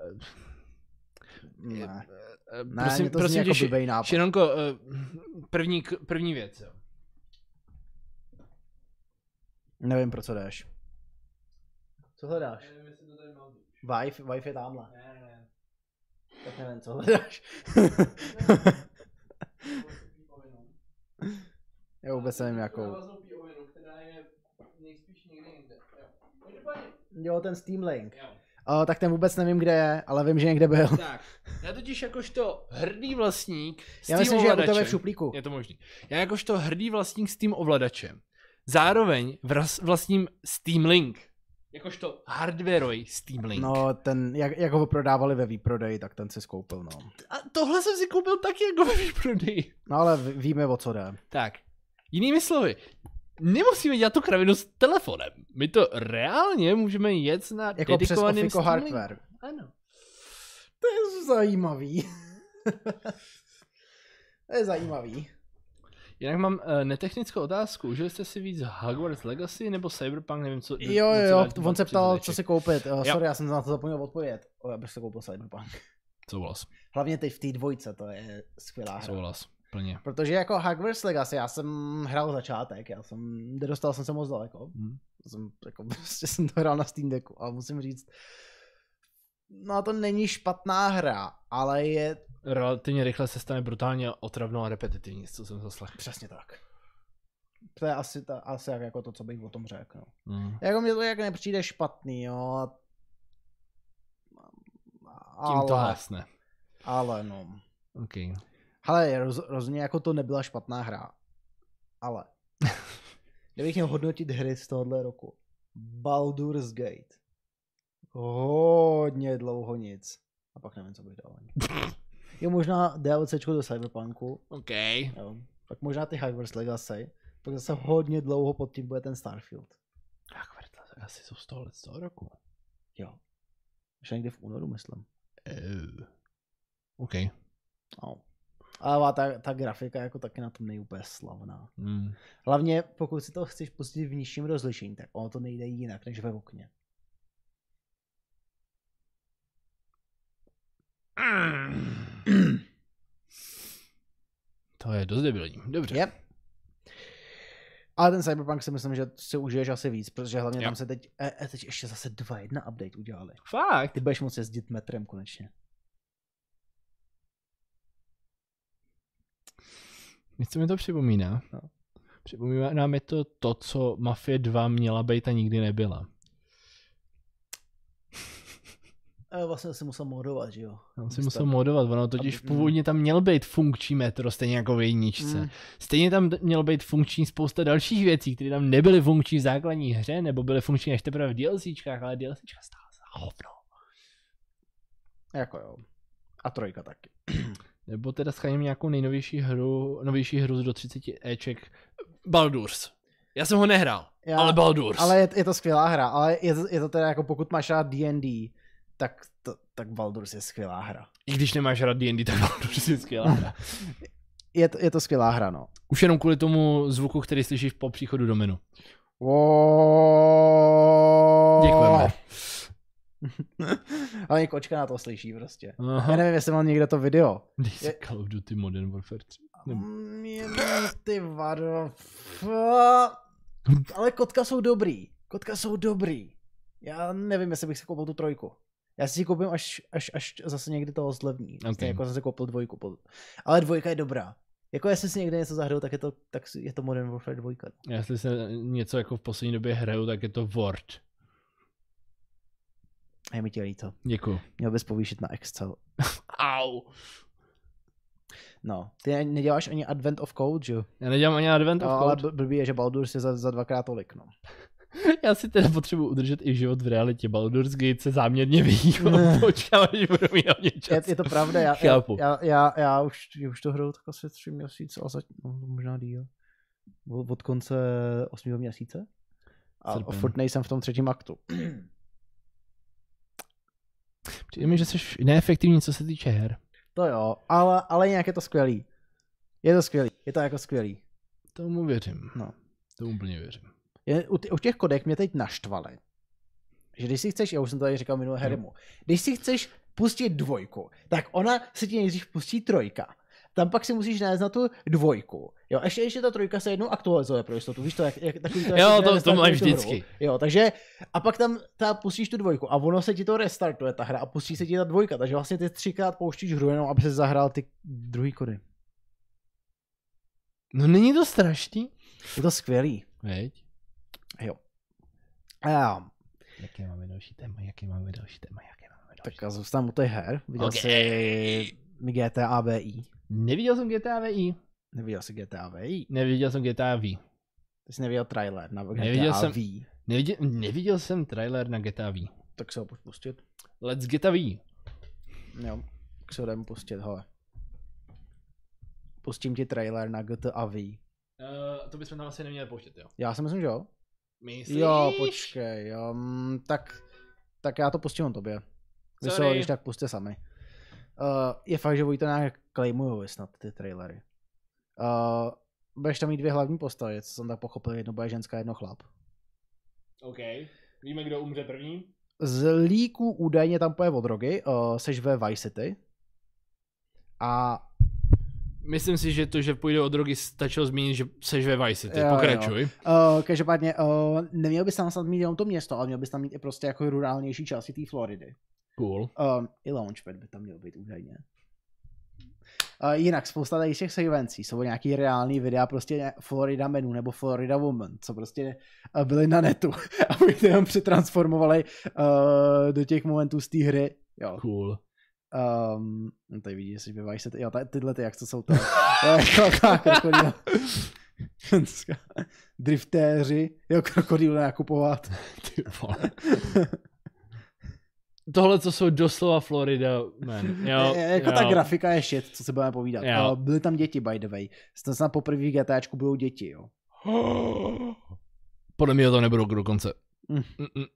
A: Ne,
B: Eh,
A: ne prosím, to prosím,
B: prosím
A: zní jako
B: tě,
A: blbej nápad.
B: Šenonko, eh, první, k- první věc. Jo.
A: Nevím, pro co jdeš. Co hledáš?
B: Nevím, jestli to tady mám.
A: Vive, Vive je tamhle.
B: Ne, ne,
A: Tak nevím, co hledáš. Já vůbec nevím, jakou.
B: ovinu, která je nejspíš někde jinde.
A: Jo, ten Steam Link.
B: Jo.
A: Uh, tak ten vůbec nevím, kde je, ale vím, že někde byl.
B: Tak, já totiž jakožto hrdý vlastník
A: Já
B: Steam
A: myslím, že je u
B: ovladače-
A: tebe v šuplíku.
B: Je to možný. Já jakožto hrdý vlastník Steam ovladače. Zároveň vras- vlastním Steam Link. Jakožto hardwareový Steam Link.
A: No, ten, jak, jak ho prodávali ve výprodeji, tak ten si skoupil, no.
B: A tohle jsem si koupil taky jako ve výprodeji.
A: No ale v- víme, o co jde.
B: Tak, jinými slovy, nemusíme dělat tu kravinu s telefonem. My to reálně můžeme jet na
A: Jako přes
B: dedikovaným
A: Ofiko
B: Steam Linku.
A: Hardware.
B: Ano.
A: To je zajímavý. to je zajímavý.
B: Jinak mám uh, netechnickou otázku. Užili jste si víc Hogwarts Legacy nebo Cyberpunk, nevím co.
A: Jo,
B: co
A: jo, jo,
B: dáte
A: on se
B: přes
A: ptal,
B: zadeček.
A: co si koupit. Uh, sorry, já jsem na to zapomněl odpovědět. O, já bych se koupil Cyberpunk.
B: Souhlas,
A: Hlavně teď v té dvojce, to je skvělá hra.
B: souhlas, plně.
A: Protože jako Hogwarts Legacy, já jsem hrál začátek, já jsem, nedostal jsem se moc daleko.
B: Hmm.
A: Jsem, jako, prostě jsem to hrál na Steam Decku, ale musím říct, no to není špatná hra, ale je
B: Relativně rychle se stane brutálně otravnou a repetitivní, co jsem zaslechl.
A: přesně tak. To je asi, ta, asi jak jako to, co bych o tom řekl. No.
B: Mm.
A: Jako mě to jak nepřijde špatný, jo.
B: Tím to
A: Ale,
B: hasne.
A: ale no.
B: Okay.
A: Ale roz, rozhodně jako to nebyla špatná hra. Ale. Kdybych měl hodnotit hry z tohohle roku. Baldur's Gate. Hodně dlouho nic. A pak nevím, co bych dal. ani. Jo, možná DLCčko do Cyberpunku.
B: OK.
A: Jo. Pak možná ty Hogwarts Legacy. Pak zase hodně dlouho pod tím bude ten Starfield.
B: Tak vrtla, tak asi jsou z toho let z toho roku.
A: Jo. Ještě někdy v únoru, myslím.
B: Uh. OK.
A: No. Ale ta, ta grafika jako taky na tom nejúplně slavná.
B: Mm.
A: Hlavně pokud si to chceš pustit v nižším rozlišení, tak ono to nejde jinak než ve okně.
B: To je dost debilní. Dobře.
A: Yep. Ale ten Cyberpunk si myslím, že si užiješ asi víc, protože hlavně
B: Jo.
A: tam se teď, e, e, teď ještě zase 2.1 update udělali.
B: Fakt.
A: Ty budeš moct jezdit metrem konečně.
B: Něco mi to připomíná.
A: No.
B: Připomíná nám je to to, co Mafie 2 měla být a nikdy nebyla.
A: E, vlastně si musel modovat, že jo?
B: Tam si
A: Aby
B: musel
A: to-
B: modovat, ono totiž
A: aby- mm.
B: původně tam měl být funkční metro, stejně jako v jedničce.
A: Mm.
B: Stejně tam d- mělo být funkční spousta dalších věcí, které tam nebyly funkční v základní hře, nebo byly funkční až teprve v DLCčkách, ale DLCčka stála za hovno.
A: Jako jo. A trojka taky.
B: Nebo teda scháním nějakou nejnovější hru, novější hru do 30 Eček. Baldurs. Já jsem ho nehrál,
A: Já-
B: Já, ale Baldurs.
A: Ale je, je to skvělá hra, ale je, to- je to teda jako pokud máš rád D&D, tak, to, tak Baldur's je skvělá hra.
B: I když nemáš rád D&D, tak Baldurs je skvělá hra.
A: Je to, je to skvělá hra, no.
B: Už jenom kvůli tomu zvuku, který slyšíš po příchodu do menu. Děkujeme.
A: Děkujeme. Ale kočka na to slyší prostě. Já
B: Aha.
A: nevím, jestli mám někde to video.
B: Dej si
A: Je-
B: Call of Duty Modern Warfare 3. Nebo-
A: Mm, je- Ty vado. f- Ale kotka jsou dobrý. Kotka jsou dobrý. Já nevím, jestli bych si koupil tu trojku. Já si ji koupím až, až, až zase někdy toho zlevní. Okay.
B: Okay.
A: Jako jsem si koupil dvojku. po- Ale dvojka je dobrá. Jako jestli si někde něco zahraju, tak je to, tak si- je to Modern Warfare 2.
B: Já Jestli se něco jako v poslední době hraju, tak je to Word.
A: A je mi tě líto.
B: Děkuju.
A: Měl bys povýšit na Excel.
B: Au.
A: No, ty ne- neděláš ani Advent of Code, že? jo?
B: Já nedělám ani advent
A: No,
B: of
A: ale
B: code.
A: bl- blbý je, že Baldur's je za, za dvakrát tolik, no.
B: Já si teda potřebuji udržet i život v realitě. Baldur's Gate se záměrně vyhýbal. Počkám, až budu mít hodně
A: Je,
B: čas.
A: je to pravda, já, já,
B: Chápu.
A: já, já, já už, já už to hraju tak asi tři měsíce, a zatím, no, možná díl. Od, od konce osmého měsíce. A
B: Srpen.
A: furt nejsem v tom třetím aktu.
B: Přijde mi, že jsi neefektivní, co se týče her.
A: To jo, ale, ale nějak je to skvělý. Je to skvělý, je to jako skvělý.
B: Tomu věřím.
A: No.
B: Tomu úplně věřím.
A: Je, u, t- u těch kodek mě teď naštvaly. Že když si chceš, já už jsem to tady říkal minulé Herimu, když si chceš pustit dvojku, tak ona se ti nejdřív pustí trojka. Tam pak si musíš najít na tu dvojku. Jo, a ještě, ještě ta trojka se jednou aktualizuje pro jistotu. Víš to, jak, jak takový to, jak
B: Jo,
A: když
B: to- to
A: restartuješ
B: mají
A: tu hru.
B: vždycky.
A: Jo, takže a pak tam ta pustíš tu dvojku a ono se ti to restartuje ta hra a pustí se ti ta dvojka, takže vlastně ty třikrát pouštíš hru jenom, aby se zahrál ty druhý kody.
B: No není to strašný?
A: Je to skvělý.
B: Veď?
A: A já,
B: Jaké máme další téma, jaké máme další téma, jaké máme další
A: Tak a zůstanu u těch her. Viděl
B: Ok.
A: jsi GTA VI.
B: Neviděl jsem GTA VI.
A: Neviděl jsi GTA VI.
B: Neviděl jsem GTA V.
A: Ty jsi neviděl trailer na GTA
B: Neviděl jsem-
A: V.
B: Neviděl, neviděl jsem trailer na GTA V.
A: Tak se ho pojď pustit.
B: Let's GTA V.
A: Jo, tak se ho jdem pustit, hele. Pustím ti trailer na GTA V.
B: Uh, to bychom tam asi neměli pouštět, jo?
A: Já si myslím, že jo.
B: Myslíš?
A: Jo, počkej, jo, mm, tak, tak já to pustím on tobě. Vy se ho
B: Sorry.
A: když tak puste sami. Uh, je fakt, že oni to nějak claimujou snad ty trailery. Uh, budeš tam mít dvě hlavní postavy, co jsem tak pochopil, jedno bude ženská, jedno chlap.
B: OK. Víme, kdo umře první?
A: Z líků údajně tam poje o drogy, uh, seš ve Vice City. A
B: Myslím si, že to, že půjde o drogy, stačilo zmínit, že seš ve Vice City.
A: Jo, jo.
B: Pokračuj.
A: uh, každopádně uh, neměl bys tam snad mít jenom to město, ale měl bys tam mít i prostě jako rurálnější části té Floridy.
B: Cool.
A: Um, I Launchpad by tam měl být údajně. Uh, jinak spousta tady těch sekvencí jsou nějaký reální videa, prostě ně- Florida menu nebo Florida Woman, co prostě uh, byly na netu a my to jenom přetransformovali uh, do těch momentů z té hry. Jo.
B: Cool.
A: Um, no tady vidíš, že bývají se, ty, jo, ta- tyhle ty, jak to jsou to, jo, jako ta krokodýl. Driftéři, jo, krokodýl nakupovat.
B: Ty vole. Tohle, co jsou doslova Florida, man. Jo,
A: Jo, jako
B: jo.
A: ta grafika je shit, co si budeme povídat.
B: Jo.
A: Jo. Byly tam děti, by the way. Snad snad poprvé v GTAčku budou děti, jo.
B: Podle mě to nebudou dokonce.
A: Mm.
B: Mm-mm.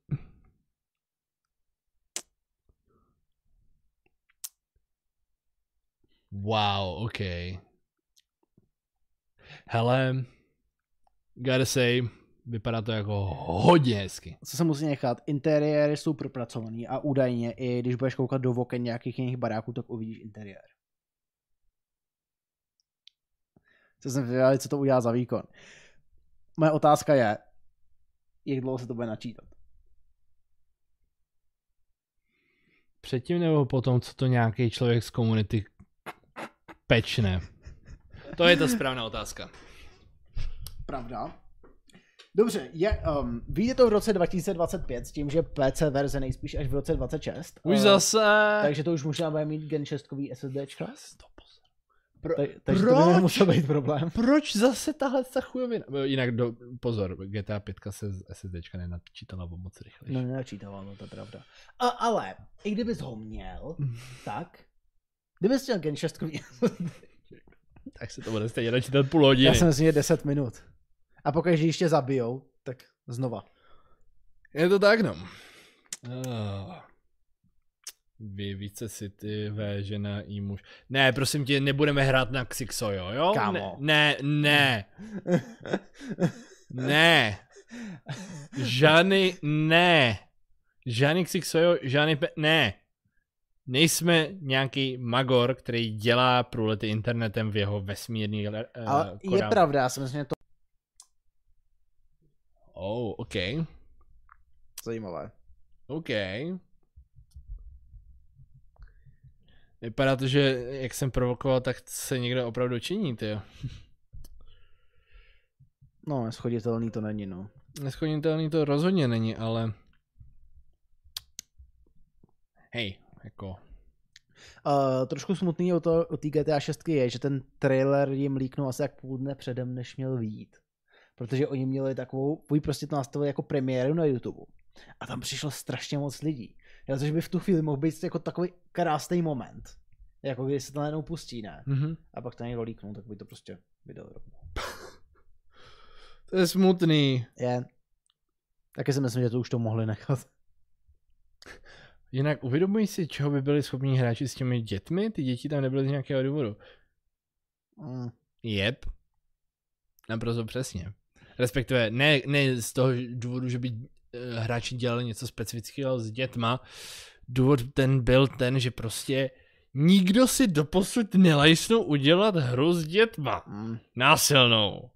B: Wow, ok. Hele, gotta say, vypadá to jako hodně hezky.
A: Co se musí nechat? Interiéry jsou propracovaný a údajně, i když budeš koukat do oken nějakých jiných baráků, tak uvidíš interiér. Co jsem věděl, co to udělá za výkon. Moje otázka je, jak dlouho se to bude načítat.
B: Předtím nebo potom, co to nějaký člověk z komunity pečne? To je ta správná otázka.
A: Pravda. Dobře, je, um, vyjde to v roce 2025 s tím, že PC verze nejspíš až v roce 26.
B: Už
A: Eh,
B: zase.
A: Takže to už možná bude mít Gen 6 SSDčka.
B: Pro,
A: Tak, takže to by
B: Proč?
A: nemusel být problém.
B: proč zase tahle ta chujovina? Eh, Jinak do, pozor, GTA 5 se z SSDčka nenačítala o moc rychle.
A: No nenačítával, no to je pravda. A, ale, i kdybys ho měl, tak, kdybys měl Gen 6
B: Tak se to bude stejně načítat půl hodiny.
A: Já jsem myslím, že 10 minut. A pokud když tě zabijou, tak znova.
B: Je to tak, no. Uh, vy více si ty vé žena i muž. Ne, prosím tě, nebudeme hrát na Xixo, jo? jo?
A: Kámo.
B: Ne, ne, ne, ne. Žádný, ne. Žádný Xixojo, žádný pe- ne. Nejsme nějaký magor, který dělá průlety internetem v jeho vesmírný uh,
A: Ale je pravda, já si myslím, že to
B: Oh, ok,
A: zajímavé.
B: ok. Vypadá to, že jak jsem provokoval, tak se někdo opravdu činí, ty.
A: No, schoditelný to není, no.
B: Neschodnitelný to rozhodně není, ale... Hej, jako...
A: Uh, trošku smutný o, to, o té GTA 6 je, že ten trailer jim líknul asi jak půl dne předem, než měl vyjít. Protože oni měli takovou, oni prostě to nastavili jako premiéru na YouTube. A tam přišlo strašně moc lidí. Jo, což by v tu chvíli mohl být jako takový krásný moment. Jako když se to najednou pustí, ne?
B: Mhm.
A: A pak to někdo líknul, tak by to prostě vydal rovnou.
B: To je smutný.
A: Je. Taky si myslím, že to už to mohli nechat.
B: Jinak uvědomuji si, čeho by byli schopni hráči s těmi dětmi? Ty děti tam nebyly z nějakého důvodu.
A: Mm.
B: Jep. Naprosto přesně. Respektive ne, ne z toho důvodu, že by eh, hráči dělali něco specifického s dětma. Důvod ten byl ten, že prostě nikdo si doposud nelajsnul udělat hru s dětma.
A: Mm.
B: Násilnou.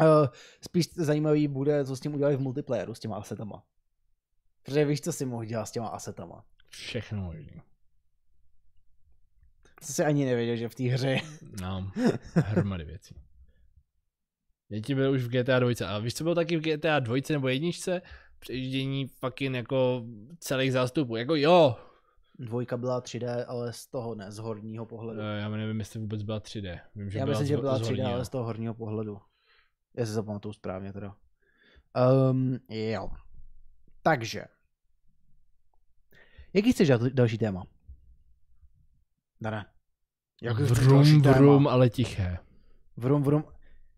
A: Uh, spíš zajímavý bude, co s tím udělali v multiplayeru s těma asetama. Protože víš, co si mohl dělat s těma asetama.
B: Všechno možný.
A: Co si ani nevěděl, že v té hře je.
B: No, hromady věcí. Děti byly už v GTA 2, ale víš, co bylo taky v GTA 2 nebo jedničce? přejíždění fucking jako celých zástupů. Jako jo,
A: Dvojka byla 3D, ale z toho ne, z horního pohledu.
B: Eh, já nevím, jestli vůbec byla 3D. Vím, že
A: Já
B: byla
A: myslím, že
B: z-
A: byla
B: z
A: 3D,
B: horního.
A: ale z toho horního pohledu. Já si zapamatuju správně teda. Um, jo. Takže. Jaký chceš dal- další téma? Dane. Jaký chceš jako další
B: Vrum,
A: téma?
B: vrum, ale tiché.
A: Vrum, vrum.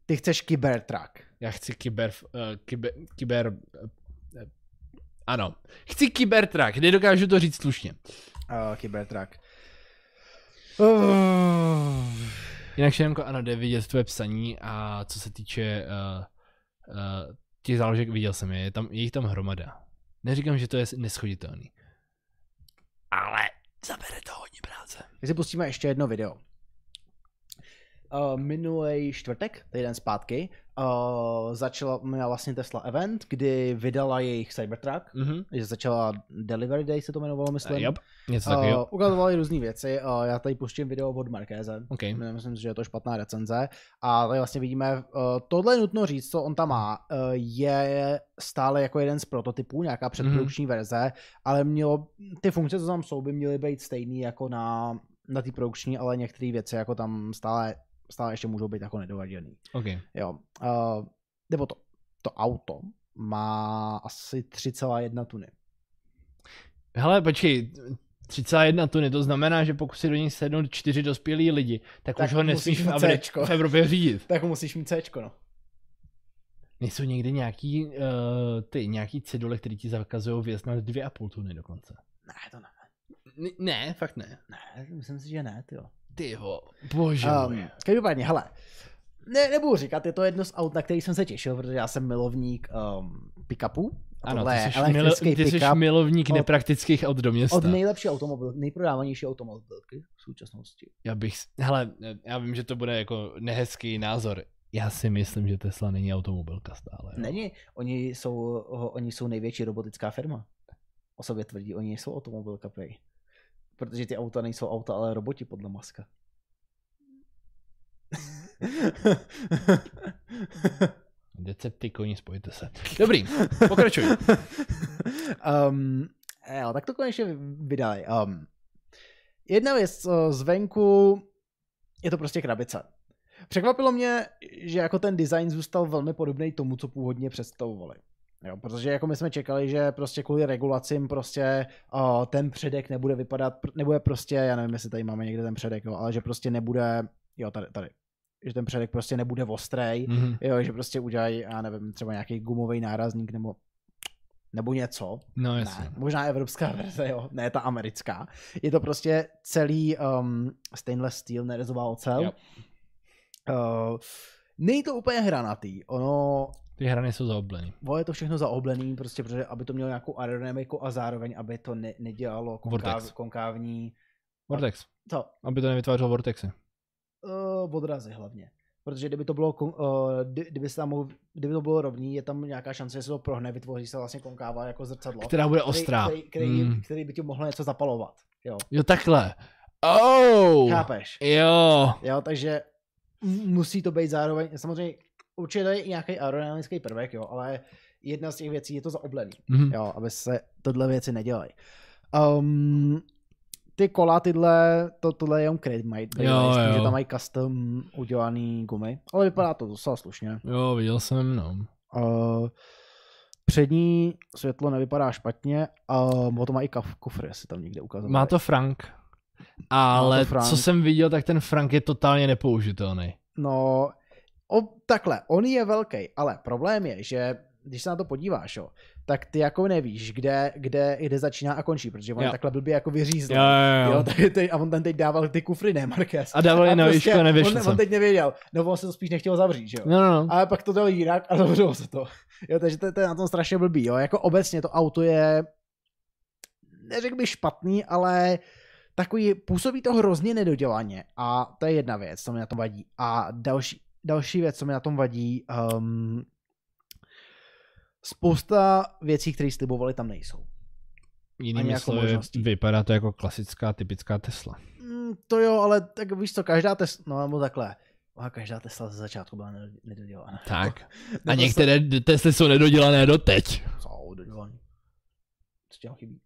A: Ty chceš Cybertruck.
B: Já chci kyber, uh, kyber, kyber uh, ano. Chci kybertrak, nedokážu to říct slušně.
A: Uh, Cybertruck.
B: Eh.
A: Uh,
B: Mm. Jinak Šenko, ano, jde vidět tvoje psaní a co se týče uh, uh, těch záložek, viděl jsem je, je, tam, je jich tam hromada. Neříkám, že to je neschoditelný. Ale zabere to hodně práce.
A: My si pustíme ještě jedno video. Uh, minulý čtvrtek, týden zpátky, uh, začala měla vlastně Tesla event, kdy vydala jejich Cybertruck,
B: Mhm.
A: že začala Delivery Day se to jmenovalo, myslím.
B: Uh, něco
A: Uh,
B: takového.
A: ukazovali různé věci, uh, já tady pustím video od Markéze,
B: OK.
A: myslím si, že je to špatná recenze. A tady vlastně vidíme, uh, tohle je nutno říct, co on tam má, uh, je stále jako jeden z prototypů, nějaká předprodukční verze, ale mělo, ty funkce, co tam jsou, by měly být stejný jako na, na té produkční, ale některé věci jako tam stále, stále ještě můžou být jako nedovaděný.
B: OK.
A: Jo. Uh, nebo to, to auto má asi 3,1 tuny.
B: Hele, počkej, 31 tuny, to znamená, že pokud si do něj sednou čtyři dospělí lidi, tak,
A: Tak
B: už ho
A: musíš
B: nesmíš v,
A: mít
B: Avri-
A: Cčko.
B: v Evropě řídit.
A: Tak musíš mít Cčko, no.
B: Nejsou někde nějaký, uh, ty, nějaký cedule, které ti zakazují vjezd na dvě a půl tuny dokonce.
A: Ne, to ne.
B: N- ne, fakt ne.
A: Ne, myslím si, že ne, ty jo.
B: Ty jo, bože
A: Um, každopádně, hele, ne, nebudu říkat, je to jedno z aut, na který jsem se těšil, protože já jsem milovník um, pick-upů. A
B: Ano,
A: tohle
B: ty
A: je
B: jsi, milo,
A: elektrický
B: ty jsi
A: pick-up
B: milovník
A: od-
B: nepraktických aut do města.
A: od nejlepší automobil, nejprodávanější automobilky v současnosti.
B: Já bych, s- hele, já vím, že to bude jako nehezký názor. Já si myslím, že Tesla není automobilka stále. jo.
A: Není, oni jsou, ho- oni jsou největší robotická firma. O sobě tvrdí, oni jsou automobilka, prej. Protože ty auta nejsou auta, ale roboti podle Maska.
B: Deceptikoni, spojte se. Dobrý, pokračuj.
A: um, jo, tak to konečně vydali. Um, jedna věc co zvenku, je to prostě krabice. Překvapilo mě, že jako ten design zůstal velmi podobný tomu, co původně představovali. Jo, protože jako my jsme čekali, že prostě kvůli regulacím prostě o, ten předek nebude vypadat, pr- nebude prostě, já nevím, jestli tady máme někde ten předek, jo, ale že prostě nebude, jo, tady, tady, že ten předek prostě nebude ostrej,
B: Mhm.
A: Jo, že prostě udělají, já nevím, třeba nějaký gumový nárazník nebo nebo něco.
B: No jasně.
A: Ne, možná evropská verze, jo, ne ta americká. Je to prostě celý um, stainless steel, nerezová ocel.
B: Jo.
A: Uh, Není to úplně hranatý, ono
B: Ty hrany jsou zaobleny.
A: ono je to všechno zaoblený, prostě, protože aby to mělo nějakou aerodynamiku a zároveň, aby to ne, nedělalo konkáv,
B: Vortex.
A: konkávní
B: Vortex.
A: to,
B: Aby to nevytvářelo vortexy.
A: uh, odrazy hlavně. Protože kdyby to bylo, kon- eh, kdy- kdyby, se tam mohl, kdyby to bylo rovný, je tam nějaká šance, že se to prohne, vytvoří se vlastně konkáva jako zrcadlo.
B: Která bude ostrá.
A: Který, který,
B: Mm.
A: který, který by ti mohlo něco zapalovat. Jo.
B: Jo, takhle. Oh!
A: Chápeš?
B: Jo.
A: Jo, takže m- musí to být zároveň, samozřejmě určitě to je i nějaký aerodynamický prvek, jo, ale jedna z těch věcí je to zaoblený,
B: Mhm.
A: jo, aby se tohle věci nedělaly. Um, ty kola tyhle, to, tohle je jenom Crate mají,
B: Jo,
A: jo, jo. že
B: jo.
A: tam mají custom udělaný gumy, ale vypadá to docela slušně.
B: Jo, viděl jsem, no.
A: Uh, přední světlo nevypadá špatně a uh, to má i kaf- kufr, jestli tam někde ukazuje.
B: Má to Frank. Ale
A: Má to Frank.
B: co jsem viděl, tak ten Frank je totálně nepoužitelný.
A: No, o, takhle, on je velký, ale problém je, že když se na to podíváš, jo, tak ty jako nevíš, kde, kde, kde začíná a končí, protože on je
B: Jo.
A: takhle blbě jako vyřízl.
B: jo, no,
A: Jo, tady, tady, a on tam teď dával ty kufry, ne, Marquez.
B: A dával je na
A: prostě
B: výšku a nevyšlo
A: on,
B: se.
A: on, teď nevěděl, no on se to spíš nechtěl zavřít, že jo.
B: No, no, no.
A: Ale pak to dal jinak a zavřelo se to. Jo, takže to, to je na tom strašně blbý, jo. Jako obecně to auto je, neřekl bych špatný, ale takový, působí to hrozně nedodělaně. A to je jedna věc, co mi na tom vadí. A další, další věc, co mi na tom vadí, um, spousta věcí, které slibovali, tam nejsou. ani
B: Jinými
A: jako
B: slovy,
A: možností.
B: vypadá to jako klasická, typická Tesla.
A: Mm, to jo, ale tak víš co, každá Tesla, no nebo takhle, Aha, každá Tesla ze začátku byla nedo- nedodělaná.
B: Tak.
A: Nebo
B: A některé Tesly jsou nedodělané doteď.
A: jsou, Co tam chybí?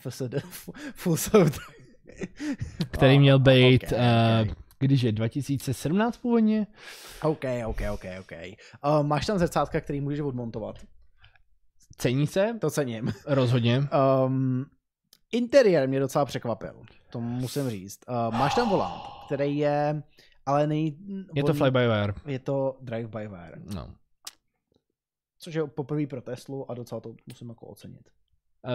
A: FSD, full self Ah,
B: který měl být,
A: okay,
B: okay. Uh, když je 2017 původně.
A: OK,
B: eh,
A: OK, OK, OK. Uh, máš tam zrcátka, který můžeš odmontovat.
B: Cení se,
A: To cením.
B: rozhodně.
A: Um, interiér mě docela překvapil, to musím říct. Uh, máš tam volant, který je, ale nej...
B: Je to
A: on-
B: fly by wire.
A: Je to drive by wire,
B: No.
A: což je poprvé pro Teslu a docela to musím jako ocenit.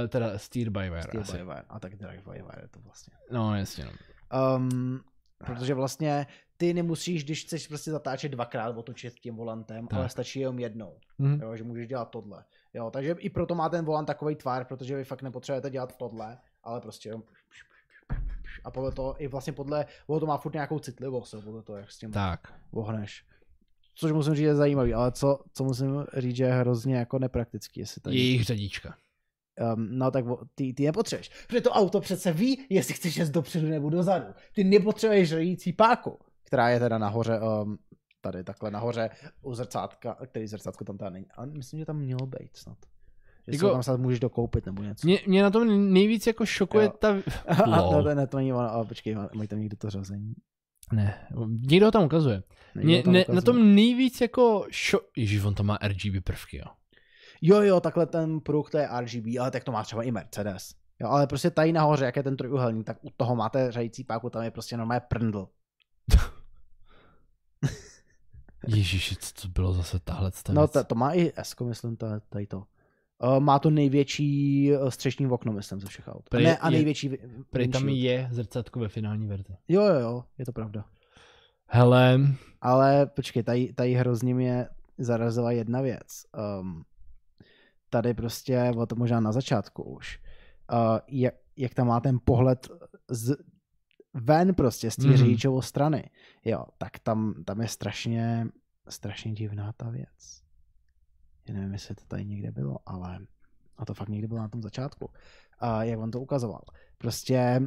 B: Eh, Teda steer by wire.
A: Steel
B: Steer asi.
A: by wire, a tak drive by wire je to vlastně.
B: No, jasně. No.
A: Um, protože vlastně ty nemusíš, když chceš prostě zatáčet dvakrát, otočit tím volantem,
B: Tak.
A: tak. ale stačí jenom jednou,
B: Mhm.
A: jo, že můžeš dělat tohle. Jo, takže i proto má ten volant takový tvar, protože vy fakt nepotřebujete dělat tohle, ale prostě jenom a podle toho, i vlastně podle, ono to má furt nějakou citlivost, jo, podle toho, jak s tím
B: Tak.
A: ohneš. Což musím říct, je zajímavý, ale co, co musím říct, že je hrozně jako nepraktický, jestli tady...
B: Jejich řadička.
A: Um, no tak o- ty, ty nepotřebuješ. Protože to auto přece ví, jestli chceš jít dopředu nebo dozadu. Ty nepotřebuješ řídící páku, která je teda nahoře, um, tady takhle nahoře u zrcátka, který zrcátko tam teda není. A myslím, že tam mělo být snad. Že jako...
B: Jako-
A: tam snad můžeš dokoupit nebo něco.
B: Mě, mě na tom nejvíc jako šokuje
A: Jo.
B: ta...
A: A, a,
B: Lol.
A: no, to, ne, to není ono, a počkej, má- mají tam někdo to řazení.
B: Ne, někdo ho tam ukazuje.
A: Někdo
B: Mě,
A: tam
B: ne,
A: ukazuje.
B: na tom nejvíc jako šo... Ježiš, on to má RGB prvky, jo.
A: Jo, jo, takhle ten pruh, to je RGB, ale tak to má třeba i Mercedes. Jo, ale prostě tady nahoře, jak je ten trojuhelník, tak u toho máte řající páku, tam je prostě normálně prndl.
B: Ježiši, co to bylo zase tahle ta
A: No,
B: věc?
A: to, to má i S, myslím, ta- tady to. Uh, má to největší eh, střešní okno, myslím, ze všech aut.
B: Prej
A: ne, a
B: je-
A: největší. Je,
B: Prej tam je zrcátko ve finální verzi.
A: Jo, jo, jo, je to pravda.
B: Hele,
A: Ale počkej, tady, tady hrozně mě zarazila jedna věc. Um, tady prostě, bylo to možná na začátku už, uh, jak, jak tam má ten pohled z, ven prostě z té
B: Mhm.
A: mm. řidičovou strany. Jo, tak tam, tam je strašně, strašně divná ta věc. Já nevím, jestli to tady někde bylo, ale a to fakt někde bylo na tom začátku, a jak on to ukazoval. Prostě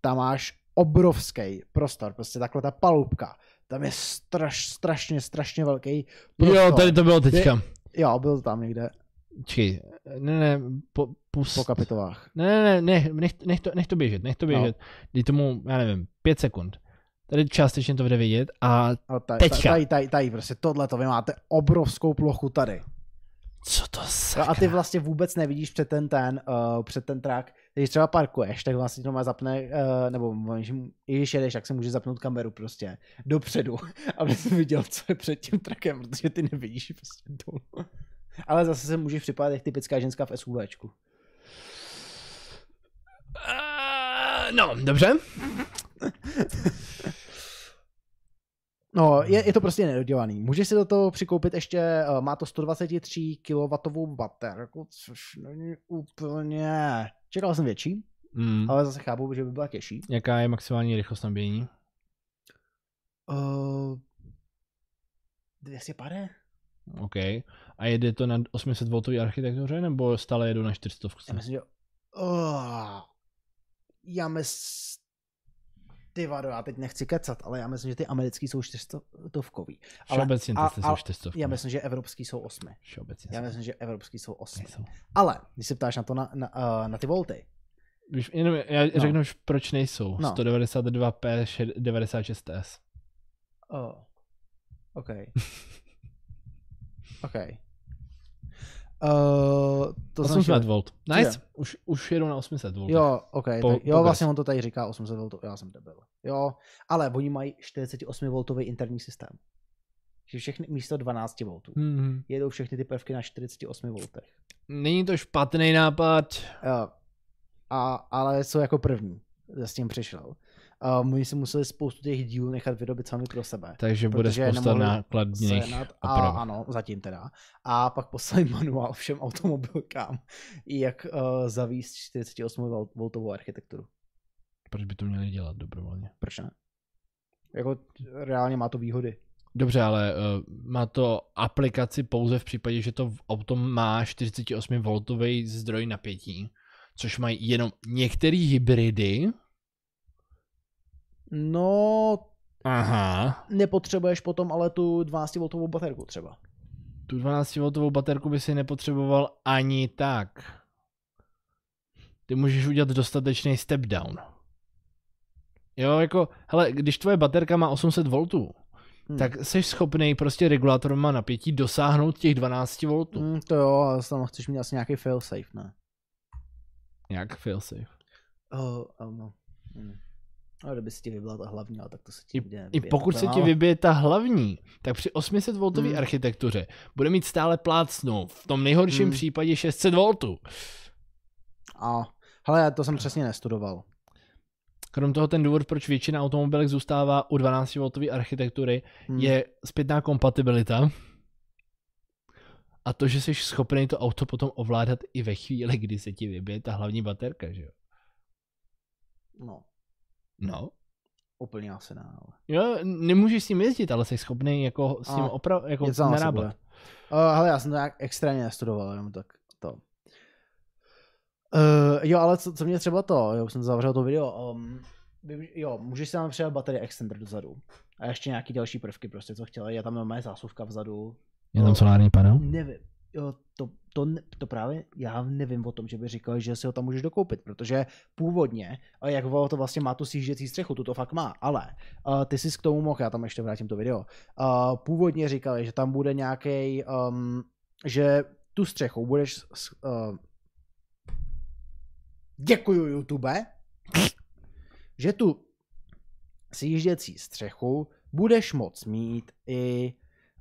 A: tam máš obrovský prostor, prostě takhle ta palubka. Tam je straš, strašně, strašně velký prostor.
B: jo, tady to bylo teďka.
A: jo, byl to tam někde
B: Čekej, ne, ne, po, pust.
A: po kapitolách.
B: Ne, ne, ne, ne nech, nech, to, nech to běžet, nech to
A: No.
B: běžet. No. Dej tomu, já nevím, pět sekund. Tady částečně to bude vidět a
A: Ale tady, tady,
B: Teďka.
A: tady, tady, tady, prostě tohle to vy máte obrovskou plochu tady.
B: co to
A: Jo,
B: sakra?
A: a ty vlastně vůbec nevidíš před ten ten, uh, před ten trak. Když třeba parkuješ, tak vlastně to má zapne, uh, nebo když- i když jedeš, tak se může zapnout kameru prostě dopředu, aby jsi viděl, co je před tím trakem, protože ty nevidíš prostě dolů. Ale zase se můžeš připadat jak typická ženská v SUVčku.
B: Eh, No, dobře.
A: No, je, je to prostě nedodělaný. Můžeš si do toho přikoupit ještě, uh, má to 123 kW baterku, což není úplně... Čekal jsem větší,
B: Mm.
A: ale zase chápu, že by byla těžší.
B: Jaká je maximální rychlost nabíjení?
A: Uh, 250?
B: OK. A jede to na 800V architektuře, nebo stále jedu na 400?
A: Já myslím, že... Uh, já mys... Ty vado, já teď nechci kecat, ale já myslím, že ty americký jsou čtyřstovkový. ale-
B: Všeobecně
A: a-
B: testy
A: a-
B: jsou 400.
A: Já myslím, že evropský jsou osmi.
B: Všeobecně.
A: Já
B: jsou-
A: myslím, že evropský jsou osmi.
B: nejsou.
A: Ale, když se ptáš na to na, na, eh, na ty volty,
B: Víš, jenom já
A: No.
B: řeknu, už, proč nejsou.
A: No.
B: 192P, 96S.
A: Oh. OK. OK. Uh, to jsem
B: 800
A: chtěl-
B: V. Nice. Už, už jedu na 800 V.
A: Jo, OK.
B: Po-
A: tak, jo,
B: pokres.
A: vlastně on to tady říká 800 V, já jsem debil. Jo, ale oni mají 48 V interní systém. Že všechny místo 12 V.
B: Mm-hmm.
A: Jedou všechny ty prvky na 48 V.
B: Není to špatný nápad.
A: Jo. Eh, A, ale jsou jako první, se s tím přišel. A my si museli spoustu těch dílů nechat vyrobit sami pro sebe.
B: Takže bude
A: Protože
B: spousta
A: nemohli
B: nákladných
A: sehnat a
B: oprav.
A: ano, zatím teda. A pak poslali manuál všem automobilkám, jak uh, zavíst 48 V architekturu.
B: Proč by to měli dělat dobrovolně?
A: Proč ne? Jako reálně má to výhody.
B: Dobře, ale uh, má to aplikaci pouze v případě, že to v auto má 48 V zdroj napětí, což mají jenom některé hybridy.
A: No,
B: Aha.
A: nepotřebuješ potom ale tu 12V baterku třeba.
B: Tu 12 V baterku by si nepotřeboval ani tak. ty můžeš udělat dostatečný step down. Jo, jako, hele, když tvoje baterka má 800 V,
A: Hmm.
B: hmm. tak jsi schopný prostě regulátorem napětí dosáhnout těch 12 V. Hmm.
A: Mm, to jo, ale tam chceš mít asi nějaký failsafe, ne?
B: Nějak failsafe.
A: Oh, ano. Mm. Ale kdyby si ti vybila ta hlavní, ale tak to se ti jde.
B: I pokud se ti vybije ta hlavní, tak při 800 V
A: Hmm.
B: hmm. architektuře bude mít stále plácnou, v tom nejhorším
A: Hmm.
B: hmm. případě 600 V.
A: A, hele, já to jsem přesně nestudoval.
B: Krom toho ten důvod, proč většina automobilek zůstává u 12V architektury,
A: Hmm.
B: je zpětná kompatibilita a to, že jsi schopný to auto potom ovládat i ve chvíli, kdy se ti vybije ta hlavní baterka, že jo?
A: No,
B: No.
A: úplně asi ne, ale.
B: Jo, nemůžeš s ním jezdit, ale jsi schopný jako s ním
A: A,
B: opra- jako
A: Něco tam asi bude.
B: narábat.
A: Uh, hele, já jsem to nějak extrémně nestudoval, jenom tak to. Uh, jo, ale co, co mě třeba to, jo, už jsem zavřel to video, um, vy- jo, můžeš si tam přidat baterie extender dozadu a ještě nějaký další prvky prostě, co chtěli, je tam normálně zásuvka vzadu,
B: Je tam solární panel?
A: Nevím. Jo, to, to, ne- to právě já nevím o tom, že by říkal, že si ho tam můžeš dokoupit, protože původně, a jak ono to vlastně má tu sjížděcí střechu, tu to fakt má, ale uh, ty jsi k tomu mohl, já tam ještě vrátím to video, uh, původně říkali, že tam bude nějaký, um, že tu střechu budeš... s- Uh, děkuju YouTube, že tu sjížděcí střechu budeš moc mít i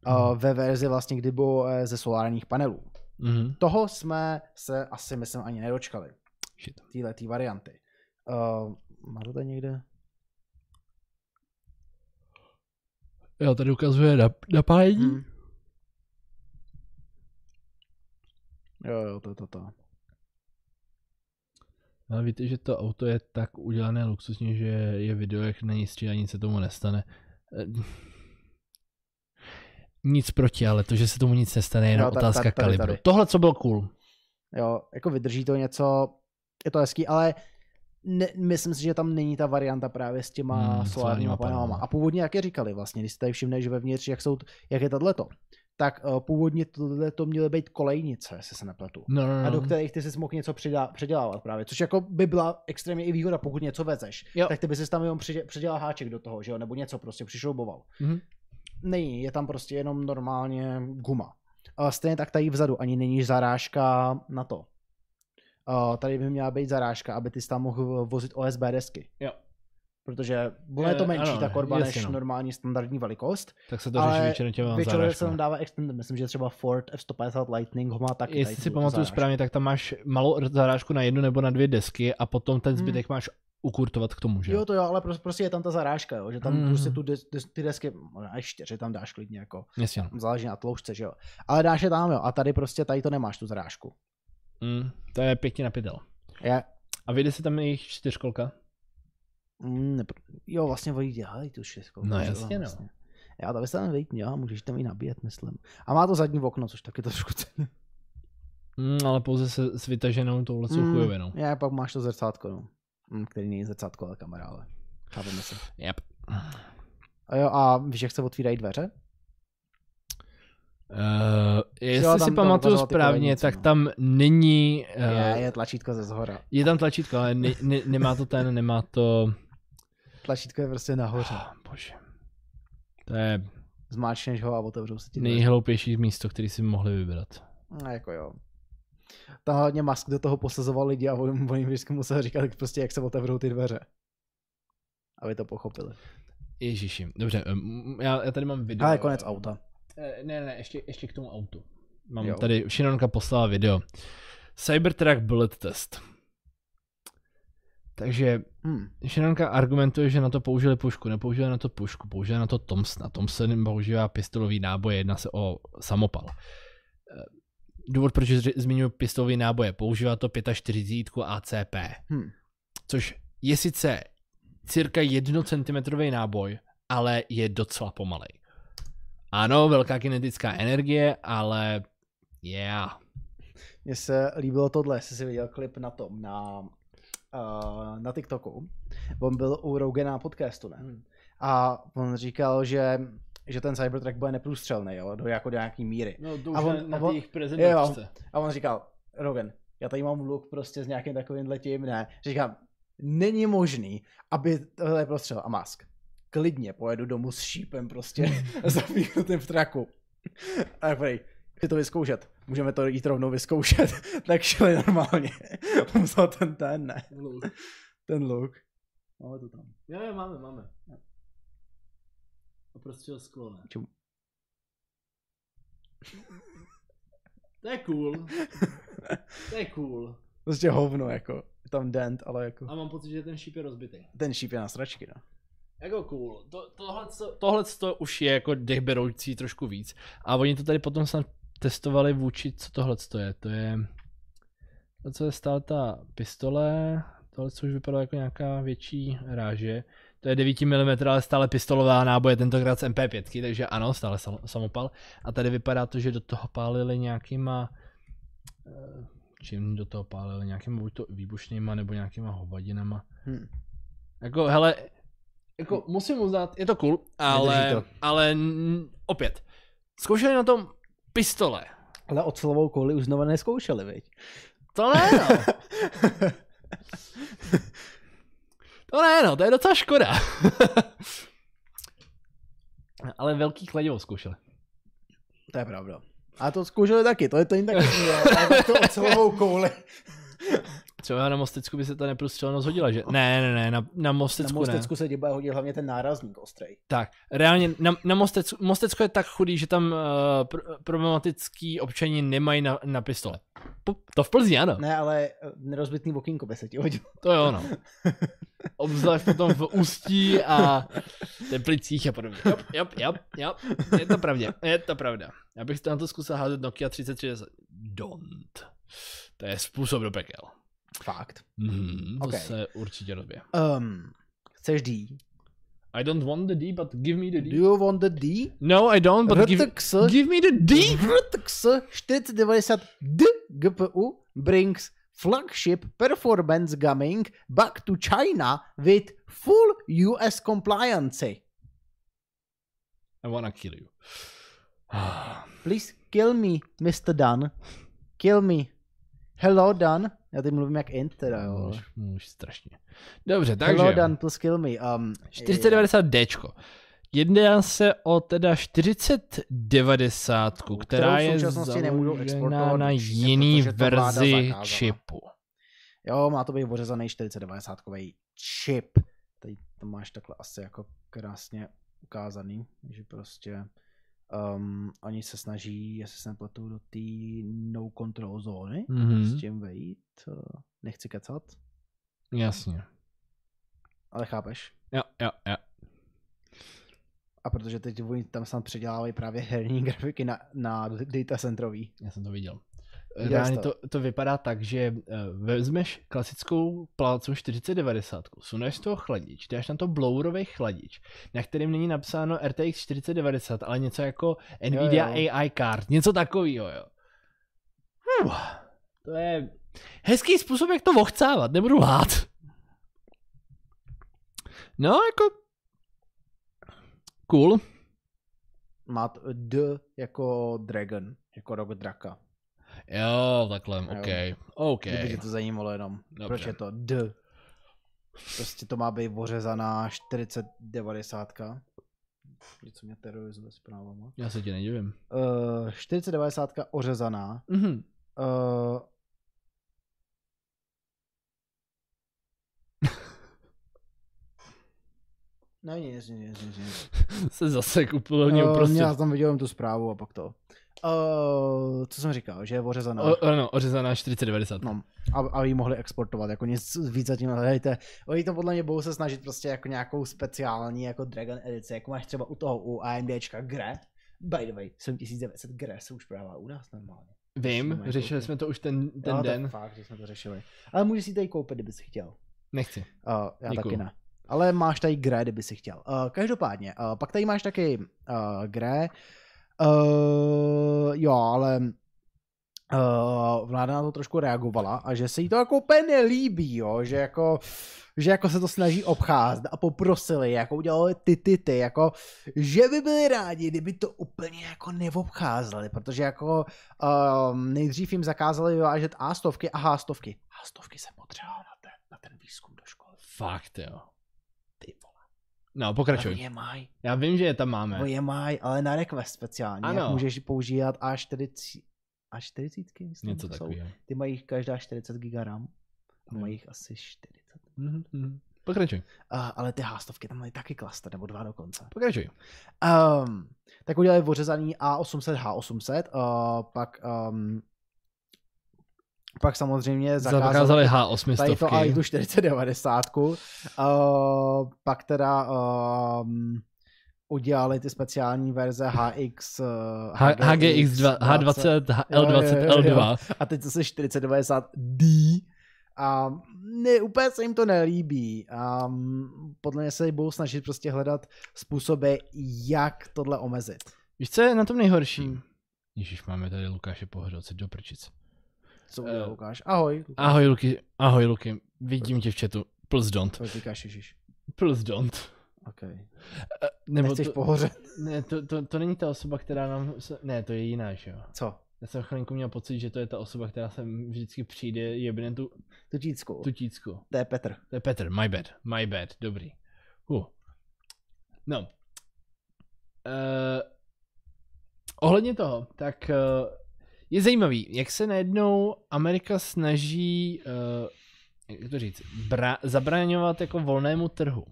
A: uh, ve verzi vlastně kdyby eh, ze solárních panelů.
B: Mhm.
A: Toho jsme se asi, myslím, ani nedočkali,
B: Shit.
A: tyhle ty varianty. Uh, má to tady někde?
B: Jo, tady ukazuje nap- napájení.
A: Hmm. Jo, jo, to, to, to.
B: Ale víte, že to auto je tak udělané luxusně, že je video, jak není střílení, nic se tomu nestane. Eh, Nic proti, ale to, že se tomu nic nestane, je jenom
A: Jo, ta- ta-
B: otázka
A: No, tady,
B: kalibru.
A: tady.
B: Tohle, co bylo cool.
A: Jo, jako vydrží to něco, je to hezký, ale ne, myslím si, že tam není ta varianta právě s těma
B: Hmm,
A: hmm, solárníma
B: solárníma
A: panelama.
B: panelama.
A: A původně, jak je říkali vlastně, když si tady všimneš, že vevnitř, jak, jsou, t- jak je tato, tak uh, původně tohle to měly být kolejnice, jestli se nepletu.
B: No, no, no.
A: a do kterých ty si mohl něco přidá, předělávat právě, což jako by byla extrémně i výhoda, pokud něco vezeš, jo.
B: Jo.
A: tak ty by si tam jenom přidě, předělal háček do toho, že jo, nebo něco prostě přišrouboval.
B: Mhm.
A: Není, je tam prostě jenom normálně guma. A stejně tak tady vzadu ani není zarážka na to. A tady by měla být zarážka, aby ty jsi tam mohl vozit OSB desky.
B: Jo.
A: Protože bude to
B: Eh,
A: menší
B: ano,
A: ta korba
B: jasně,
A: než
B: no.
A: normální standardní velikost.
B: Tak se to řeší
A: ale
B: většinou těma
A: Většinou se
B: zárážkama.
A: tam dává extender, myslím, že třeba Ford F-150 Lightning ho má taky.
B: Jestli
A: tady tu-
B: si
A: tu
B: pamatuju
A: zarážku.
B: správně, tak tam máš malou zarážku na jednu nebo na dvě desky a potom ten zbytek máš ukurtovat k tomu, že?
A: Hmm. Jo, to jo, ale prostě, prostě je tam ta zarážka, jo, že tam mm.
B: Mhm.
A: prostě tu des, des, ty desky, možná i čtyři tam dáš klidně, jako,
B: Jasně. no.
A: záleží na tloušťce, že jo. Ale dáš je tam, jo, a tady prostě, tady to nemáš, tu zarážku.
B: Mm, to je pěkně na pětel.
A: Je,
B: A vyjde se tam jejich čtyřkolka?
A: mm, nepr- jo, vlastně oni dělají tu šestku.
B: No
A: že jo, vlastně.
B: jasně, no.
A: Já to se tam vejít, jo, můžeš tam i nabíjet, myslím. A má to zadní okno, což taky trošku cením.
B: Mm, ale pouze se s vytaženou touhle mm.
A: Hmm.
B: chujovinou.
A: Já, pak máš to zrcátko, no. Mm, který není zrcátko, ale kamera, ale chápeme se.
B: Yep.
A: A jo, a víš, jak se otvírají dveře?
B: Uh, jestli
A: tam-
B: si
A: tam
B: pamatuju
A: ukazoval ty
B: správně,
A: kolejnice,
B: tak
A: no.
B: tam není... Uh,
A: Je, je tlačítko ze zhora.
B: je tam tlačítko, ale ne, ne, nemá to ten, nemá to...
A: Tlačítko je prostě nahoře.
B: Oh, bože. To je
A: Zmáčneš ho a otevřou se ti dveře.
B: nejhloupější místo, který si mohli vybrat.
A: No, jako jo. Tam hlavně Musk do toho posazoval lidi a on, on jim vždycky musel říkat prostě, jak se otevřou ty dveře. Aby to pochopili.
B: Ježíši, dobře, um, já, já tady mám video.
A: Ale konec auta.
B: Eh, Ne, ne, ještě, ještě k tomu autu. Mám
A: Jo.
B: jo. tady, Šinonka poslala video. Cybertruck bullet test. Takže
A: Hmm.
B: Šenonka argumentuje, že na to použili pušku, nepoužili na to pušku, použili na to Thompsona. Thompson používá pistolový náboj, jedná se o samopal. Eh, Důvod, proč ři- zmiňuji pistolový náboje, používá to 45 ACP,
A: Hmm.
B: což je sice cirka 1 cm náboj, ale je docela pomalej. Ano, velká kinetická energie, ale yeah.
A: Mně se líbilo tohle, jestli jsi viděl klip na tom, na, uh, na TikToku. On byl u Rogena podcastu, ne? A on říkal, že, že ten Cybertruck bude neprůstřelný, jo? Do, jako do nějaký míry.
B: No, to
A: už A on- na- na a on- té jejich
B: prezentačce.
A: A on říkal, Rogan, já tady mám look prostě s nějakým takovým tím, ne. Říkám, není možný, aby tohle prostřel a mask. Klidně pojedu domů s šípem prostě zapíchnutým v traku. A tak prej, chci to vyzkoušet. Můžeme to jít rovnou vyzkoušet. tak šli normálně. On vzal ten ten, ne. Ten look. Máme to tam.
B: Jo, jo, máme, máme. A prostě sklo, ne?
A: Čum.
B: To je cool. To je cool.
A: Prostě hovno, jako. Je tam dent, ale jako.
B: A mám pocit, že ten šíp je rozbitý.
A: Ten šíp je na sračky, no.
B: Jako cool. To, tohle, tohle to už je jako dechberoucí trošku víc. A oni to tady potom snad testovali vůči, co tohle to je. To je, to co je stále ta pistole, tohle co už vypadalo jako nějaká větší ráže. To je 9 mm, ale stále pistolová náboje, tentokrát z MP5, takže ano, stále sam, samopal. A tady vypadá to, že do toho pálili nějakýma, eh, čím do toho pálili, nějakýma buď to výbušnýma nebo nějakýma hovadinama.
A: Hm.
B: Jako, hele, jako musím uznat, je to cool, ale,
A: to.
B: ale n- opět, zkoušeli na tom pistole.
A: Ale ocelovou kouli už znova neskoušeli, viď?
B: To ne, no. to ne, no, to je docela škoda. ale velký kladivo zkoušeli.
A: To je pravda. A to zkoušeli taky, to je to jim taky ale to ocelovou kouli.
B: Třeba na Mostecku by se ta neprůstřelnost hodila, že? Ne, ne, ne, na, na
A: Na
B: Mostecku, ne.
A: Mostecku se ti bude hodit hlavně ten nárazník ostrej.
B: Tak, reálně na, na Mostecku, Mostecko je tak chudý, že tam uh, pr- problematický občani nemají na, na pistole. P- to v Plzni, ano.
A: Ne, ale eh, nerozbitný okýnko by se ti hodil.
B: To jo, no. Obzvlášť potom v Ústí a Teplicích a podobně. Jop, jop, jop, jop. Je to pravda, je to pravda. Já bych na to zkusil házet Nokia 3310. Don't. To je způsob do pekel.
A: Fakt.
B: Mm, to
A: Ok.
B: se určitě době.
A: Um, chceš D?
B: I don't want the D, but give me the
A: Do
B: D.
A: you want the D?
B: No, I don't, but give,
A: RTX
B: give me the D.
A: RTX 4090D GPU brings flagship performance gaming back to China with full US compliance.
B: I wanna kill you.
A: Please kill me, Mr. Dan. Kill me. Hello, Dan. Já teď mluvím jak int teda, jo.
B: Můž, můž strašně. Dobře, takže.
A: Hello, Dan, please kill me. Um,
B: 4090D. Jedná se o teda 4090, která
A: Kterou v
B: je
A: současnosti nemůžou
B: založena
A: exportovat
B: na
A: do Číny,
B: jiný
A: protože to vláda
B: verzi
A: zakázala.
B: čipu.
A: Jo, má to být ořezaný 4090 čip. Tady to máš takhle asi jako krásně ukázaný, že prostě um, oni se snaží, jestli se nepletu, do té no control zóny
B: Mhm,
A: s tím vejít. eh, Nechci kecat,
B: jasně.
A: ale chápeš.
B: Jo, jo, jo.
A: A protože teď oni tam snad předělávají právě herní grafiky na, na data centrový.
B: Já jsem to viděl.
A: Viděl
B: Reálně
A: jsi to?
B: to, to vypadá tak, že eh, vezmeš klasickou plácu 4090, suneš z toho chladič, dáš na to blourový chladič, na kterém není napsáno RTX 4090, ale něco jako Nvidia
A: jo.
B: AI card, něco takového, jo. Hm, to je hezký způsob, jak to vochcávat, nebudu lhát. No, jako... Cool.
A: Má to D jako Dragon, jako rok draka.
B: Jo, takhle, OK. OK.
A: Okay. Kdyby tě to zajímalo jenom. Dobře.
B: Dobře.
A: Proč je to D? Prostě to má být ořezaná 4090. Něco mě terorizuje s právama.
B: Já se ti nedivím.
A: Uh, 4090 ořezaná.
B: Mhm.
A: Uh, ne, nic, nic, nic, nic.
B: se zase úplně mě
A: Eh,
B: prostě.
A: Já tam viděl jen tu zprávu a pak to. Uh, co jsem říkal, že je ořezaná.
B: O, ano, ořezaná 4090.
A: No, a, aby ji mohli exportovat, jako nic víc zatím nehledejte. Oni to podle mě budou se snažit prostě jako nějakou speciální jako Dragon edici, jako máš třeba u toho u AMDčka GRE. By the way, 7900 GRE se už prodává u nás normálně.
B: Vím,
A: Mají
B: řešili
A: koupit.
B: jsme to už ten, ten
A: jo, to je
B: den.
A: fakt, že jsme to řešili. Ale můžeš si ji tady koupit, kdyby si chtěl.
B: Nechci.
A: Uh, já
B: Děkuju.
A: taky ne. Ale máš tady GRE, kdyby si chtěl. Uh, každopádně, uh, pak tady máš eh, taky uh, GRE. Uh, jo, ale uh, vláda na to trošku reagovala a že se jí to jako úplně nelíbí, jo, že jako že jako se to snaží obcházet a poprosili, jako udělali ty, ty, ty, jako, že by byli rádi, kdyby to úplně jako neobcházeli, protože jako um, nejdřív jim zakázali vyvážet A-stovky a H-stovky. H-stovky jsem potřeboval na ten, na ten výzkum do školy.
B: Fakt jo.
A: Ty vole.
B: No,
A: Ale
B: pokračuj.
A: je mají.
B: Já vím, že je tam máme.
A: Nebo je mají, ale na request speciálně.
B: Ano.
A: Jak můžeš používat A40, A40, myslím,
B: Něco
A: to jsou.
B: takového.
A: Ty mají každá 40 giga RAM. A
B: Jo.
A: mají jich asi 40.
B: Mhm, mhm. Pokračuj,
A: Uh, ale ty hástovky tam mají taky klaster, nebo dva dokonce.
B: pokračuj.
A: Um, tak udělali ořezaný A800, H800, uh, pak um, pak samozřejmě zakázali
B: Zakázali
A: tady to i
B: H800.
A: tu 4090. Uh, Eh, pak teda um, udělali ty speciální verze HX, uh,
B: H- HGX2, H20, L20,
A: Jo, jo, jo, jo.
B: L2.
A: a teď zase 4090D. A ne, úplně se jim to nelíbí. A podle mě se budou snažit prostě hledat způsoby, jak tohle omezit.
B: Víš, co je na tom nejhorší?
A: Hmm.
B: Ježíš, máme tady Lukáše Pohořelce do prčic.
A: Co udělal
B: Eh.
A: Lukáš? Ahoj. Lukáš.
B: Ahoj, Luky, ahoj, Luky, vidím tě v chatu. Plus don't.
A: To říkáš Ježíš.
B: Plus don't.
A: Okay.
B: Eh, Nebo
A: Nechceš
B: to,
A: to... pohořet?
B: ne, to, to, to, není ta osoba, která nám... se- Ne, to je jiná, že jo.
A: Co?
B: Já jsem chvilku měl pocit, že to je ta osoba, která sem vždycky přijde, jebne tu,
A: Tu čícku.
B: tu tícku.
A: To je Petr.
B: To je Petr, my bad, my bad, dobrý. Huh. No. Uh, ohledně toho, tak uh, je zajímavý, jak se najednou Amerika snaží, uh, jak to říct, bra- zabraňovat jako volnému trhu.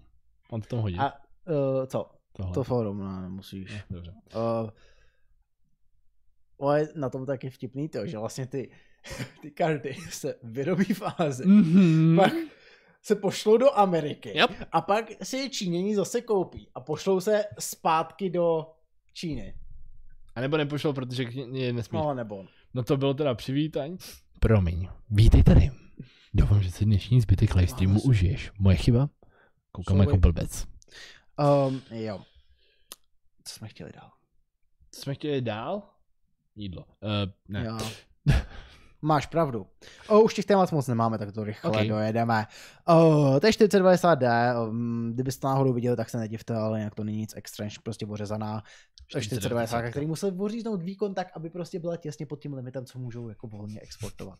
B: Mám to tam hodit?
A: A uh, co?
B: tohle.
A: To fórum, no, musíš.
B: Ne, dobře.
A: Uh, ale na tom taky vtipný to, že vlastně ty, ty karty se vyrobí v Ázii.
B: Mm-hmm.
A: pak se pošlou do Ameriky
B: Yep.
A: a pak si je Čínění zase koupí a pošlou se zpátky do Číny.
B: A nebo nepošlo, protože k- je nesmí. No.
A: No nebo
B: no to bylo teda přivítání. Promiň, vítej tady. Doufám, že si dnešní zbytek livestreamu
A: Máme-
B: užiješ. Moje chyba? Koukám
A: Sorry.
B: jako blbec.
A: um, jo. Co jsme chtěli dál?
B: Co jsme chtěli dál? Jídlo. Uh, ne.
A: Jo. Máš pravdu. O, už těch témat moc nemáme, tak to rychle
B: Ok.
A: okay. dojedeme. O, to je 4090D, um, kdybyste náhodou viděli, tak se nedivte, ale jinak to není nic extra, než prostě ořezaná 4090, který musel oříznout výkon tak, aby prostě byla těsně pod tím limitem, co můžou jako volně exportovat.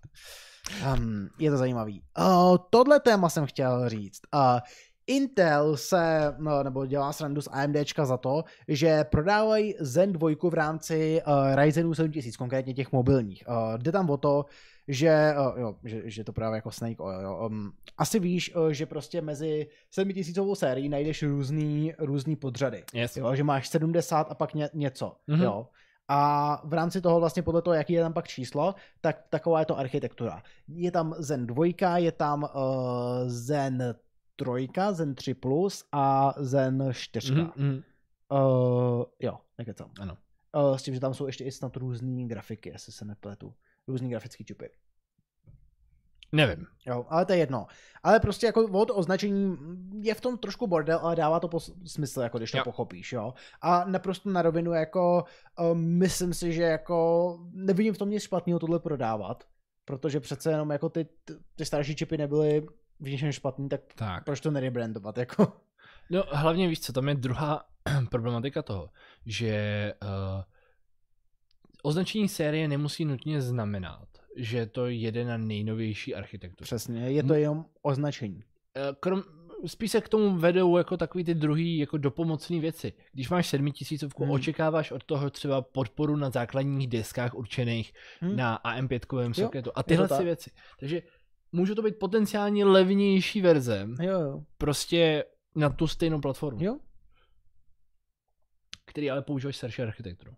A: Um, je to zajímavý. Uh, tohle téma jsem chtěl říct. Uh, Intel se, no, nebo dělá srandu z AMDčka za to, že prodávají Zen 2 v rámci uh, Ryzenů 7000, konkrétně těch mobilních. Uh, jde tam o to, že, uh, jo, že, že to právě jako Snake Oil. Jo. Um, asi víš, uh, že prostě mezi 7000 sérií najdeš různý, různý podřady.
B: Yes.
A: Jo, že máš 70 a pak ně, něco.
B: Mhm.
A: Mm-hmm. Jo. A v rámci toho vlastně podle toho, jaký je tam pak číslo, tak taková je to architektura. Je tam Zen 2, je tam uh, Zen 3, Zen 3 plus a Zen 4. Mm-hmm.
B: Mm-hmm.
A: Uh, jo, nekecám.
B: Ano.
A: Uh, s tím, že tam jsou ještě i snad různý grafiky, jestli se nepletu. Různý grafický čipy.
B: Nevím.
A: Jo, ale to je jedno. Ale prostě jako od označení je v tom trošku bordel, ale dává to pos- smysl, jako když to
B: Jo.
A: jo. pochopíš, jo. A naprosto na rovinu, jako um, myslím si, že jako nevidím v tom nic špatného tohle prodávat, protože přece jenom jako ty, ty- ty starší čipy nebyly v ničem špatný, tak
B: Tak.
A: proč to nerebrandovat, jako?
B: No hlavně víš co, tam je druhá problematika toho, že uh, označení série nemusí nutně znamenat, že to jede na nejnovější architekturu.
A: Přesně, je to jenom označení.
B: Eh, krom, spíš se k tomu vedou jako takový ty druhý jako dopomocné věci. Když máš sedmitisícovku, hmm.
A: Hmm.
B: očekáváš od toho třeba podporu na základních deskách určených hmm.
A: Hmm.
B: na AM5
A: Jo,
B: soketu a tyhle
A: to
B: ty
A: tak.
B: věci. Takže může to být potenciálně levnější verze,
A: Jo, jo.
B: prostě na tu stejnou platformu,
A: Jo,
B: který ale používáš starší architekturu.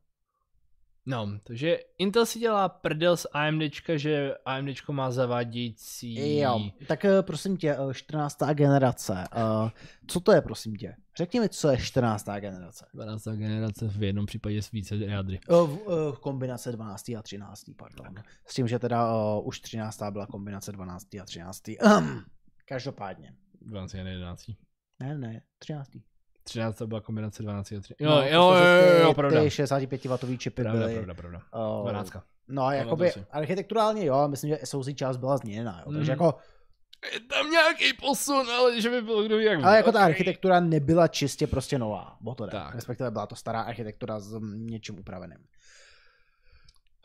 B: No, takže Intel si dělá prdel z AMDčka, že AMDčko má zavádějící...
A: Jo, tak eh, prosím tě, eh, 14. generace. eh, Co to je, prosím tě? Řekni mi, co je 14. generace.
B: 12. generace v jednom případě s více jádry.
A: Eh, V, eh, v kombinace 12. a 13. pardon. S tím, že teda uh, už 13. byla kombinace 12. a 13. Ehm, Každopádně.
B: 12 a 11.
A: Ne, ne, 13.
B: 13 to byla kombinace 12 a 3. Jo, no, jo, jo, jo, pravda.
A: prostě, Ty 65W čipy
B: Pravda,
A: byly.
B: pravda, pravda.
A: o,
B: 12.
A: No, jakoby
B: si.
A: architekturálně jo, ale myslím, že SOC část byla změněna, jo.
B: Mhm.
A: Takže jako,
B: Je tam nějaký posun, ale že by bylo kdo ví jak.
A: ale jako ta
B: velký.
A: architektura nebyla čistě prostě nová, bo to jde.
B: Tak.
A: Respektive byla to stará architektura s něčím upraveným.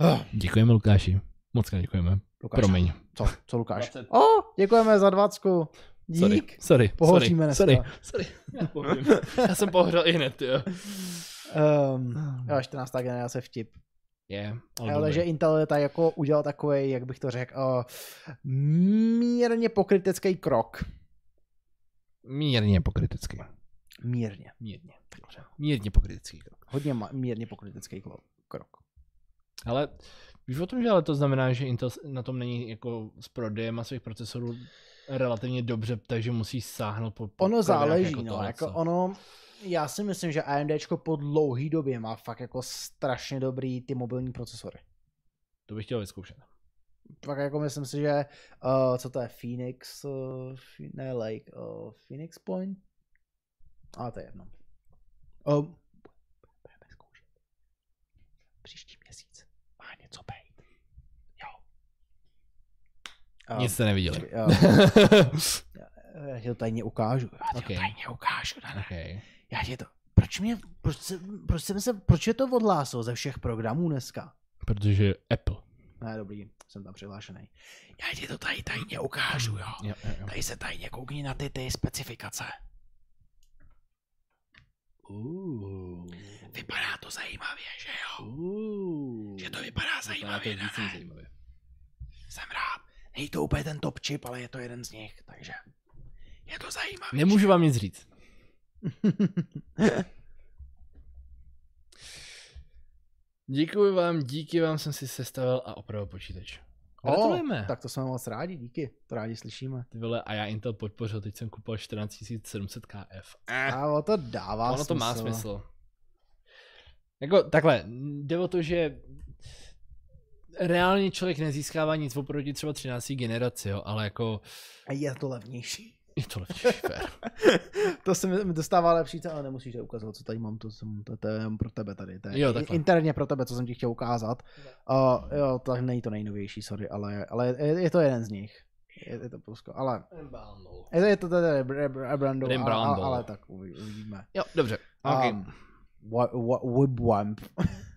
A: Ah.
B: Děkujeme Lukáši. Moc krát děkujeme.
A: Lukáš,
B: Promiň.
A: Co, co Lukáš?
B: 20.
A: O, děkujeme za dvacku. Dík.
B: Sorry, sorry,
A: Pohoříme
B: sorry, sorry,
A: dneska.
B: sorry, já pohořím. Já jsem pohořel i hned, jo.
A: Um, jo, 14. generace vtip.
B: Je, ale
A: Ale
B: Ah, no. dobrý.
A: že Intel tady jako udělal takový, jak bych to řekl, uh, mírně pokrytecký krok.
B: Mírně pokrytecký.
A: Mírně.
B: Mírně. Dobře. Mírně pokrytecký krok.
A: Hodně ma- mírně pokrytecký klo- krok.
B: Ale víš o tom, že ale to znamená, že Intel s- na tom není jako s prodejem a svých procesorů relativně dobře, takže musí sáhnout po, po
A: Ono
B: krokách
A: záleží, no,
B: tohle,
A: jako
B: co.
A: ono, já si myslím, že AMDčko po dlouhý době má fakt jako strašně dobrý ty mobilní procesory.
B: To bych chtěl vyzkoušet.
A: Fakt jako myslím si, že, uh, co to je, Phoenix, uh, Phi- ne Lake, uh, Phoenix Point? Ale to je jedno. Um, budeme zkoušet. Příští měsíc má něco být. Jo.
B: Nic jste neviděli.
A: počkej, jo. Eh, Já ti to tajně ukážu. Já ti
B: Ok.
A: to tajně ukážu. Dana.
B: okay.
A: Já ti to... Proč mě... Proč, se, proč, jsem se, proč je to odhlásil ze všech programů dneska?
B: Protože Apple.
A: Ne, dobrý, jsem tam přihlášený. Já ti to tady tajně ukážu, jo.
B: Jo, jo, jo.
A: Tady se tajně koukni na ty, ty specifikace. Vypadá to zajímavě, že jo? Že to vypadá
B: Vypadá to
A: zajímavě, ne?
B: víc než zajímavě.
A: Jsem rád. Není to úplně ten top chip, ale je to jeden z nich, takže... Je to zajímavé.
B: Nemůžu vám nic říct. Děkuji vám, díky vám jsem si sestavil a opravil počítač. Gratulujeme.
A: tak to jsme moc rádi, díky. To rádi slyšíme.
B: Ty vole, a já Intel podpořil, teď jsem kupoval 14700 KF.
A: A vlastně o Eh. to dává
B: Eh, ono to má smysl. Jako takhle, jde o to, že reálně člověk nezískává nic oproti třeba 13. generaci, jo, ale jako
A: A je to levnější.
B: je to lepší, fair.
A: to se mi mi dostává lepší, co- ale nemusíš to ukazovat, co tady mám, to, jsem, to, to je jenom pro tebe tady. To je
B: Jo,
A: i-
B: takhle.
A: interně pro tebe, co jsem ti chtěl ukázat. Uh, jo, tak není to nejnovější, sorry, ale, ale je, je, to jeden z nich. Je, je to plusko, ale je, to- je to tady rebrandou, ale, ale,
B: Rebrandou.
A: ale, tak uvi- uvidíme.
B: Jo, dobře. Okay. Um,
A: Um, wa- wa- Wibwamp.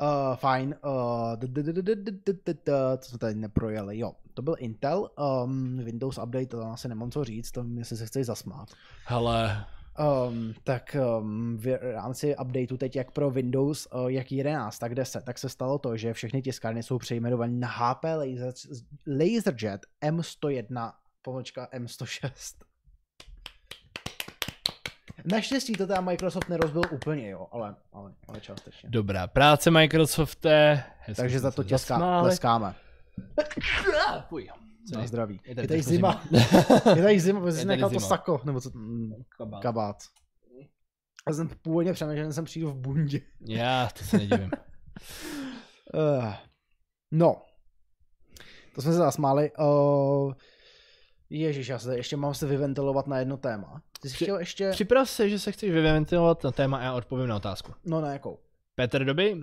A: Uh, fajn. Uh, d- d- d- d- d- d- d- d- co jsme tady neprojeli? Jo, to byl Intel. Um, Windows Update, to asi nemám co říct, to jestli se chceš zasmát.
B: Hele,
A: Um, tak um, v rámci updateu teď jak pro Windows, uh, jak 11, tak 10, tak se stalo to, že všechny tiskárny jsou přejmenovány na HP Laser, Laserjet M101 pomlčka M106. Naštěstí to tam Microsoft nerozbil úplně, jo, ale, ale, ale částečně.
B: dobrá práce Microsofte. Hezky
A: Takže
B: jsme
A: za
B: se
A: to těská,
B: zasmáli.
A: tleskáme.
B: Ah, fuj. Co
A: Na
B: je?
A: zdraví.
B: Je
A: Je tady
B: trošku
A: zima. Je tady zima, protože jsi
B: tady
A: nechal to
B: zima.
A: sako, nebo co, mm,
B: Kabát.
A: kabát. Já jsem původně přemýšlel, že jsem přijdu v bundě.
B: Já to se nedivím.
A: Uh, no, to jsme se zasmáli. Uh, Ježíš, já se tady ještě mám se vyventilovat na jedno téma. Ty jsi
B: Při-
A: chtěl ještě...
B: Připrav se, že se chceš vyventilovat na téma a já odpovím na otázku.
A: No na jakou?
B: Petr Doby?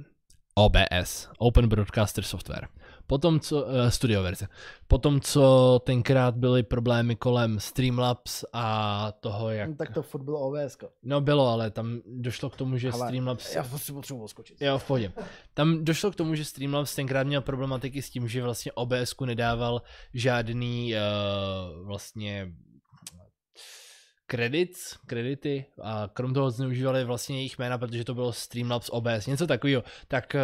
B: OBS, Open Broadcaster Software. Potom co, eh, studio verze. Potom co tenkrát byly problémy kolem Streamlabs a toho jak,
A: No, tak to furt bylo OBS.
B: no bylo, ale tam došlo k tomu, že
A: Hele,
B: Streamlabs,
A: Já potřebuji potřebuji odskočit.
B: jo v pohodě. Tam došlo k tomu, že Streamlabs tenkrát měl problematiky s tím, že vlastně obs nedával žádný uh, vlastně kredit, kredity a krom toho zneužívali vlastně jejich jména, protože to bylo Streamlabs OBS, něco takového. Tak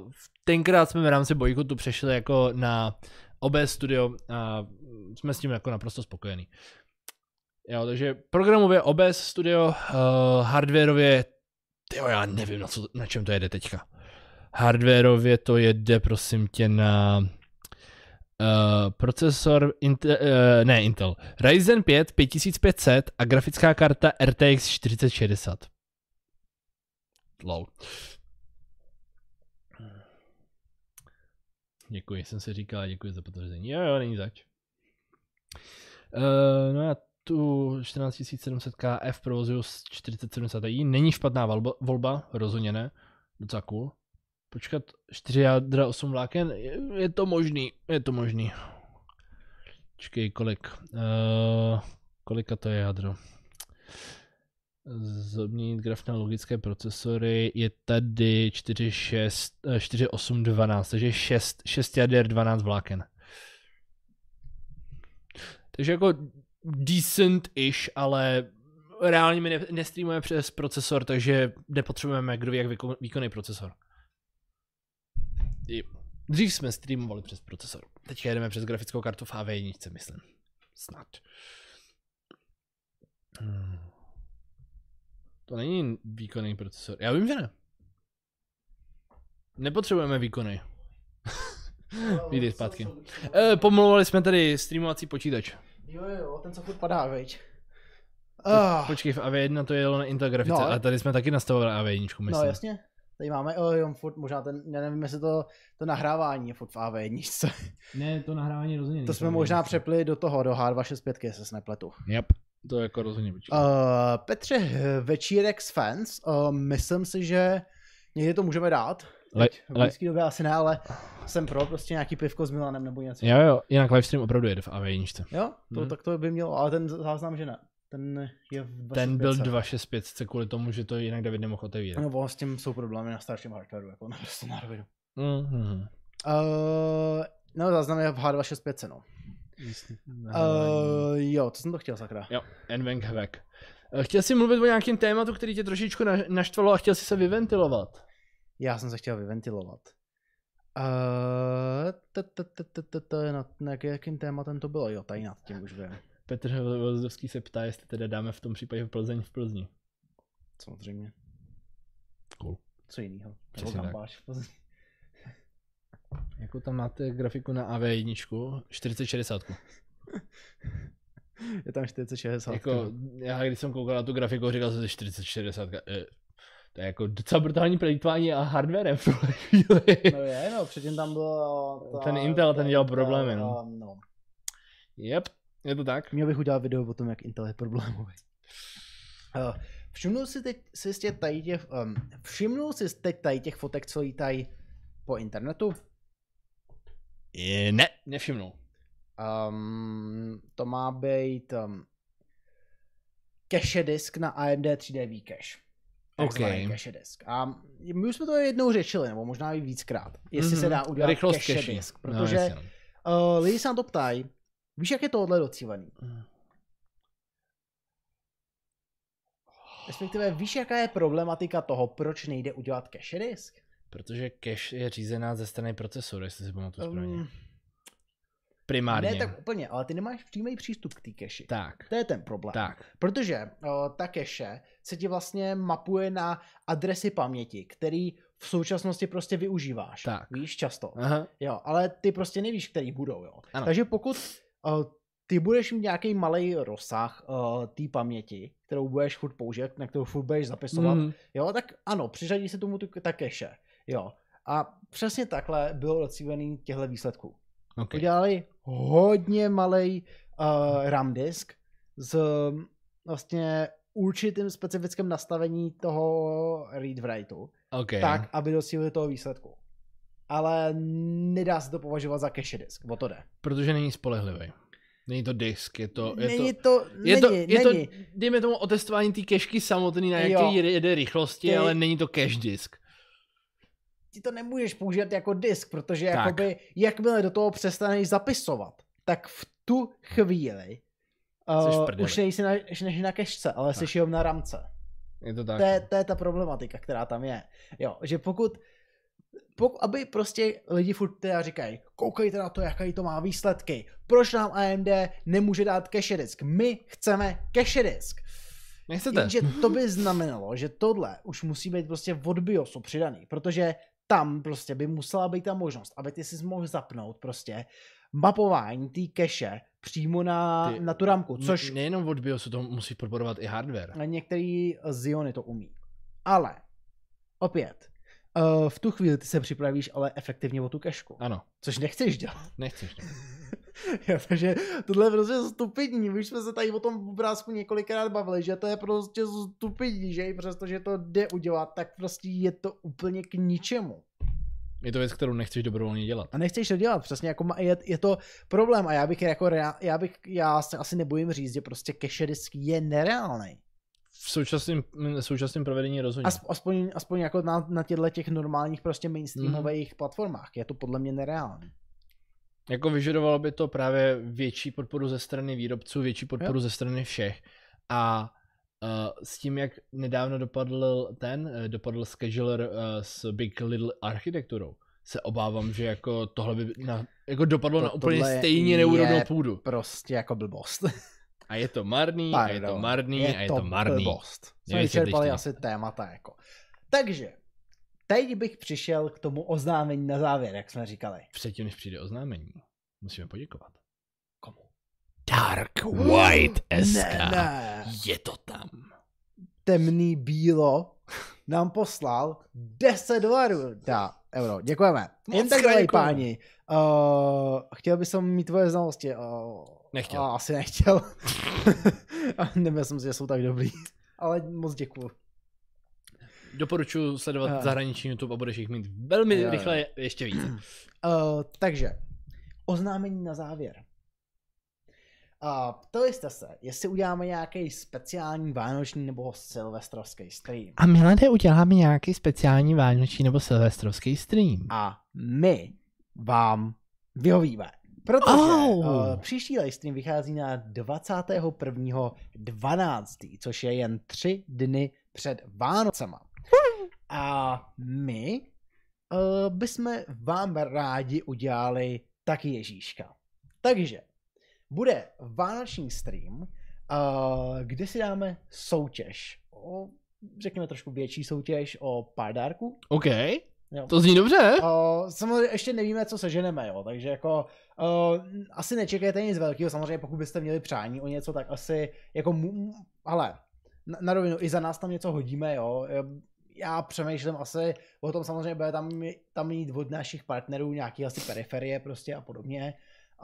B: uh, tenkrát jsme v rámci bojkotu přešli jako na OBS Studio a jsme s tím jako naprosto spokojení. Jo, takže programově OBS Studio, uh, hardwareově, jo, já nevím, na, co, na čem to jede teďka. Hardwareově to jede, prosím tě, na Uh, procesor Intel, uh, ne Intel, Ryzen 5 5500 a grafická karta RTX 4060. Lol. Děkuji, jsem si říkal, děkuji za potvrzení. Jo, jo, není zač. Uh, no a tu 14700 KF provozuju s 4070 Ti. Není špatná volba, volba, rozhodně ne. Docela cool. Počkat, 4 jádra, 8 vláken, je, je to možný, je to možný. Čekej, kolik? Uh, kolika to je jádro? Zobnit graf na logické procesory je tady eh, 4, 6, 4 8, 12, takže 6, 6 jader, 12 vláken. Takže jako decent-ish, ale reálně my ne- nestreamujeme přes procesor, takže nepotřebujeme kdo ví jak vyko- výkonný procesor. I- Dřív jsme streamovali přes procesor. Teď jedeme přes grafickou kartu v AV1, myslím. Snad. Hmm. To není výkonný procesor. Já vím, že ne. Nepotřebujeme výkonný. Vídej zpátky. E, pomlouvali jsme tady streamovací počítač.
A: Eh, Jo, jo, ten co furt padá, veď.
B: Ah.
A: Ah,
B: Počkej, v AV1 to jelo na Intel grafice,
A: No.
B: ale tady jsme taky nastavovali AV1, myslím.
A: no jasně. Tady máme, oh, jo, furt možná ten, já nevím, jestli to, to nahrávání je furt v AV1.
B: Ne, to nahrávání rozhodně
A: To jsme možná přepli do toho, do H265, jestli se nepletu.
B: Yep. To jako rozhodně počkej.
A: Uh, Petře, eh, večírek s fans, uh, myslím si, že někdy to můžeme dát.
B: Le-
A: Teď, v
B: le-
A: blízké době asi ne, ale jsem pro prostě nějaký pivko s Milanem nebo něco.
B: Jo, jo, jinak livestream opravdu jede v AV1.
A: Jo, to,
B: Mhm.
A: tak to by mělo, ale ten záznam, že ne. Ten je v 25.
B: Ten byl 265 kvůli tomu, že to jinak David nemohl otevírat.
A: No, bo s tím jsou problémy na starším hardwareu, jako naprosto na rovinu.
B: Mhm.
A: Uh, no, záznam je v H265, no. Uh, jo, co jsem to chtěl, sakra.
B: Jo, Envenk Hvek. Eh, Chtěl jsi mluvit o nějakém tématu, který tě trošičku na- naštvalo a chtěl jsi se vyventilovat.
A: Já jsem se chtěl vyventilovat. Eh, t- t- t- t- t- t- nad- na Jakým tématem to bylo? Jo, tady nad tím už vím.
B: Petr Vozovský se ptá, jestli teda dáme v tom případě v Plzeň v Plzni.
A: Samozřejmě.
B: Cool.
A: Co jiného?
B: Přesně tak. Jako tam máte grafiku na AV1, 4060.
A: Je tam 460.
B: Jako, já když jsem koukal na tu grafiku, říkal jsem si 4060. Eh, to je jako docela brutální preditování a hardwarem v tuhle chvíli.
A: No je, no, předtím tam bylo... eh,
B: Ten Intel, ten dělal problémy,
A: ta-
B: no.
A: no.
B: Yep, je to tak.
A: Měl bych udělat video o tom, jak Intel je problémový. Eh, Všimnul si teď si jste tady těch, um, všimnul si teď tady těch fotek, co lítají po internetu?
B: Je, ne, nevšimnul.
A: Um, to má být um, cache disk na AMD 3D cache. Takzvaný
B: OK.
A: cache disk. A my už jsme to jednou řešili, nebo možná i víckrát, jestli mm-hmm. se
B: Mhm.
A: dá udělat
B: Rychlost
A: cache,
B: cache.
A: disk,
B: No,
A: protože
B: jasně, no.
A: no, uh, lidi se na to ptají, víš, jak je tohle docílený?
B: no.
A: Respektive víš, jaká je problematika toho, proč nejde udělat cache disk?
B: Protože cache je řízená ze strany procesoru, jestli si pamatuju správně.
A: Um,
B: Primárně.
A: ne tak úplně, ale ty nemáš přímý přístup k té cache.
B: tak.
A: To je ten problém.
B: Tak.
A: Protože o, ta cache se ti vlastně mapuje na adresy paměti, který v současnosti prostě využíváš.
B: Tak.
A: Víš často.
B: Aha.
A: Jo, ale ty prostě nevíš, který budou. Jo.
B: Ano.
A: Takže pokud o, ty budeš mít nějaký malý rozsah o, té paměti, kterou budeš furt použít, na kterou furt budeš zapisovat, mm.
B: Mhm.
A: jo, tak ano, přiřadí se tomu tu, ta cache. Jo. A přesně takhle bylo docílený těchto výsledků.
B: Okay.
A: Udělali hodně malý uh, RAM disk s um, vlastně určitým specifickým nastavení toho read writeu,
B: Okay.
A: tak, aby docílili toho výsledku. Ale nedá se to považovat za cache disk, o to jde.
B: Protože není spolehlivý. Není to disk, je to... No, Je
A: není
B: to...
A: to, není,
B: Je to, je to,
A: není.
B: dejme tomu, otestování té kešky samotný, na
A: Jo.
B: jaké jede, jede rychlosti,
A: Ty-
B: ale není to cache disk.
A: Ty to nemůžeš použít jako disk, protože
B: Tak.
A: jakoby, jakmile do toho přestaneš zapisovat, tak v tu chvíli
B: Jseš v
A: uh,
B: prdeli.
A: už nejsi na, než na kešce, ale jsi jenom na ramce.
B: Je to tak.
A: To je, to je ta problematika, která tam je. Jo, že pokud, pokud aby prostě lidi furt teda říkají, koukejte na to, jaký to má výsledky, proč nám AMD nemůže dát cache disk, my chceme cache disk.
B: Nechcete?
A: Jenže to by znamenalo, že tohle už musí být prostě od BIOSu přidaný, protože tam prostě by musela být ta možnost, aby ty si mohl zapnout prostě mapování té cache přímo na,
B: Ty-
A: na tu ramku, což No.
B: Ne- Nejenom od BIOSu, to musí podporovat i hardware.
A: Některý eh, Ziony to umí. Ale, opět, eh, v tu chvíli ty se připravíš ale efektivně o tu kešku,
B: Ano,
A: což nechceš dělat.
B: nechceš.
A: Jo, takže tohle je prostě stupidní. Už jsme se tady o tom obrázku několikrát bavili, že to je prostě stupidní, že i přesto, že to jde udělat, tak prostě je to úplně k ničemu.
B: Je to věc, kterou nechceš dobrovolně dělat.
A: A nechceš to dělat, přesně jako ma- je, je, to problém a já bych jako, rea- já bych, já se asi nebojím říct, že prostě cache disk je nereálný.
B: V současném, v současném provedení rozhodně.
A: Aspo- aspoň, aspoň jako na, na těchto těch normálních prostě
B: Mhm.
A: mainstreamových platformách. Je to podle mě nereálný.
B: Jako vyžadovalo by to právě větší podporu ze strany výrobců, větší podporu ze strany všech. A uh, s tím, jak nedávno dopadl ten, eh, dopadl scheduler uh, s Big Little architekturou, se obávám, že jako tohle by na, jako dopadlo
A: To-
B: na úplně
A: tohle
B: stejně
A: je-
B: neúrodnou půdu.
A: Prostě jako blbost.
B: A je to marný, a je to
A: Pardon.
B: marný, a je to marný.
A: blbost. Jsme
B: Nevíte,
A: vyčerpali
B: když to-
A: asi témata jako. Takže, teď bych přišel k tomu oznámení na závěr, jak jsme říkali.
B: Předtím, než přijde oznámení, musíme poděkovat.
A: Komu?
B: Dark White
A: Ne,
B: SK.
A: ne.
B: Je to tam.
A: Temný bílo nám poslal 10 dolarů. Da, euro. Děkujeme.
B: Moc
A: Jen tak dělají,
B: děkujeme.
A: páni. Uh, chtěl bych som mít tvoje znalosti. Uh,
B: Nechtěl.
A: Uh, asi nechtěl. A Nemyslím si, že jsou tak dobrý. Ale moc děkuju.
B: Doporučuji sledovat
A: Eh.
B: zahraniční YouTube a budeš jich mít velmi
A: Jo, jo.
B: rychle ještě více.
A: Uh, takže, oznámení na závěr. A ptali jste se, jestli uděláme nějaký speciální vánoční nebo silvestrovský stream.
B: A Milade, uděláme nějaký speciální vánoční nebo silvestrovský stream.
A: A my vám vyhovíme. Protože
B: Au.
A: uh, příští live stream vychází na 21.12., což je jen tři dny před Vánocema. A my uh, bychom vám rádi udělali taky Ježíška. Takže bude vánoční stream, uh, kde si dáme soutěž. O, řekněme trošku větší soutěž o pár dárků.
B: OK,
A: Jo.
B: to zní dobře.
A: Uh, samozřejmě ještě nevíme, co seženeme, jo, takže jako uh, asi nečekejte nic velkého, samozřejmě pokud byste měli přání o něco, tak asi jako, mu- mu- ale na, na rovinu, i za nás tam něco hodíme, jo, Ehm, já přemýšlím asi o tom, samozřejmě bude tam, tam jít od našich partnerů nějaký asi periferie prostě a podobně,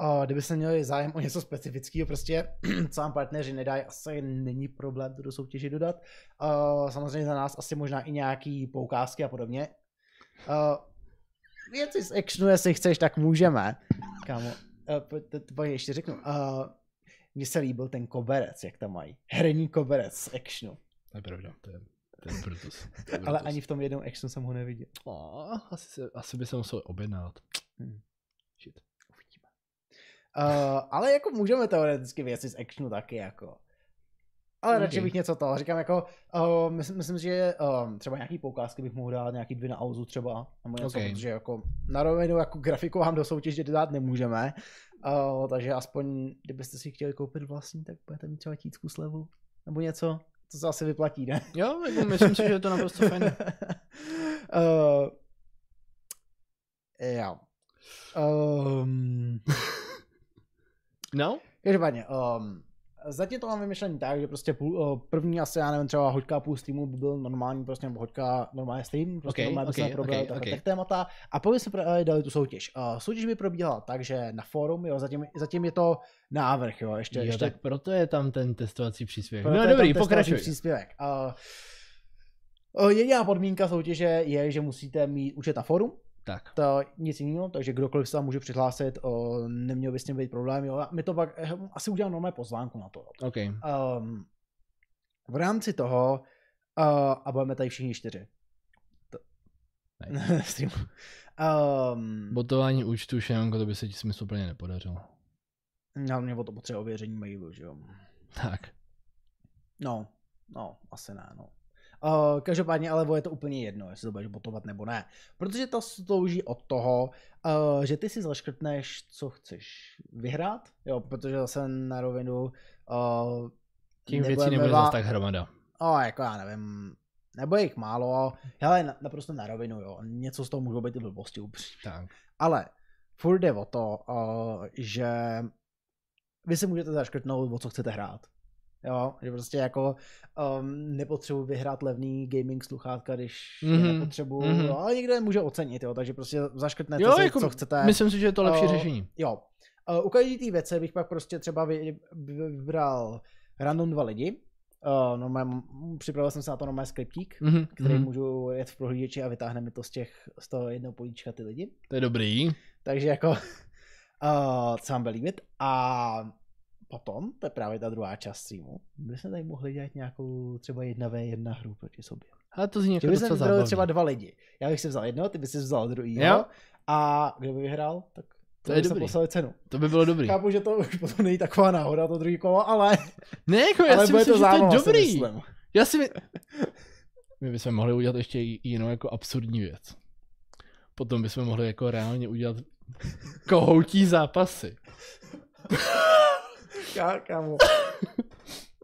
A: uh, kdybyste měli zájem o něco specifického, prostě co vám partneři nedají, asi není problém to do soutěži dodat, uh, samozřejmě za nás asi možná i nějaký poukázky a podobně, uh, věci z actionu, jestli chceš, tak můžeme. Kámo, eh, po- to- to pak ještě řeknu. Uh, mně se líbil ten koberec, jak tam mají. Herní koberec z actionu.
B: To je pravda, to je, to je Brutus. To je
A: Ale
B: Brutus.
A: ani v tom jednom actionu jsem ho neviděl.
B: Ó, asi, se, asi by se musel objednat.
A: Hmm.
B: Shit.
A: Uvidíme. Uh, ale jako můžeme teoreticky věci z actionu taky jako. Ale radši
B: Ok.
A: bych něco toho. Říkám jako, uh, myslím, myslím, že um, třeba nějaký poukázky bych mohl dát, nějaký dvě na auzu třeba, nebo něco,
B: Ok.
A: protože jako na rovinu jako grafiku vám do soutěže dát nemůžeme. Uh, takže aspoň, kdybyste si chtěli koupit vlastní, tak budete mít třeba tícku slevu, nebo něco. To se asi vyplatí, ne?
B: Jo, jako myslím si, že je to naprosto fajn.
A: uh, jo. Um,
B: No?
A: Každopádně, um, zatím to mám vymyšlený tak, že prostě půl, uh, první asi, já nevím, třeba hoďka a půl streamu by byl normální, prostě nebo hoďka normálně stream, prostě okay,
B: Ok,
A: normálně okay,
B: ok,
A: bychom probrali
B: ok,
A: okay,
B: ok.
A: okay. témata a pak bychom pra- dali tu soutěž. Uh, soutěž by probíhala tak, že na fórum, jo, zatím, zatím je to návrh, jo, ještě,
B: Jo,
A: ještě
B: tak proto je tam ten testovací příspěvek.
A: proto
B: No
A: je tam
B: dobrý,
A: testovací
B: pokračuj.
A: Příspěvek. Uh, uh, jediná podmínka soutěže je, že musíte mít účet na fórum,
B: Tak.
A: to nic jiného, takže kdokoliv se tam může přihlásit, o, neměl by s tím být problém. Jo. A My to pak, eh, asi udělám normálně pozvánku na to. Jo.
B: OK.
A: Um, v rámci toho, uh, a budeme tady všichni čtyři. To...
B: Nice.
A: Stream. um,
B: Botování účtu Šenonko, to by se ti smysluplně nepodařilo.
A: já mě o to potřebuje ověření mailu, že jo.
B: Tak.
A: No, no, asi ne, no. Uh, každopádně ale je to úplně jedno, jestli to budeš botovat nebo ne. Protože to slouží od toho, uh, že ty si zaškrtneš, co chceš vyhrát, jo, protože zase na rovinu uh,
B: Těch věcí
A: nebudeme
B: nebude
A: vám-
B: zas tak hromada.
A: O, jako já nevím, nebo je jich málo, hele, na- naprosto na rovinu, jo, něco z toho můžou být i blbosti upřímně.
B: Tak.
A: Ale furt jde o to, uh, že vy si můžete zaškrtnout, o co chcete hrát. Jo, že prostě jako um, nepotřebuji vyhrát levný gaming sluchátka, když
B: Mhm,
A: mm-hmm. nepotřebuju,
B: mhm.
A: mm-hmm. ale někdo je eh, může ocenit, jo, takže prostě zaškrtnete
B: Jo,
A: si,
B: jako
A: co chcete.
B: Myslím si, že je to lepší
A: O,
B: řešení.
A: Jo, Eh, U každé té věce bych pak prostě třeba vy- vybral random dva lidi. Uh, normálně, připravil jsem se na to normálně skriptík,
B: Mm-hmm.
A: mhm, který můžu jet v prohlížeči a vytáhne mi to z, těch, z toho jednoho políčka ty lidi.
B: To je dobrý.
A: Takže jako uh, sám byl líbit. A potom, to je právě ta druhá část streamu, by jsme tady mohli dělat nějakou třeba 1v1 hru proti sobě.
B: Ale to zní jako
A: Že bychom
B: docela
A: vybrali
B: zábavný.
A: třeba dva lidi. Já bych si vzal jednoho, ty bys si vzal druhýho.
B: Jo.
A: A kdo by vyhrál, tak
B: To je
A: by se
B: dobrý.
A: poslali cenu.
B: To by bylo dobrý.
A: Chápu, že to už potom není taková náhoda, to druhý kolo, ale,
B: Ne, jako já
A: ale
B: si
A: bude
B: myslím,
A: to
B: že to
A: zábava,
B: je
A: si
B: dobrý.
A: myslím.
B: Já si my... my bychom mohli udělat ještě i- jinou jako absurdní věc. Potom bychom mohli jako reálně udělat kohoutí zápasy.
A: Já, kámo.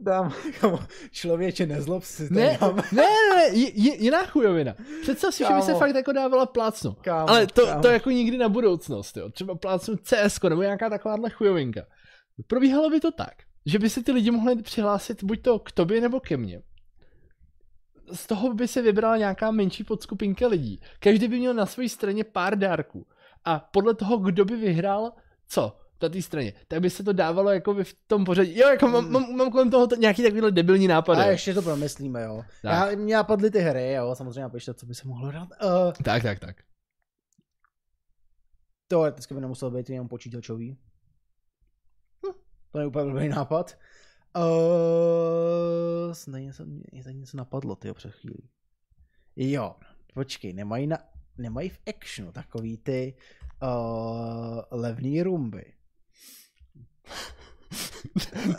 A: Dám, kámo, člověče, nezlob si, to
B: Ne,
A: dám.
B: ne, ne, ne j- j- jiná chujovina. Představ si, že by se
A: Kámo.
B: fakt jako dávala plácno.
A: Kámo,
B: Ale to,
A: kámo.
B: to jako nikdy na budoucnost, jo. Třeba plácnu CS nebo nějaká takováhle chujovinka. Probíhalo by to tak, že by se ty lidi mohli přihlásit buď to k tobě nebo ke mně. Z toho by se vybrala nějaká menší podskupinka lidí. Každý by měl na své straně pár dárků. A podle toho, kdo by vyhrál, co na té straně, tak by se to dávalo jako by v tom pořadí. Jo, jako mám, mám, mám kolem toho t- nějaký takovýhle debilní nápad.
A: A ještě to promyslíme, jo.
B: Tak.
A: Já, mě napadly ty hry, jo, samozřejmě napište, co by se mohlo dát. Uh,
B: Tak, tak, tak.
A: teoreticky by nemuselo být jenom počítačový. Hm, to je úplně dobrý nápad. Uh, snad něco, mě tady něco napadlo, ty před chvílí. Jo, počkej, nemají, na, nemají v actionu takový ty uh, levný rumby.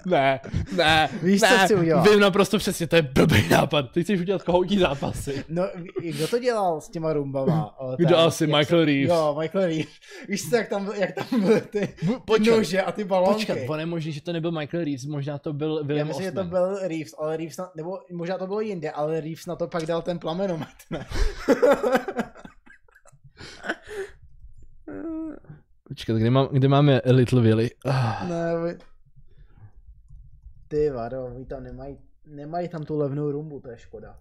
B: ne, ne,
A: Víš, co
B: ne,
A: chci udělat?
B: Vím naprosto přesně, to je blbý nápad. Ty chceš udělat kohoutí zápasy.
A: No, ví- kdo to dělal s těma rumbama? O,
B: Kdo
A: ten-
B: asi?
A: jak
B: Michael
A: se,
B: Reeves.
A: Jo, No, Michael Reeves. Víš co, jak tam, jak tam byly ty
B: Bu-
A: Počkat.
B: Počkat,
A: nože a ty balónky.
B: počkat, on je možný, že to nebyl Michael Reeves, možná to byl
A: Já
B: William
A: myslím, že to
B: Osman.
A: byl Reeves, ale Reeves na, nebo možná to bylo jinde, ale Reeves na to pak dal ten plamenomet, ne?
B: Počkat, kde, mám, kde máme Little Willy? Ah,
A: ne vy- Ty vado, oni tam nemají, nemají tam tu levnou rumbu, to je škoda.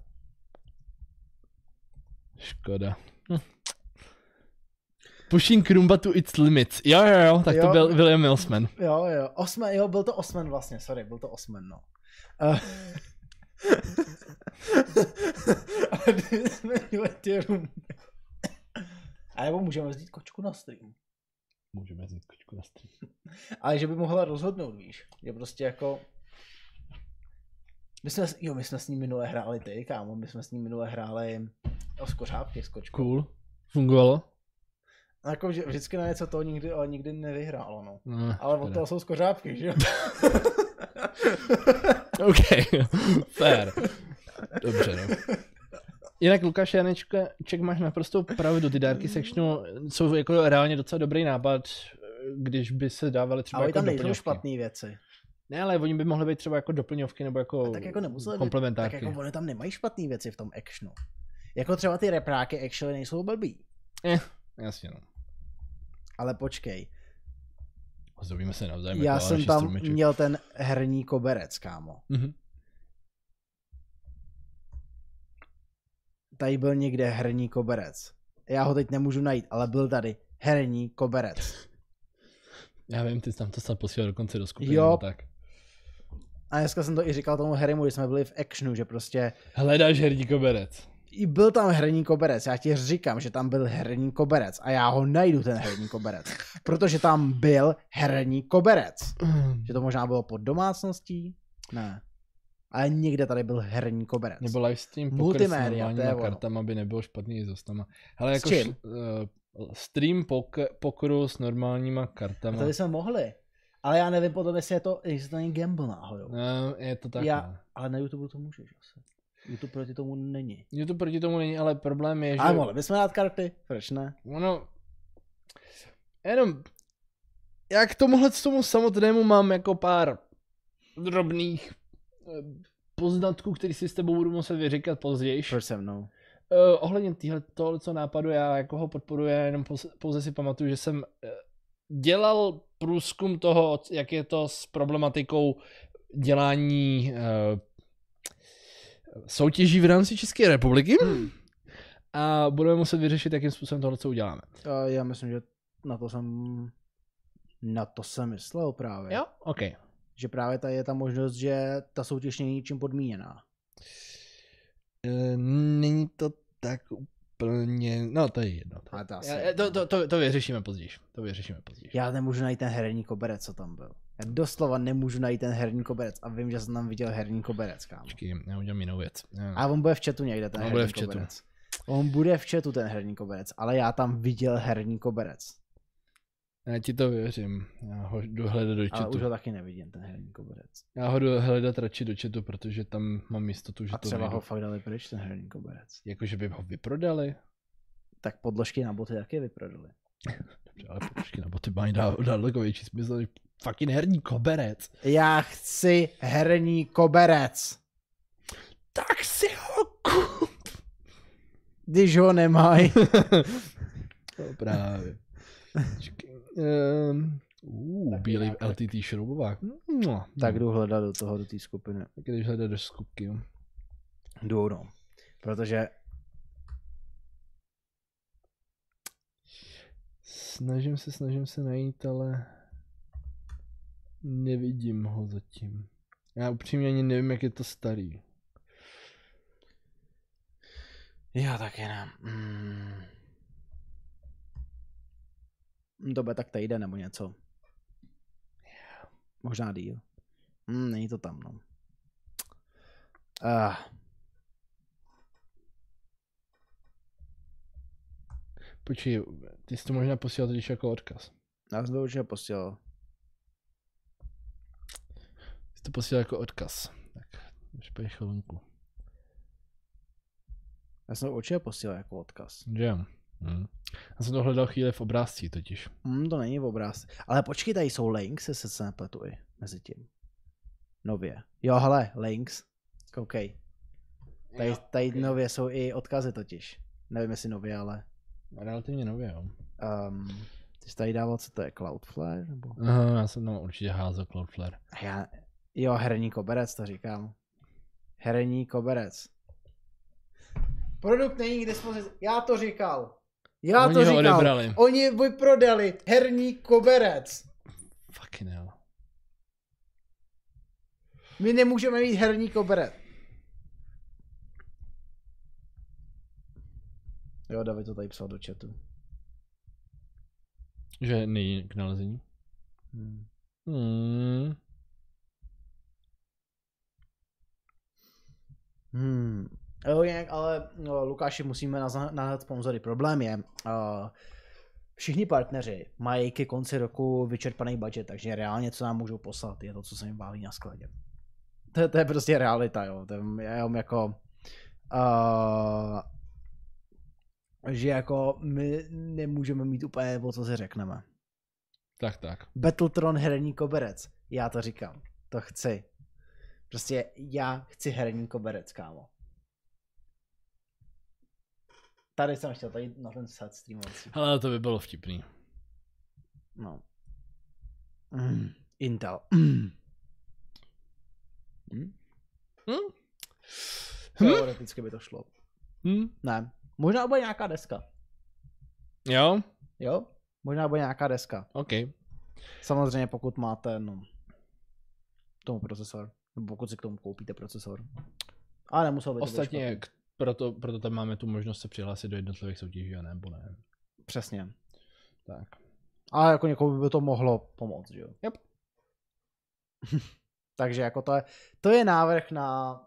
B: škoda. Hm. Pushing Krumbatu It's Limits. Jo, jo, jo, tak jo. to
A: Jo.
B: byl William Osman.
A: Jo, jo, osmen, jo, byl to osmen vlastně, sorry, byl to osmen, no. Eh. A kdyby jsme měli ty rumby. A nebo můžeme vzít kočku na stream.
B: Můžeme vzít kočku na stream.
A: Ale že by mohla rozhodnout, víš. Je prostě jako... My jsme, s- jo, my jsme s ním minule hráli ty, kámo, my jsme s ním minule hráli o skořápky, skočku.
B: Cool. Fungovalo?
A: A Jako, že vždycky na něco to nikdy, ale nikdy nevyhrálo, no.
B: No,
A: Ale od
B: škoda.
A: toho jsou skořápky, že jo?
B: OK, fair. Dobře, no. Jinak Lukáš Janeček máš naprosto pravdu, ty dárky sectionu jsou jako reálně docela dobrý nápad, když by se dávaly třeba
A: Ale
B: jako
A: tam nejsou
B: doplňovky.
A: špatné věci.
B: Ne, ale oni by mohly být třeba jako doplňovky nebo jako,
A: tak jako nemuseli být- Tak
B: komplementárky.
A: jako oni tam nemají špatné věci v tom actionu. Jako třeba ty repráky actually nejsou blbý.
B: Jasně, no.
A: Ale počkej,
B: Zdobíme se navzájem.
A: já
B: jako
A: jsem
B: naši
A: tam
B: stromeček.
A: měl ten herní koberec, kámo.
B: Mhm.
A: Tady byl někde herní koberec. Já ho teď nemůžu najít, ale byl tady herní koberec.
B: Já vím, ty jsi tam to snad posílal dokonce do skupiny.
A: Jo.
B: Jo. Tak.
A: A dneska jsem to i říkal tomu Harrymu, když jsme byli v actionu, že prostě
B: Hledáš herní koberec.
A: i byl tam herní koberec. Já ti říkám, že tam byl herní koberec a já ho najdu, ten herní koberec. Protože tam byl herní koberec. Že to možná bylo pod domácností? Ne. Ale někde tady byl herní koberec.
B: Nebo livestream poker s
A: Multimédia, to je
B: normálníma
A: ono.
B: kartama by nebyl špatný i s ostama. Hele,
A: S
B: jako
A: čím?
B: š- eh, stream pok- pokeru s normálníma
A: A
B: kartama.
A: to by jsme mohli. Ale já nevím potom, jestli je to, jestli to není gamble náhodou.
B: No, je to tak.
A: Já-
B: Já... No.
A: Ale na YouTube to můžeš asi. YouTube proti tomu není.
B: YouTube proti tomu není, ale problém je, že...
A: Ale mohli bychom dát karty, proč ne?
B: Ono... Jenom... Já k tomuhle z tomu samotnému mám jako pár drobných eh, poznatků, který si s tebou budu muset vyříkat později.
A: Proč se mnou?
B: Uh, ohledně týhle, tohle, co nápadu, já jako ho podporuji, já jenom pouze, pouze si pamatuju, že jsem eh, dělal průzkum toho, od- jak je to s problematikou dělání uh, soutěží v rámci České republiky a budeme muset vyřešit, jakým způsobem tohle, co uděláme.
A: A já myslím, že na to jsem Na to jsem myslel právě.
B: Jo? OK.
A: Že právě ta je ta možnost, že ta soutěž není ničím podmíněná.
B: Eh, Není to tak úplně, no to je jedno.
A: Ale to asi...
B: Já- já- To, to, to, to vyřešíme později. To vyřešíme později.
A: Já nemůžu najít ten herní koberec, co tam byl. Já doslova nemůžu najít ten herní koberec a vím, že jsem tam viděl herní koberec, kámo.
B: Počkej, já udělám jinou věc. Eh. Já-
A: A on bude v chatu někde, ten
B: On
A: herní
B: bude v chatu.
A: koberec. On bude v chatu, ten herní koberec, ale já tam viděl herní koberec.
B: Já ti to věřím. Já ho jdu hledat do
A: Ale už ho
B: chatu.
A: taky nevidím, ten herní koberec.
B: Já ho jdu hledat radši do chatu, protože tam mám jistotu, že
A: A
B: to
A: třeba
B: najdu.
A: ho fakt dali pryč, ten herní koberec.
B: Jakože by ho vyprodali.
A: Tak podložky na boty taky vyprodali.
B: Dobře, ale počkej, nebo ty mají dá- daleko větší smysl než fucking herní koberec.
A: Já chci herní koberec.
B: Tak si ho kup.
A: Když ho nemají.
B: To No, právě. Počkej, ehm, Uh,
A: Tak
B: bílý
A: jinak, ale-
B: LTT šroubovák. No,
A: tak jdu hledat do toho, do té skupiny.
B: Když hledáš do skupky, jo.
A: Jdu, no. Protože
B: Snažím se, snažím se najít, ale nevidím ho zatím. Já upřímně ani nevím, jak je to starý.
A: Já taky ne. Mm. Dobře, tak tady jde nebo něco. Možná díl. Mm, není to tam, no. Uh,
B: Počkej, ty jsi to možná posílal totiž jako odkaz.
A: já jsem to určitě posílal.
B: Jsi to posílal jako odkaz. Tak, už pojď chvilku.
A: Já jsem to určitě posílal jako odkaz.
B: Že jo. Hm. Já jsem to hledal chvíli v obrázcích totiž.
A: Mm, to není v obraz. Ale počkej, tady jsou links, jestli se nepletu i mezi tím. Nově. Jo, hele, links. Koukej. Tady, tady
B: ok.
A: nově jsou i odkazy totiž. Nevím, jestli nově, ale...
B: Relativně nově, jo.
A: Um, ty jsi tady dával, co to je, Cloudflare? Nebo...
B: Aha, já jsem tam určitě házel Cloudflare.
A: A Já, jo, herní koberec to říkám. Herní koberec. Produkt není k dispozici. Já to říkal. Já
B: Oni
A: to
B: ho
A: říkal.
B: odebrali.
A: Oni vyprodali herní koberec.
B: Fucking hell.
A: My nemůžeme mít herní koberec. Jo, David to tady psal do chatu.
B: Že není k nalezení?
A: Hmm.
B: Hmm.
A: Hmm. Jo, jinak, ale no, Lukáši, musíme nazna- nahnat sponzory. Problém je, uh, všichni partneři mají ke konci roku vyčerpaný budget, takže reálně, co nám můžou poslat, je to, co se jim válí na skladě. To, to je prostě realita, jo. To je jenom jako... Uh, že jako my nemůžeme mít úplně o co si řekneme.
B: Tak, tak.
A: Battletron herní koberec. Já to říkám. To chci. Prostě já chci herní koberec, kámo. Tady jsem chtěl, tady na ten set streamovací.
B: Ale to by bylo vtipný.
A: No. Mm, Intel. Mm.
B: Hm? Hm?
A: Teoreticky by to šlo.
B: Hm?
A: Ne. Možná bude nějaká deska.
B: Jo?
A: Jo? Možná bude nějaká deska.
B: OK.
A: Samozřejmě pokud máte no, k tomu procesor. Nebo pokud si k tomu koupíte procesor. Ale nemusel by to být
B: Ostatně,
A: špatný.
B: k- proto, proto tam máme tu možnost se přihlásit do jednotlivých soutěží a nebo ne.
A: Přesně.
B: Tak.
A: A jako někomu by to mohlo pomoct, že jo?
B: Yep.
A: Takže jako to je, to je návrh na,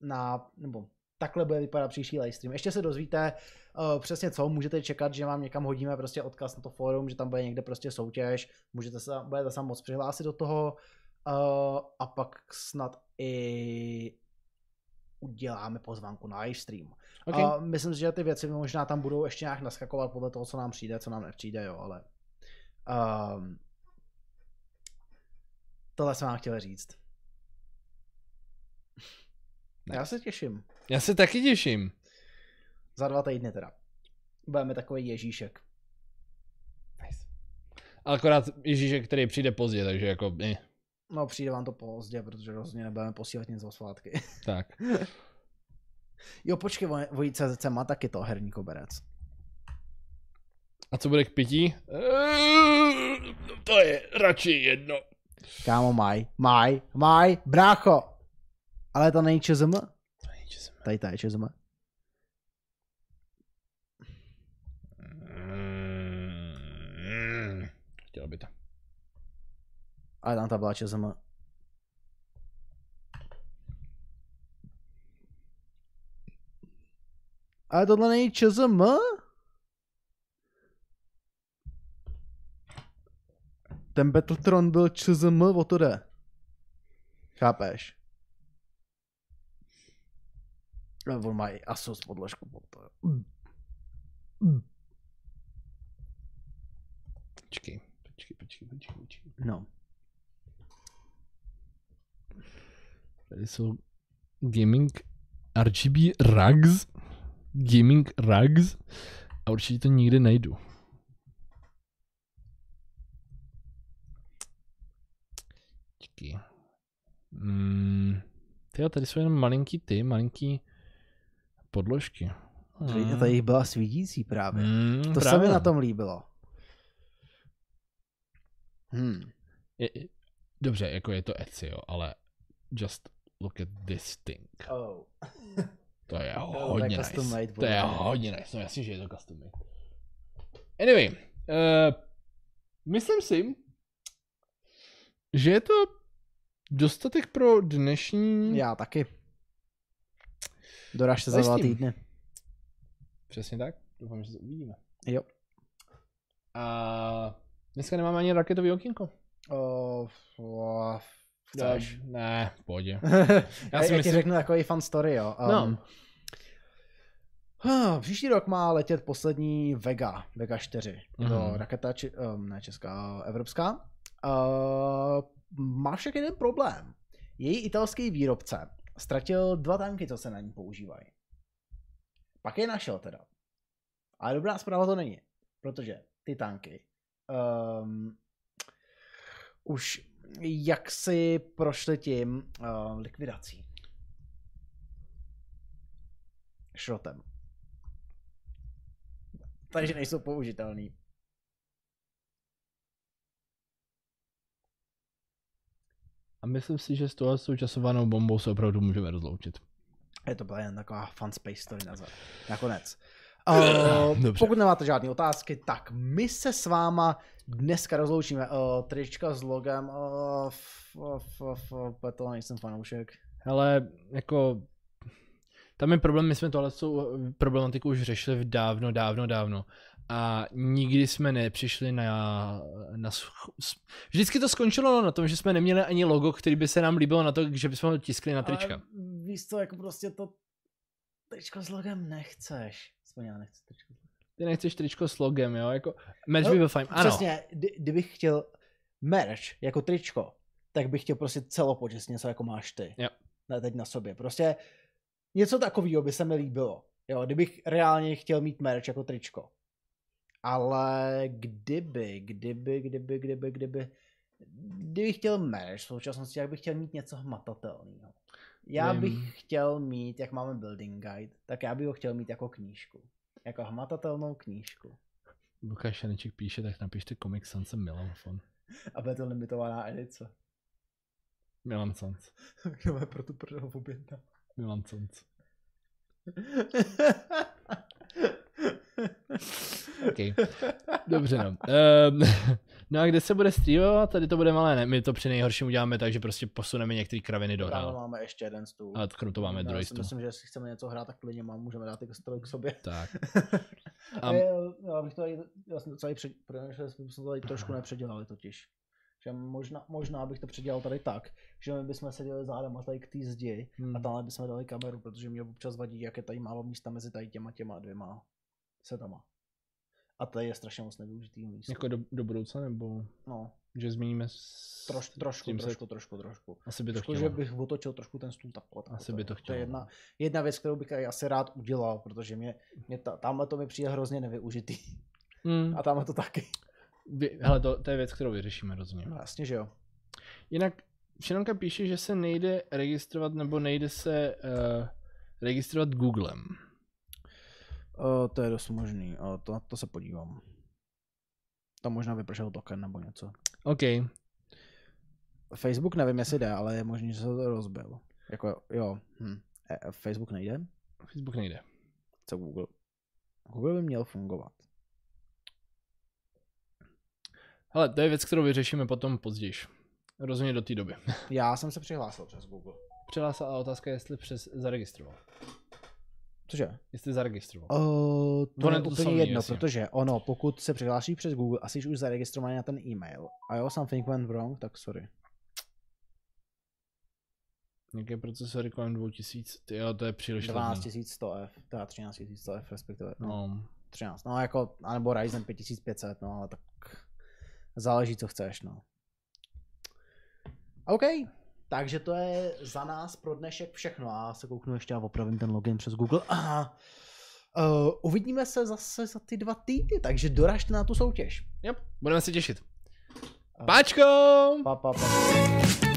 A: na, nebo takhle bude vypadat příští livestream. Ještě se dozvíte uh, přesně co, můžete čekat, že vám někam hodíme prostě odkaz na to fórum, že tam bude někde prostě soutěž, můžete se, budete se moc přihlásit do toho uh, a pak snad i uděláme pozvánku na livestream.
B: Okay.
A: A myslím si, že ty věci možná tam budou ještě nějak naskakovat podle toho, co nám přijde, co nám nepřijde, jo, ale... Um, tohle jsem vám chtěl říct.
B: Ne.
A: Já se těším.
B: Já se taky těším.
A: Za dva týdny teda. Budeme takový Ježíšek.
B: Nice. Ale akorát Ježíšek, který přijde pozdě, takže jako eh,
A: No přijde vám to pozdě, protože rozhodně nebudeme posílat nic o svátky.
B: tak.
A: Jo, počkej, voj- vojí CZC má taky to herní koberec.
B: A co bude k pití? To je radši jedno.
A: Kámo, maj, maj, maj, brácho. Ale to není ČZM? Tady ta je ČZM.
B: Mm, Chtěl by to.
A: Ale tam ta byla ČZM. Ale tohle není ČZM? Ten Battletron byl ČZM, o to jde. Chápeš? No, On má i Asus podložku. po- to-
B: Počkej, počkej, počkej, počkej, počkej.
A: No.
B: Tady jsou gaming RGB rugs. Gaming rugs. A určitě to nikdy najdu. Čekaj. Mm, tyjo, tady jsou jenom malinký ty, malinký podložky.
A: Tady, tady jich byla svítící právě. To
B: Mm,
A: se
B: Hmm. právě.
A: mi na tom líbilo. Hmm.
B: Je, je- dobře, jako je to Etsy, jo, ale just look at this thing.
A: Oh.
B: To je
A: to je
B: hodně
A: custom
B: nice.
A: made,
B: to
A: podle
B: je
A: mě.
B: hodně nice, no jasně, že je to custom made. Anyway, uh, myslím si, že je to dostatek pro dnešní...
A: Já taky. Doražte za
B: Ale s
A: dva
B: tím.
A: týdny.
B: Přesně tak, doufám, že se uvidíme.
A: Jo.
B: A dneska nemáme ani raketový okýnko.
A: Oh, oh, chceš.
B: Ne, v pohodě.
A: Já,
B: Já
A: já,
B: si
A: já ti
B: myslím,
A: řeknu takový fun story, jo. Um,
B: No.
A: ah, Příští rok má letět poslední Vega, Vega 4. Mm.
B: Mhm.
A: To raketa, či, um, ne česká, evropská. Uh, má však jeden problém. Její italský výrobce ztratil dva tanky, co se na ní používají. Pak je našel teda. Ale dobrá zpráva to není, protože ty tanky um, už jak si prošli tím uh, likvidací. Šrotem. Takže nejsou použitelný.
B: a myslím si, že s tou současovanou bombou se opravdu můžeme rozloučit.
A: Je to byla jen taková fun space story na, za- nakonec.
B: Eh,
A: Uh,
B: dobře.
A: pokud nemáte žádné otázky, tak my se s váma dneska rozloučíme. Uh, trička s logem, uh, f, f, f, f, to nejsem fanoušek.
B: Hele, jako... Tam je problém, my jsme tohle problematiku už řešili v dávno, dávno, dávno. A nikdy jsme nepřišli na, na... sch- s- Vždycky to skončilo no, na tom, že jsme neměli ani logo, který by se nám líbilo na to, že bychom ho tiskli na trička.
A: Ale víš co, jako prostě to tričko s logem nechceš. Aspoň já nechci tričko s logem.
B: Ty nechceš tričko s logem, jo? Jako, match
A: No,
B: by byl fajn, ano.
A: Přesně, kdy- kdybych chtěl merch jako tričko, tak bych chtěl prostě celopočest něco jako máš ty.
B: Jo.
A: Ne teď na sobě. Prostě něco takového by se mi líbilo. Jo, kdybych reálně chtěl mít merch jako tričko. Ale kdyby, kdyby, kdyby, kdyby, kdyby, kdybych chtěl merch v současnosti, jak bych chtěl mít něco hmatatelného. Já
B: Vím.
A: bych chtěl mít, jak máme building guide, tak já bych ho chtěl mít jako knížku. Jako hmatatelnou knížku.
B: Lukáš Šeneček píše, tak napište komik Sans Milan von.
A: A bude to limitovaná edice.
B: Milan Sans.
A: Kdo má pro tu prdel objedná?
B: Milan Sans. Okay. Dobře, no. Um, no a kde se bude streamovat? Tady to bude malé, ne? My to při nejhorším uděláme tak, že prostě posuneme některé kraviny do
A: Ráno
B: hrál.
A: máme ještě jeden stůl.
B: A kru to máme
A: Já
B: druhý
A: si
B: stůl.
A: Myslím, že jestli chceme něco hrát, tak klidně mám, můžeme dát i stůl k sobě.
B: Tak.
A: A
B: A-
A: je, já bych to tady, já jsem to tady, před, protože jsme to tady trošku nepředělali totiž. Že možná, možná bych to předělal tady tak, že my bychom seděli zádama tady k té zdi
B: Hmm.
A: a tamhle bychom dali kameru, protože mě občas vadí, jak je tady málo místa mezi tady těma těma dvěma setama. A tady je strašně moc nevyužitý místo.
B: Jako do, do budoucna, nebo
A: No,
B: že zmíníme s...
A: troš, trošku,
B: tím se-
A: trošku, trošku, trošku.
B: Asi by to
A: Trošku, že
B: chtělo.
A: bych otočil trošku ten stůl takhle. takhle,
B: Asi
A: to
B: by
A: je-
B: to
A: To
B: chtělo. no.
A: je jedna, jedna věc, kterou bych asi rád udělal, protože mě, mě ta, tamhle to mi přijde hrozně nevyužitý.
B: Hmm.
A: A tamhle to taky.
B: Vy- Hele, to, to je věc, kterou vyřešíme, rozumím.
A: No jasně, že jo.
B: Jinak Šenonka píše, že se nejde registrovat, nebo nejde se uh, registrovat Googlem.
A: O, to je dost možný, o, to, na to se podívám. Tam možná vypršel token nebo něco.
B: OK.
A: Facebook nevím, jestli jde, ale je možný, že se to rozbil. Jako, jo. Hm. E, e, Facebook nejde?
B: Facebook nejde.
A: Co Google? Google by měl fungovat.
B: Ale to je věc, kterou vyřešíme potom později. Rozhodně do té doby.
A: Já jsem se přihlásil přes Google.
B: Přihlásil a otázka je, jestli přes zaregistroval.
A: Cože?
B: Jestli zaregistroval.
A: Uh, to
B: Ono
A: je
B: je No, to
A: úplně
B: samý,
A: jedno,
B: jasně.
A: protože ono, pokud se přihlášíš přes Google a jsi už zaregistrovaný na ten e-mail a jo, something went wrong, tak sorry.
B: Nějaké procesory kolem 2000, ty jo, to je příliš
A: 12
B: levný.
A: 100F, teda 13 100F respektive. No.
B: No,
A: 13, no jako, anebo Ryzen 5500, no ale tak záleží, co chceš, no. OK, takže to je za nás pro dnešek všechno. Já se kouknu ještě a opravím ten login přes Google. A uh, uvidíme se zase za ty dva týdny, takže doražte na tu soutěž.
B: yep, budeme se těšit.
A: A-
B: Páčko!
A: Pa, pa, pa.